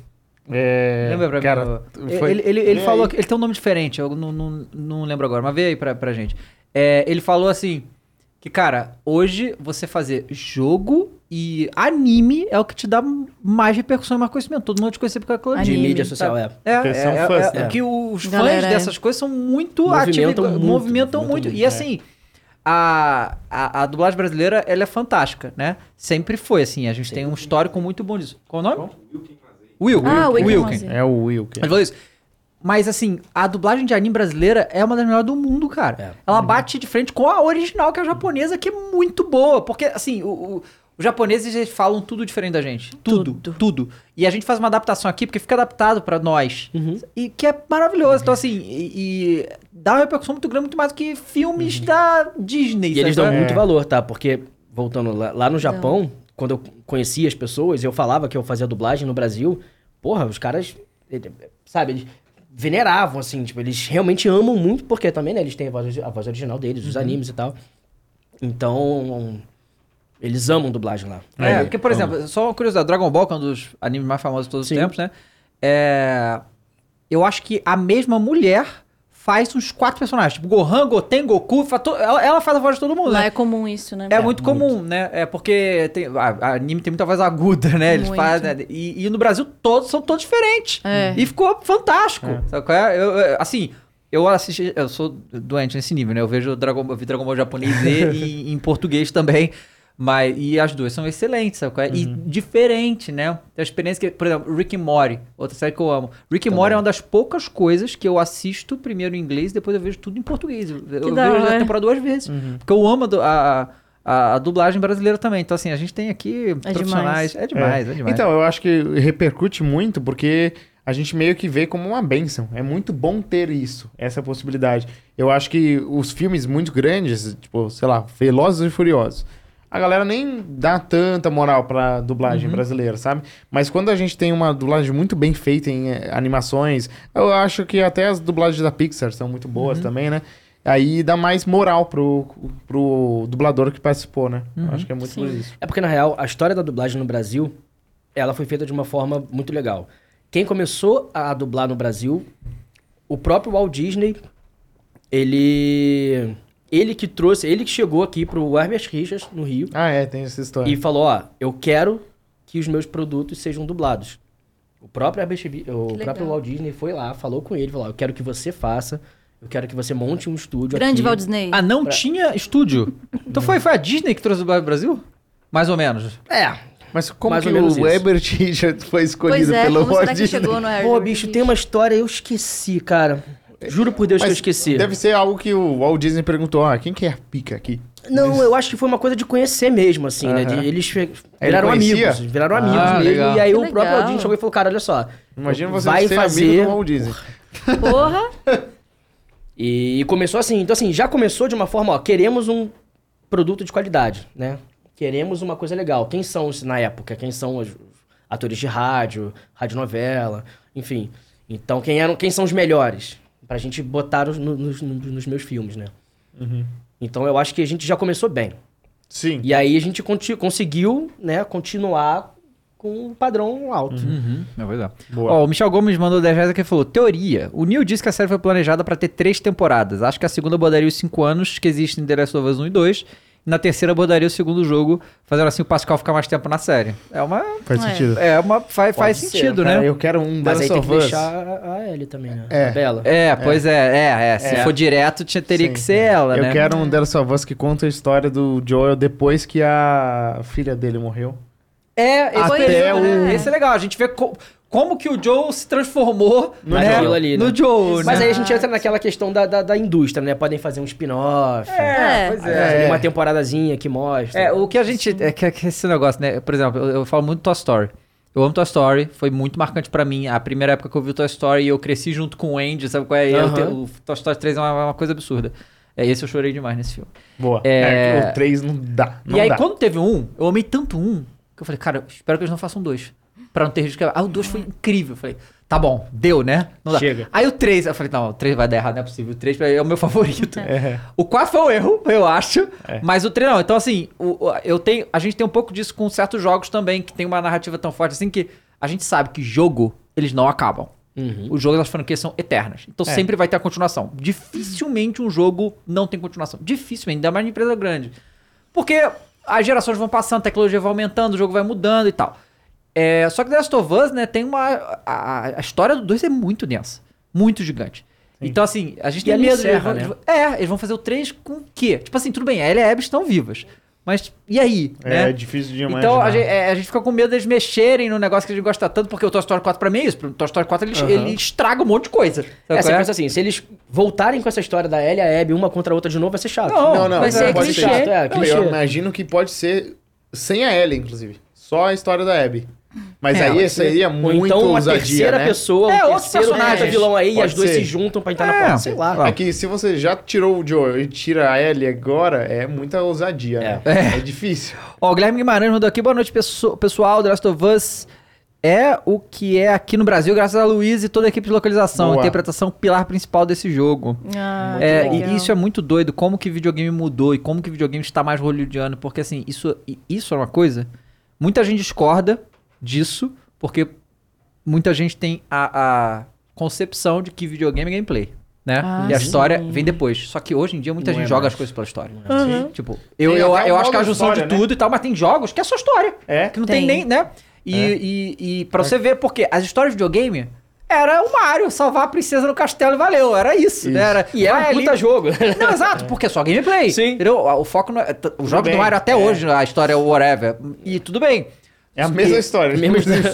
S2: É,
S1: Lembra pra
S2: cara,
S1: mim?
S2: foi-
S1: É, Ele, ele, ele
S2: Vê
S1: falou
S2: aí.
S1: que ele tem um nome diferente, eu não, não, não lembro agora, mas vê aí pra, pra gente. É, ele falou assim: que, cara, hoje você fazer jogo e anime é o que te dá mais repercussão e mais conhecimento. Todo mundo te conhece por causa daquilo
S4: De
S3: Ah, Anime. tá.
S4: mídia social, é.
S1: É,
S2: Porque
S1: é,
S2: são
S1: é,
S2: fãs,
S1: é,
S4: né?
S1: que os fãs
S3: Galera, é.
S1: dessas coisas são muito
S4: Movimentam
S1: ativos,
S4: muito,
S1: movimentam
S4: movimentam
S1: muito.
S4: muito,
S1: E
S4: é.
S1: assim, a, a, a dublagem brasileira, ela é fantástica, né? Sempre foi, assim, a gente tem um histórico muito bom disso. Qual o nome? Will.
S3: Ah, o Wilken Mazzi.
S2: É o Will.
S1: Ele falou isso. Mas assim, a dublagem de anime brasileira é uma das melhores do mundo, cara.
S4: É.
S1: Ela bate de frente com a original, que é a japonesa, que é muito boa. Porque, assim, o- o- os japoneses eles falam tudo diferente da gente. Tudo, tudo. E a gente faz uma adaptação aqui, porque fica adaptado pra nós.
S4: Uhum.
S1: E que é maravilhoso. Então, assim, e, e dá uma repercussão muito grande, muito mais do que filmes da Disney.
S4: Uhum. E eles
S1: sabe?
S4: dão muito valor, tá? Porque, voltando lá, lá no Japão, quando eu conhecia as pessoas, eu falava que eu fazia dublagem no Brasil, porra, os caras, ele- sabe, eles veneravam, assim, tipo, eles realmente amam muito, porque também, né, eles têm a voz, a voz original deles, os animes e tal. Então, eles amam dublagem lá.
S1: É, porque, por exemplo, só uma curiosidade, Dragon Ball, que é um dos é animes mais famosos de todos
S4: Sim.
S1: os tempos, né? é, eu acho que a mesma mulher faz uns quatro personagens. Tipo, Gohan, Goten, Goku, fa- to- ela, ela faz a voz de todo mundo,
S3: Lá
S1: né?
S3: é comum isso, né?
S1: É, muito comum, né? É porque tem, a, a anime tem muita voz aguda, né? Eles
S3: Muito.
S1: fazem, né? E, e no Brasil todos são todos diferentes.
S3: É.
S1: E ficou fantástico. Sabe qual é? Eu, eu- assim, eu assisti. Eu sou doente nesse nível, né? Eu vejo Dragon, eu vi Dragon Ball japonês e, e em português também. Mas, e as duas são excelentes, sabe qual é? E diferente, né? Tem a experiência que, por exemplo, Rick and Morty, outra série que eu amo. Rick and Morty é uma das poucas coisas que eu assisto primeiro em inglês, depois eu vejo tudo em português. Eu, eu
S3: da
S1: vejo a
S3: hora.
S1: temporada duas vezes. Porque eu amo a, du- a, a- a dublagem brasileira também. Então, assim, a gente tem aqui
S3: É
S1: profissionais. É demais, é, demais.
S2: Então, eu acho que repercute muito porque a gente meio que vê como uma bênção. É muito bom ter isso, essa possibilidade. Eu acho que os filmes muito grandes, tipo, sei lá, Velozes e Furiosos, a galera nem dá tanta moral pra dublagem
S1: Uhum.
S2: brasileira, sabe? Mas quando a gente tem uma dublagem muito bem feita em eh, animações, eu acho que até as dublagens da Pixar são muito boas
S1: Uhum.
S2: também, né? Aí dá mais moral pro, pro dublador que participou, né?
S1: Uhum.
S2: Eu acho que é muito por isso.
S4: É porque, na real, a história da dublagem no Brasil, ela foi feita de uma forma muito legal. Quem começou a dublar no Brasil, o próprio Walt Disney, ele... Ele que trouxe, ele que chegou aqui pro Herbert Richards, no Rio,
S2: Ah, é, tem essa história.
S4: e falou, ó, eu quero que os meus produtos sejam dublados. O próprio, Herbert Bi- o
S3: legal.
S4: próprio Walt Disney foi lá, falou com ele, falou, ó, eu quero que você faça, eu quero que você monte um estúdio
S3: Grande
S4: aqui.
S3: Walt Disney.
S1: Ah, não tinha estúdio? Então foi, foi a Disney que trouxe o Brasil Brasil? Mais ou menos.
S4: É,
S2: Mas como
S4: Mais
S2: que
S4: ou menos
S2: o
S4: isso.
S2: Herbert Richards foi escolhido
S3: pois é,
S2: pelo
S3: como
S2: Walt
S3: será que
S2: Disney?
S3: chegou no Harry?
S4: Pô, bicho,
S3: um-
S4: tem uma história, eu esqueci, cara. Juro por Deus que eu
S2: Mas
S4: esqueci.
S2: Deve ser algo que o Walt Disney perguntou, ah, quem que é a pica aqui?
S4: Não, eu acho que foi uma coisa de conhecer mesmo, assim, né?
S2: Aham.
S4: De- eles fe- viraram
S2: conhecia?
S4: amigos. Viraram
S2: Ah,
S4: amigos mesmo.
S2: legal.
S4: E aí
S3: Que
S4: o próprio
S3: legal.
S4: Aldinho chegou e falou, cara, olha só.
S2: Imagina você
S4: vai
S2: ser
S4: fazer...
S2: amigo do Walt Disney.
S3: Porra!
S4: E começou assim, então assim, já começou de uma forma, ó, queremos um produto de qualidade, né? Queremos uma coisa legal. Quem são os, na época? Quem são os atores de rádio, radionovela, enfim. Então, quem, eram, quem são os melhores? Pra gente botar os- no- nos, no- nos meus filmes, né?
S2: Uhum.
S4: Então, eu acho que a gente já começou bem.
S2: Sim.
S4: E aí a gente conti- conseguiu, né, continuar com um padrão alto.
S1: Não, pois é.
S2: Uhum. Boa.
S1: Ó, o Michel Gomes mandou 10 reais aqui e falou: Teoria. O Neil disse que a série foi planejada pra ter três temporadas. Acho que a segunda abordaria os cinco anos que existem em The Last of Us 1 e 2. E na terceira abordaria o segundo jogo, fazendo assim o Pascal ficar mais tempo na série. É uma.
S2: Faz
S3: É.
S2: sentido.
S1: É uma. Faz, faz
S4: ser,
S1: sentido,
S2: Cara,
S1: né?
S2: eu quero um
S4: Mas
S2: Mas
S4: aí
S2: Last
S4: tem que
S2: of Us.
S4: deixar a, a Ellie também, né?
S2: É.
S4: A Bela.
S1: É, pois é, é, é. Se
S2: É.
S1: for direto, tinha- teria
S2: Sim.
S1: que ser ela,
S2: Eu
S1: né?
S2: quero um The Last of Us que conta a história do Joel depois que a filha dele morreu.
S1: É, esse,
S3: Até
S1: período, né?
S3: o-
S1: Esse é legal. A gente vê co- como que o Joe se transformou
S4: No
S1: né?
S4: Joel ali, né?
S1: no Joe,
S4: Mas
S1: né?
S4: aí a gente entra naquela questão da, da, da indústria, né? Podem fazer um spin-off,
S1: É,
S3: É.
S1: pois
S4: fazer
S1: é.
S2: é.
S4: uma temporadazinha que mostra.
S1: É, o que a gente. É que, que esse negócio, né? Por exemplo, eu, eu falo muito Toy Story. Eu amo Toy Story, foi muito marcante pra mim. A primeira época que eu vi o Toy Story, eu cresci junto com o Andy, sabe qual é? E eu
S4: Aham.
S1: te- o Toy Story 3 é uma, uma coisa absurda. É, esse eu chorei demais nesse filme.
S2: Boa.
S1: É.
S2: que o 3 não dá. Não
S1: e aí,
S2: dá.
S1: quando teve um, eu amei tanto um, que eu falei, cara, espero que eles não façam dois. Pra não ter risco. de- Ah, o dois foi incrível. Eu falei, tá bom, deu, né? Não dá.
S4: Chega.
S1: Aí o três, eu falei, não, o três vai dar errado, não é possível. O três é o meu favorito.
S2: É.
S1: O quatro foi um erro, eu acho. Mas o três não. Então, assim, o- o- eu tenho, a gente tem um pouco disso com certos jogos também, que tem uma narrativa tão forte assim que a gente sabe que jogo, eles não acabam.
S4: Uhum.
S1: Os jogos das franquias são eternas. Então sempre vai ter a continuação. Dificilmente um jogo não tem continuação. Dificilmente, ainda mais em empresa grande. Porque as gerações vão passando, a tecnologia vai aumentando, o jogo vai mudando e tal. É, só que The Last of Us, né, tem uma. A, a história do 2 é muito densa. Muito gigante. Então, assim, a gente
S4: E
S1: tem
S4: ali
S1: medo.
S4: encerra,
S1: eles vão-
S4: né?
S1: É, eles vão fazer o 3 com o quê? Tipo assim, tudo bem, a Ellie e a Abby estão vivas. Mas e aí?
S2: É,
S1: né?
S2: é difícil de imaginar.
S1: Então a gente, é, a gente fica com medo deles mexerem no negócio que a gente gosta tanto, porque o Toy Story 4 pra mim é isso. O Toy Story 4 ele, ele estraga um monte de coisa. Sabe
S4: É,
S1: qual
S4: você
S1: é?
S4: pensa assim, se eles voltarem com essa história da Ellie e a Abby uma contra a outra de novo, vai ser chato.
S1: Não,
S2: Não, não.
S1: Vai
S2: não
S1: ser
S2: pode
S1: clichê.
S4: Chato, é,
S2: Não,
S4: clichê.
S2: eu imagino que pode ser sem a Ellie, inclusive. Só a história da Abby. Mas
S1: É,
S2: aí
S1: pode
S2: esse aí é
S4: Ou
S2: muito
S4: então uma
S2: ousadia,
S4: terceira
S2: né?
S4: pessoa,
S1: É,
S4: um
S1: outro
S4: terceiro
S1: personagem.
S4: personagem vilão aí, e
S2: Pode
S4: as duas
S2: ser.
S4: se juntam pra entrar
S1: É.
S4: na porta, sei lá.
S1: Ah.
S2: É que se você já tirou o Joel e tira a Ellie agora, é muita ousadia, né? É, difícil.
S1: Ó, o Guilherme Guimarães mandou aqui, boa noite, pesso- pessoal. The Last of Us é o que é aqui no Brasil, graças a Luiz e toda a equipe de localização.
S2: Boa.
S1: Interpretação pilar principal desse jogo.
S3: Ah,
S1: É,
S3: que legal.
S1: e isso é muito doido, como que videogame mudou e como que videogame está mais hollywoodiano, porque assim, isso, i- isso é uma coisa. Muita gente discorda disso, porque muita gente tem a, a concepção de que videogame é gameplay. Né?
S7: Ah,
S1: e a
S7: sim.
S1: história vem depois. Só que hoje em dia muita
S4: Não
S1: gente
S4: é
S1: joga
S4: mais.
S1: as coisas pela história.
S4: Uhum.
S1: Tipo, eu,
S2: Tem
S1: eu,
S2: até
S1: eu
S2: um
S1: acho que é a
S2: modo
S1: junção de
S2: história, né?
S1: tudo e tal, mas tem jogos que é só história.
S2: É.
S1: Que não tem,
S7: Tem.
S1: nem, né? E, e, e pra você ver, porque as histórias de videogame era o Mario salvar a princesa no castelo e valeu. Era isso, né? Era,
S4: E é
S1: vai
S4: um
S1: ali-
S4: puta jogo.
S1: Não, exato, porque é só gameplay.
S4: Sim.
S1: Entendeu? O foco no, Os jogos
S2: bem,
S1: do Mario até hoje, a história é whatever. E tudo bem.
S2: É a mesma
S1: E-
S2: história.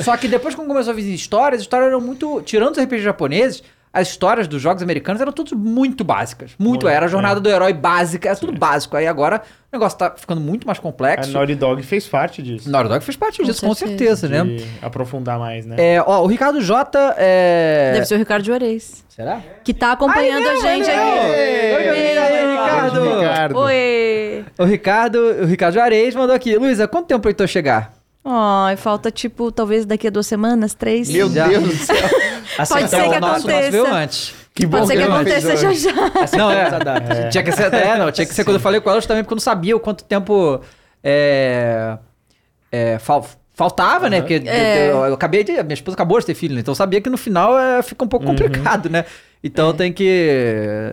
S1: Só que depois quando começou a vir histórias, as histórias eram muito... Tirando os RPGs japoneses, as histórias dos jogos americanos eram todas muito básicas. Muito, era a jornada do herói básica, era tudo básico. Aí agora o negócio tá ficando muito mais
S2: A
S1: complexo.
S2: Naughty Dog fez parte disso.
S1: Naughty Dog fez parte
S3: Com
S1: disso, com certeza,
S3: certeza.
S1: né?
S2: De aprofundar mais, né?
S1: É, ó, o Ricardo J é...
S3: Deve ser o Ricardo Juarez,
S4: Será?
S3: que tá acompanhando a gente
S2: Oi,
S3: aqui.
S1: Oi, Ricardo.
S3: Oi!
S1: O Ricardo, o Ricardo Juarez mandou aqui. Luísa, quanto tempo pra Heitor chegar?
S3: Ai, falta tipo, talvez daqui a duas semanas, três.
S2: Meu
S1: Já.
S2: Deus do céu.
S3: Pode ser
S1: Então,
S3: que
S1: o nosso, o nosso veio
S3: aconteça.
S1: antes.
S2: Que bom
S3: Pode ser que
S2: não fez
S3: aconteça já
S2: hoje.
S3: já.
S1: Não, é.
S4: Essa data.
S1: Tinha que ser, é, não, tinha que ser quando eu falei com ela também, porque eu não sabia o quanto tempo é, é, fal- faltava, né? Porque
S3: É.
S1: eu, eu acabei de. Minha esposa acabou de ter filho, né? Então eu sabia que no final é, fica um pouco complicado, né? Então tem que.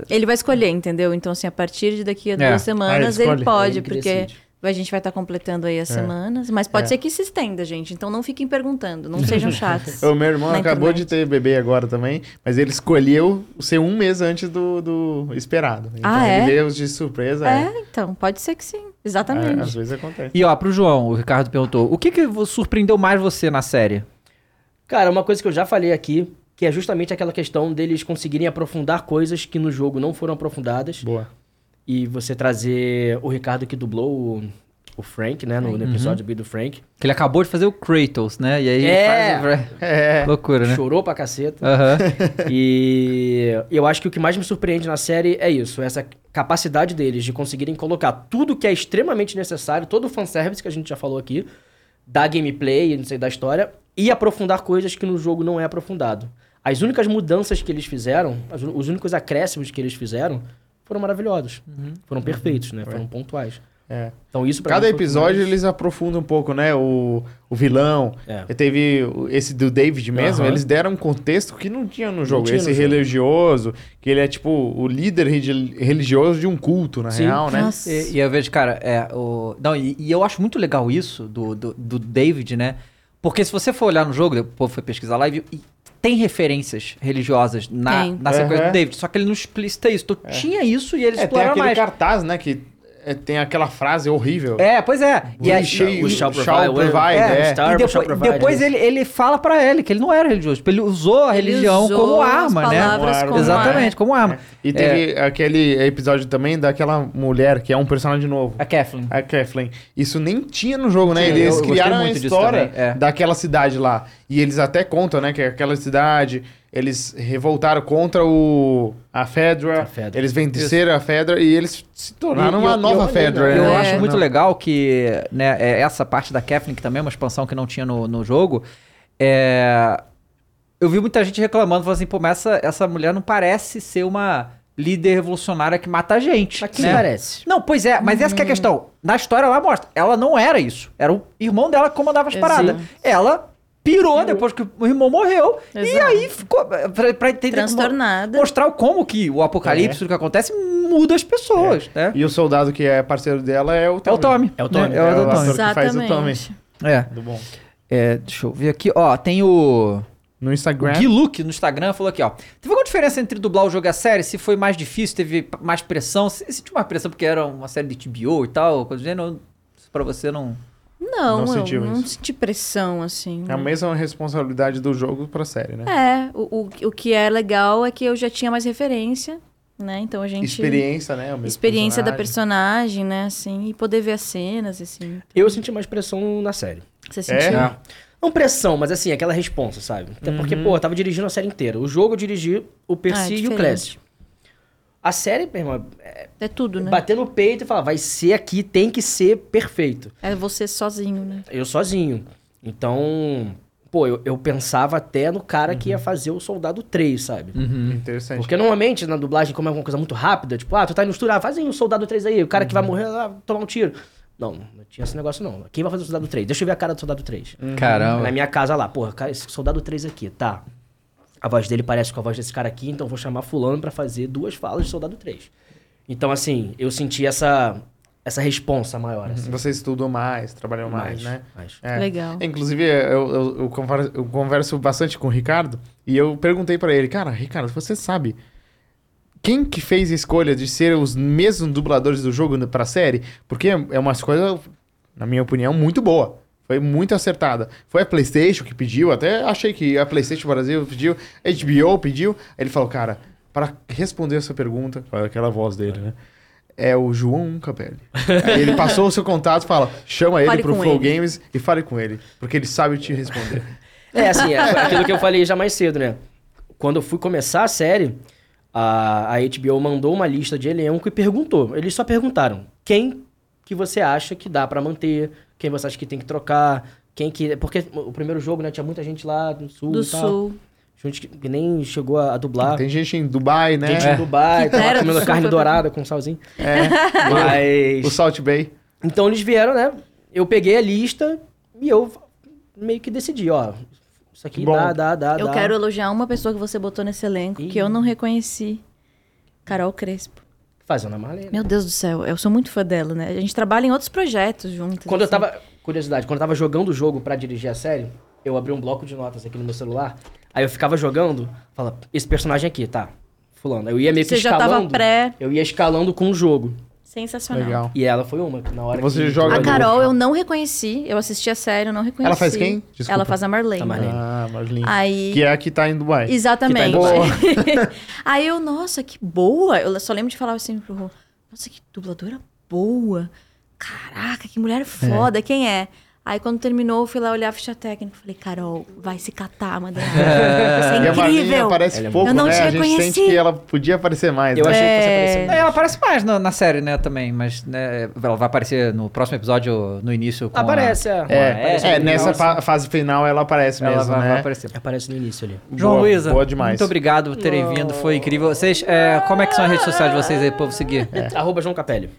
S3: Ele vai escolher, entendeu? Então, assim, a partir de daqui a
S1: É.
S3: duas semanas,
S2: Ah, ele
S3: ele,
S2: escolhe.
S3: pode,
S4: Ele que
S3: porque
S4: decide.
S3: a gente vai estar completando aí as
S2: É.
S3: semanas. Mas pode ser que se estenda, gente. Então não fiquem perguntando, não sejam chatos.
S2: O meu irmão
S3: Na
S2: acabou
S3: internet.
S2: de ter bebê agora também, mas ele escolheu ser um mês antes do, do esperado. Então
S3: Ah, é?
S2: ele veio de surpresa. É,
S3: É, então, pode ser que sim.
S2: É,
S3: Exatamente.
S2: às vezes acontece.
S1: E ó, pro João, o Ricardo perguntou: o que, que vo- surpreendeu mais você na série?
S4: Cara, uma coisa que eu já falei aqui, que é justamente aquela questão deles conseguirem aprofundar coisas que no jogo não foram aprofundadas.
S2: Boa.
S4: E você trazer o Ricardo que dublou o, o Frank, né? No, no episódio B do Frank.
S1: Que ele acabou de fazer o Kratos, né? E aí ele
S4: É.
S1: faz.
S2: É.
S1: Loucura, né?
S4: Chorou pra caceta.
S1: Aham.
S4: E eu acho que o que mais me surpreende na série é isso, essa capacidade deles de conseguirem colocar tudo que é extremamente necessário, todo o fanservice que a gente já falou aqui, da gameplay, não sei, da história, e aprofundar coisas que no jogo não é aprofundado. As únicas mudanças que eles fizeram, as ú- os únicos acréscimos que eles fizeram, foram maravilhosos.
S1: Uhum.
S4: Foram perfeitos, né? Foram pontuais.
S2: É.
S4: Então isso pra
S2: Cada
S4: mim foi o que
S2: episódio
S4: mais-
S2: eles aprofundam um pouco, né? O, o vilão.
S4: É.
S2: E Teve o- esse do David mesmo,
S4: Aham.
S2: eles deram um contexto que não tinha no jogo.
S4: tinha no
S2: esse
S4: jogo.
S2: religioso, que ele é tipo o líder regi- religioso de um culto, na
S4: Sim.
S2: real, né?
S3: Nossa.
S1: E, e eu vejo, cara, é. O... Não, e, e eu acho muito legal isso do, do, do David, né? Porque se você for olhar no jogo, o povo foi pesquisar lá e viu. E tem referências religiosas na,
S3: Tem.
S1: na sequência
S2: Aham.
S1: do David, só que ele não explicita isso. Então tinha isso e eles
S2: É, tem
S1: exploraram
S2: aquele
S1: mais.
S2: cartaz, né? Que é, tem aquela frase horrível.
S1: É, pois é. E, aí-
S2: Cheio,
S4: O Shall
S2: shall
S4: Provide,
S2: provide,
S4: é.
S2: é.
S4: Star,
S1: e
S4: Shall
S1: depois,
S4: Provide,
S1: depois
S4: né?
S1: ele, ele fala pra ele que ele não era religioso. tipo, Ele usou a
S3: Ele
S1: religião
S3: usou
S1: como
S3: as
S1: arma, né?
S3: palavras
S2: Claro.
S3: como
S1: Exatamente, como arma.
S2: E teve aquele episódio também daquela mulher, que é um personagem novo.
S1: A Kathleen.
S2: A Kathleen. Isso nem tinha no jogo, né?
S1: Sim, eu- eu
S2: eles
S1: gostei
S2: criaram a
S1: muito disso
S2: história
S1: também, é.
S2: daquela cidade lá. E eles até contam, né? Que aquela cidade, eles revoltaram contra o a Fedra.
S4: A Fedra.
S2: Eles venceram a Fedra e eles se tornaram
S4: E- e
S2: uma
S4: eu-
S2: nova
S4: eu-
S2: Fedra.
S1: Eu
S3: É.
S2: né?
S1: acho
S2: Não.
S1: muito legal que né, é, essa parte da Kathleen, que também é uma expansão que não tinha no, no jogo, é, eu vi muita gente reclamando, falando assim, pô, mas essa, essa mulher não parece ser uma líder revolucionária que mata a gente.
S4: Mas quem
S1: né?
S4: parece?
S1: Não, pois é, mas essa que é a questão. Na história ela mostra, ela não era isso. Era o irmão dela que comandava as
S3: Exato.
S1: paradas. Ela pirou depois que o irmão morreu. E
S3: Exato.
S1: aí ficou. eh, Pra, pra entender. como-
S3: Transtornada.
S1: Mostrar o como que o apocalipse, o que acontece, muda as pessoas, né?
S2: E o soldado que é parceiro dela é o
S1: É
S2: Tommy.
S1: o Tommy.
S4: É o Tommy.
S1: né? É o do
S2: É o
S1: Tommy.
S2: ator que faz o Tommy.
S3: Exatamente.
S1: É.
S2: Muito bom.
S1: É, deixa eu ver aqui. Ó, tem o.
S2: No
S1: O
S2: Instagram.
S1: Gui Luke no Instagram falou aqui, ó. Teve alguma diferença entre dublar o jogo e a série? Se foi mais difícil, teve p- mais pressão? Se, se tinha mais pressão porque era uma série de TBO e tal, coisa do gênero, isso pra você não.
S3: Não,
S2: Não
S3: eu
S2: sentiu
S3: não
S2: isso.
S3: senti pressão, assim.
S2: É a mesma responsabilidade do jogo pra série, né?
S3: É, o, o, o que é legal é que eu já tinha mais referência, né? Então a gente.
S2: Experiência, né? O mesmo
S3: experiência da
S2: personagem.
S3: personagem, né? Assim, e poder ver as cenas, assim.
S4: Eu senti mais pressão na série.
S3: Você
S2: É?
S3: sentiu?
S4: Ah,
S2: É.
S4: Não pressão, mas assim, aquela responsa, sabe? Até porque, pô, eu tava dirigindo a série inteira. O jogo eu dirigi o Percy
S3: Uhum. Ah, é
S4: e o
S3: diferente.
S4: Clancy. A série, meu irmão,
S3: É tudo, né?
S4: bater no peito e falar, vai ser aqui, tem que ser perfeito.
S3: É você sozinho, né?
S4: Eu sozinho. Então, pô, eu, eu pensava até no cara que
S3: Uhum.
S4: ia fazer o Soldado 3, sabe?
S2: Interessante.
S4: Porque normalmente
S3: Uhum.
S4: na dublagem, como é uma coisa muito rápida, tipo, ah, tu tá indo misturar, fazem o Soldado 3 aí, o cara que vai morrer, ah, tomar um tiro. Não, não tinha esse negócio não. Quem vai fazer o Soldado 3? Deixa eu ver a cara do Soldado 3. Na
S8: Caramba.
S4: minha casa lá, porra, cara, esse Soldado 3 aqui, tá. A voz dele parece com a voz desse cara aqui, então eu vou chamar fulano pra fazer duas falas de Soldado 3. Então, assim, eu senti essa, essa responsa maior, assim.
S2: Você estudou mais, trabalhou Uhum. mais,
S4: Mais,
S2: né?
S4: mais.
S2: É.
S3: Legal.
S2: Inclusive, eu, eu- eu conver- eu converso bastante com o Ricardo e eu perguntei pra ele, cara, Ricardo, você sabe quem que fez a escolha de ser os mesmos dubladores do jogo no- pra série? Porque é é uma coisa, na minha opinião, muito boa. Foi muito acertada. Foi a PlayStation que pediu, até achei que a PlayStation Brasil pediu, HBO pediu. Aí Ele falou, cara, pra responder essa pergunta, com aquela voz dele, né? É o João Capelli. Aí ele passou o seu contato, fala, chama ele
S3: Fale
S2: pro
S3: com
S2: Flow
S3: ele.
S2: Games e fale com ele, porque ele sabe te responder.
S4: É, assim, é aquilo que eu falei já mais cedo, né? Quando eu fui começar a série, a, a HBO mandou uma lista de elenco e perguntou. Eles só perguntaram quem que você acha que dá pra manter, quem você acha que tem que trocar, quem que... Porque o primeiro jogo, né, tinha muita gente lá do sul
S3: Do
S4: e tal.
S3: sul.
S4: Gente que- que nem chegou a, a dublar.
S2: Tem gente em Dubai, né?
S4: Ah. Gente em Dubai,
S3: Que
S4: tava
S3: era
S4: comendo
S3: super
S4: carne
S3: bem.
S4: dourada com salzinho.
S2: É,
S4: Mas...
S2: o Salt Bay.
S4: Então eles vieram, né? Eu peguei a lista e eu meio que decidi, ó. Isso aqui
S2: Bom.
S4: dá, dá, dá,
S3: Eu
S4: dá.
S3: quero elogiar uma pessoa que você botou nesse elenco que eu não reconheci. Carol Crespo.
S4: Fazendo a Marlene.
S3: Meu Deus do céu, eu sou muito fã dela, né? A gente trabalha em outros projetos juntos.
S4: Quando eu
S3: assim.
S4: tava. Curiosidade, quando eu tava jogando o jogo pra dirigir a série, eu abri um bloco de notas aqui no meu celular. Aí eu ficava jogando, fala, esse personagem aqui, tá. Fulano. Eu ia meio que
S3: Você já
S4: escalando.
S3: tava pré.
S4: Eu ia escalando com o jogo.
S3: Sensacional.
S2: Legal.
S4: E ela foi uma, que na hora
S2: Você
S4: que...
S2: joga
S3: A
S2: Olha,
S3: Carol eu não reconheci, eu assisti a série, eu não reconheci.
S2: Ela faz quem? Desculpa.
S3: Ela faz a Marlene.
S4: A Marlene.
S2: Ah, Marlene.
S3: Aí.
S2: Que é a que tá em Dubai.
S3: Exatamente.
S4: Que tá
S3: Aí eu, nossa, que boa. Eu só lembro de falar assim pro Rô, nossa, que dubladora boa. Caraca, que mulher foda, quem é? Aí quando terminou, eu fui lá olhar a ficha técnica. Falei, Carol, vai se catar, Madalena.
S2: E a
S3: Você é
S2: Marlene
S3: incrível.
S2: aparece
S4: Ela é
S2: pouco,
S3: boa. Eu não
S2: né?
S3: te
S2: a gente sente
S3: reconheci.
S2: que ela podia aparecer mais.
S4: Eu
S2: né?
S4: achei que você
S1: É, ela aparece mais na, na série, né, também, mas né, ela vai aparecer no próximo episódio, no início, com a-
S4: Aparece, é.
S1: com a-
S2: É,
S1: Essa
S2: é,
S1: é
S2: nessa
S1: legal,
S2: fa- fase final ela aparece
S1: ela
S2: mesmo,
S1: vai,
S2: né?
S1: vai aparecer.
S4: Aparece no início ali.
S1: João
S2: Boa-
S1: Luísa,
S2: Boa demais.
S1: muito obrigado por terem vindo, foi incrível. Vocês, é, como é que são as redes sociais de vocês aí, povo seguir?
S2: É,
S4: Arroba João Capelli.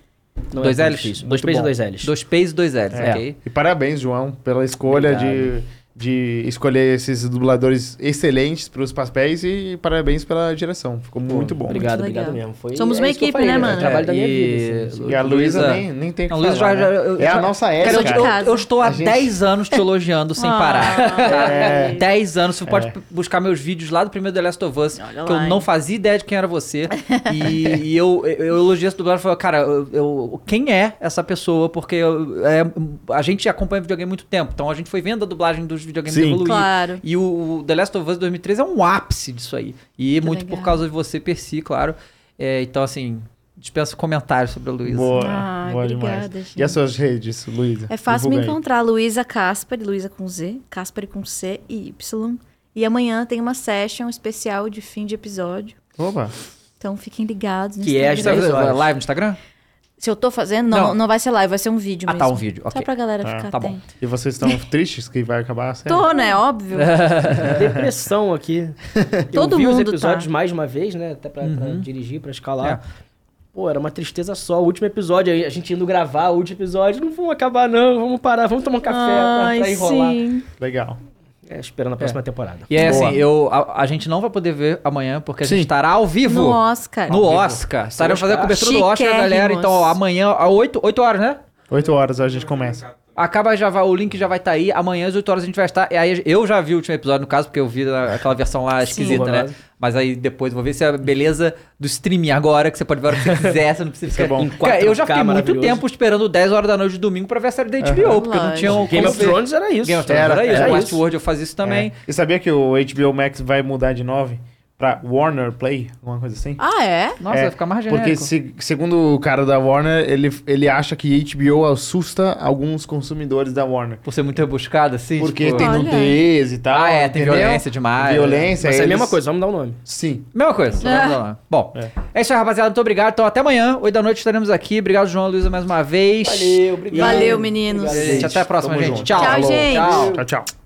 S4: Não
S1: Dois
S4: tão
S1: L's?
S4: difícil. Dois
S1: Muito
S4: P's e
S1: bom.
S4: dois L's.
S1: Dois P's e dois L's,
S4: É.
S1: ok?
S2: E parabéns, João, pela escolha de, de escolher esses dubladores excelentes para os papéis e parabéns pela direção. Ficou muito bom.
S4: Obrigado,
S3: Muito
S4: obrigado
S3: legal.
S4: mesmo. Foi,
S3: Somos
S4: é
S3: uma
S4: isso que eu
S3: equipe,
S4: falei,
S3: né, mano?
S4: É o trabalho da minha
S1: É,
S4: vida. assim.
S2: E a Luísa nem, nem tem o que
S1: Não, Luísa
S2: falar,
S1: já-
S2: né?
S1: já- eu-
S2: É a
S1: já-
S2: nossa
S1: Cara,
S2: essa,
S1: eu,
S3: de
S2: cara.
S3: casa.
S1: eu- eu estou há
S2: A gente-
S1: 10 anos te elogiando sem
S3: Ah.
S1: parar. tá?
S2: É.
S1: 10 anos. Você pode buscar meus vídeos lá do primeiro The Last of Us,
S3: Olha
S1: que eu
S3: lá,
S1: não
S3: hein?
S1: fazia ideia de quem era você. E, e eu, eu elogiei esse dublador e falei, cara, eu, eu- quem é essa pessoa? Porque eu- é, a gente acompanha videogame há muito tempo, então a gente foi vendo a dublagem dos videogames
S2: Sim.
S1: evoluir.
S3: Claro.
S1: E o, o The Last of Us 2013 é um ápice disso aí. E muito
S3: legal.
S1: por causa de você, Percy, claro. É, então, assim, dispensa comentários sobre a Luísa.
S2: Boa,
S3: Ah,
S2: boa
S3: obrigada,
S2: demais.
S3: gente.
S2: E as suas redes, Luísa?
S3: É fácil me
S2: Divulga aí.
S3: encontrar, Luísa Casper, Luísa com Z, Casper com C e Y. E amanhã tem uma session especial de fim de episódio.
S2: Opa.
S3: Então fiquem ligados. no
S4: Que é às
S1: Você
S2: tá
S3: Instagram.
S1: vai fazer
S4: horas.
S1: live no Instagram?
S3: Se eu tô fazendo, não,
S1: Não.
S3: não. vai ser live, vai ser um vídeo
S1: Ah,
S3: mesmo.
S1: tá, um vídeo, ok.
S3: Só pra galera
S2: Ah,
S3: ficar
S1: tá bom.
S3: atenta.
S2: E vocês estão tristes que vai acabar a série?
S3: Tô, né? Óbvio.
S4: é Depressão aqui. eu
S3: Todo
S4: vi os
S3: mundo
S4: episódios
S3: tá.
S4: mais de uma vez, né? Até pra, pra dirigir, pra escalar. Pô, era uma tristeza só. O último episódio, aí a gente indo gravar o último episódio. Não vamos acabar, não. Vamos parar, vamos tomar um café pra,
S3: Ai,
S4: pra enrolar.
S3: sim.
S2: Legal.
S4: É, esperando a próxima temporada.
S1: E é
S2: Boa.
S1: assim, eu, a, a gente não vai poder ver amanhã, porque a gente
S2: Sim.
S1: estará ao vivo.
S3: No Oscar.
S1: No Oscar. Estaremos fazendo a cobertura do Oscar,
S3: É. Chiquérrimos.
S1: galera. Então, ó, amanhã, às 8, 8 horas, né?
S2: 8 horas a gente começa.
S1: Acaba já vai, o link já vai estar aí. Amanhã às 8 horas a gente vai estar. E aí eu já vi o último episódio, no caso, porque eu vi na- aquela versão lá esquisita, né?
S4: Horrorosa.
S1: Mas aí depois vou ver se é a beleza do streaming agora, que você pode ver a hora que você quiser, você não precisa
S2: Isso é
S1: ficar.
S2: bom.
S1: Cara, eu já
S4: 4K
S1: fiquei muito
S4: maravilhoso.
S1: tempo esperando 10 horas da noite de domingo pra ver a série da HBO, porque não
S3: Uhum. Lógico.
S1: tinha o
S4: Game
S1: como
S4: of
S1: ver.
S4: Thrones era isso.
S1: Game of Thrones
S2: Era-
S1: era,
S2: era
S1: isso.
S2: isso.
S1: Westworld eu fazia isso também.
S2: É. E sabia que o HBO Max vai mudar de 9 pra Warner Play? Alguma coisa assim?
S3: Ah, é?
S1: Nossa,
S2: É,
S1: vai ficar mais genérico.
S2: Porque, se- segundo o cara da Warner, ele, ele acha que HBO assusta alguns consumidores da Warner.
S1: Por ser muito rebuscado, assim.
S2: Porque
S1: tipo-
S2: tem
S3: Olha
S2: nudez e tal.
S1: Ah, é, tem
S2: entendeu?
S1: violência demais.
S2: Violência.
S4: Mas é a
S2: eles-
S4: mesma coisa, vamos dar o nome.
S2: Sim.
S1: Mesma coisa.
S3: É.
S1: Vamos lá. Bom, é. isso aí, rapaziada. Muito obrigado. Então, até amanhã, 8 da noite, estaremos aqui. Obrigado, João Luísa, mais uma vez.
S4: Valeu, obrigado.
S3: Valeu, meninos.
S1: Gente, até a próxima,
S2: Tamo
S1: gente.
S2: junto.
S1: Tchau.
S3: Tchau,
S1: Falou.
S3: gente.
S1: Tchau.
S2: Tchau, tchau.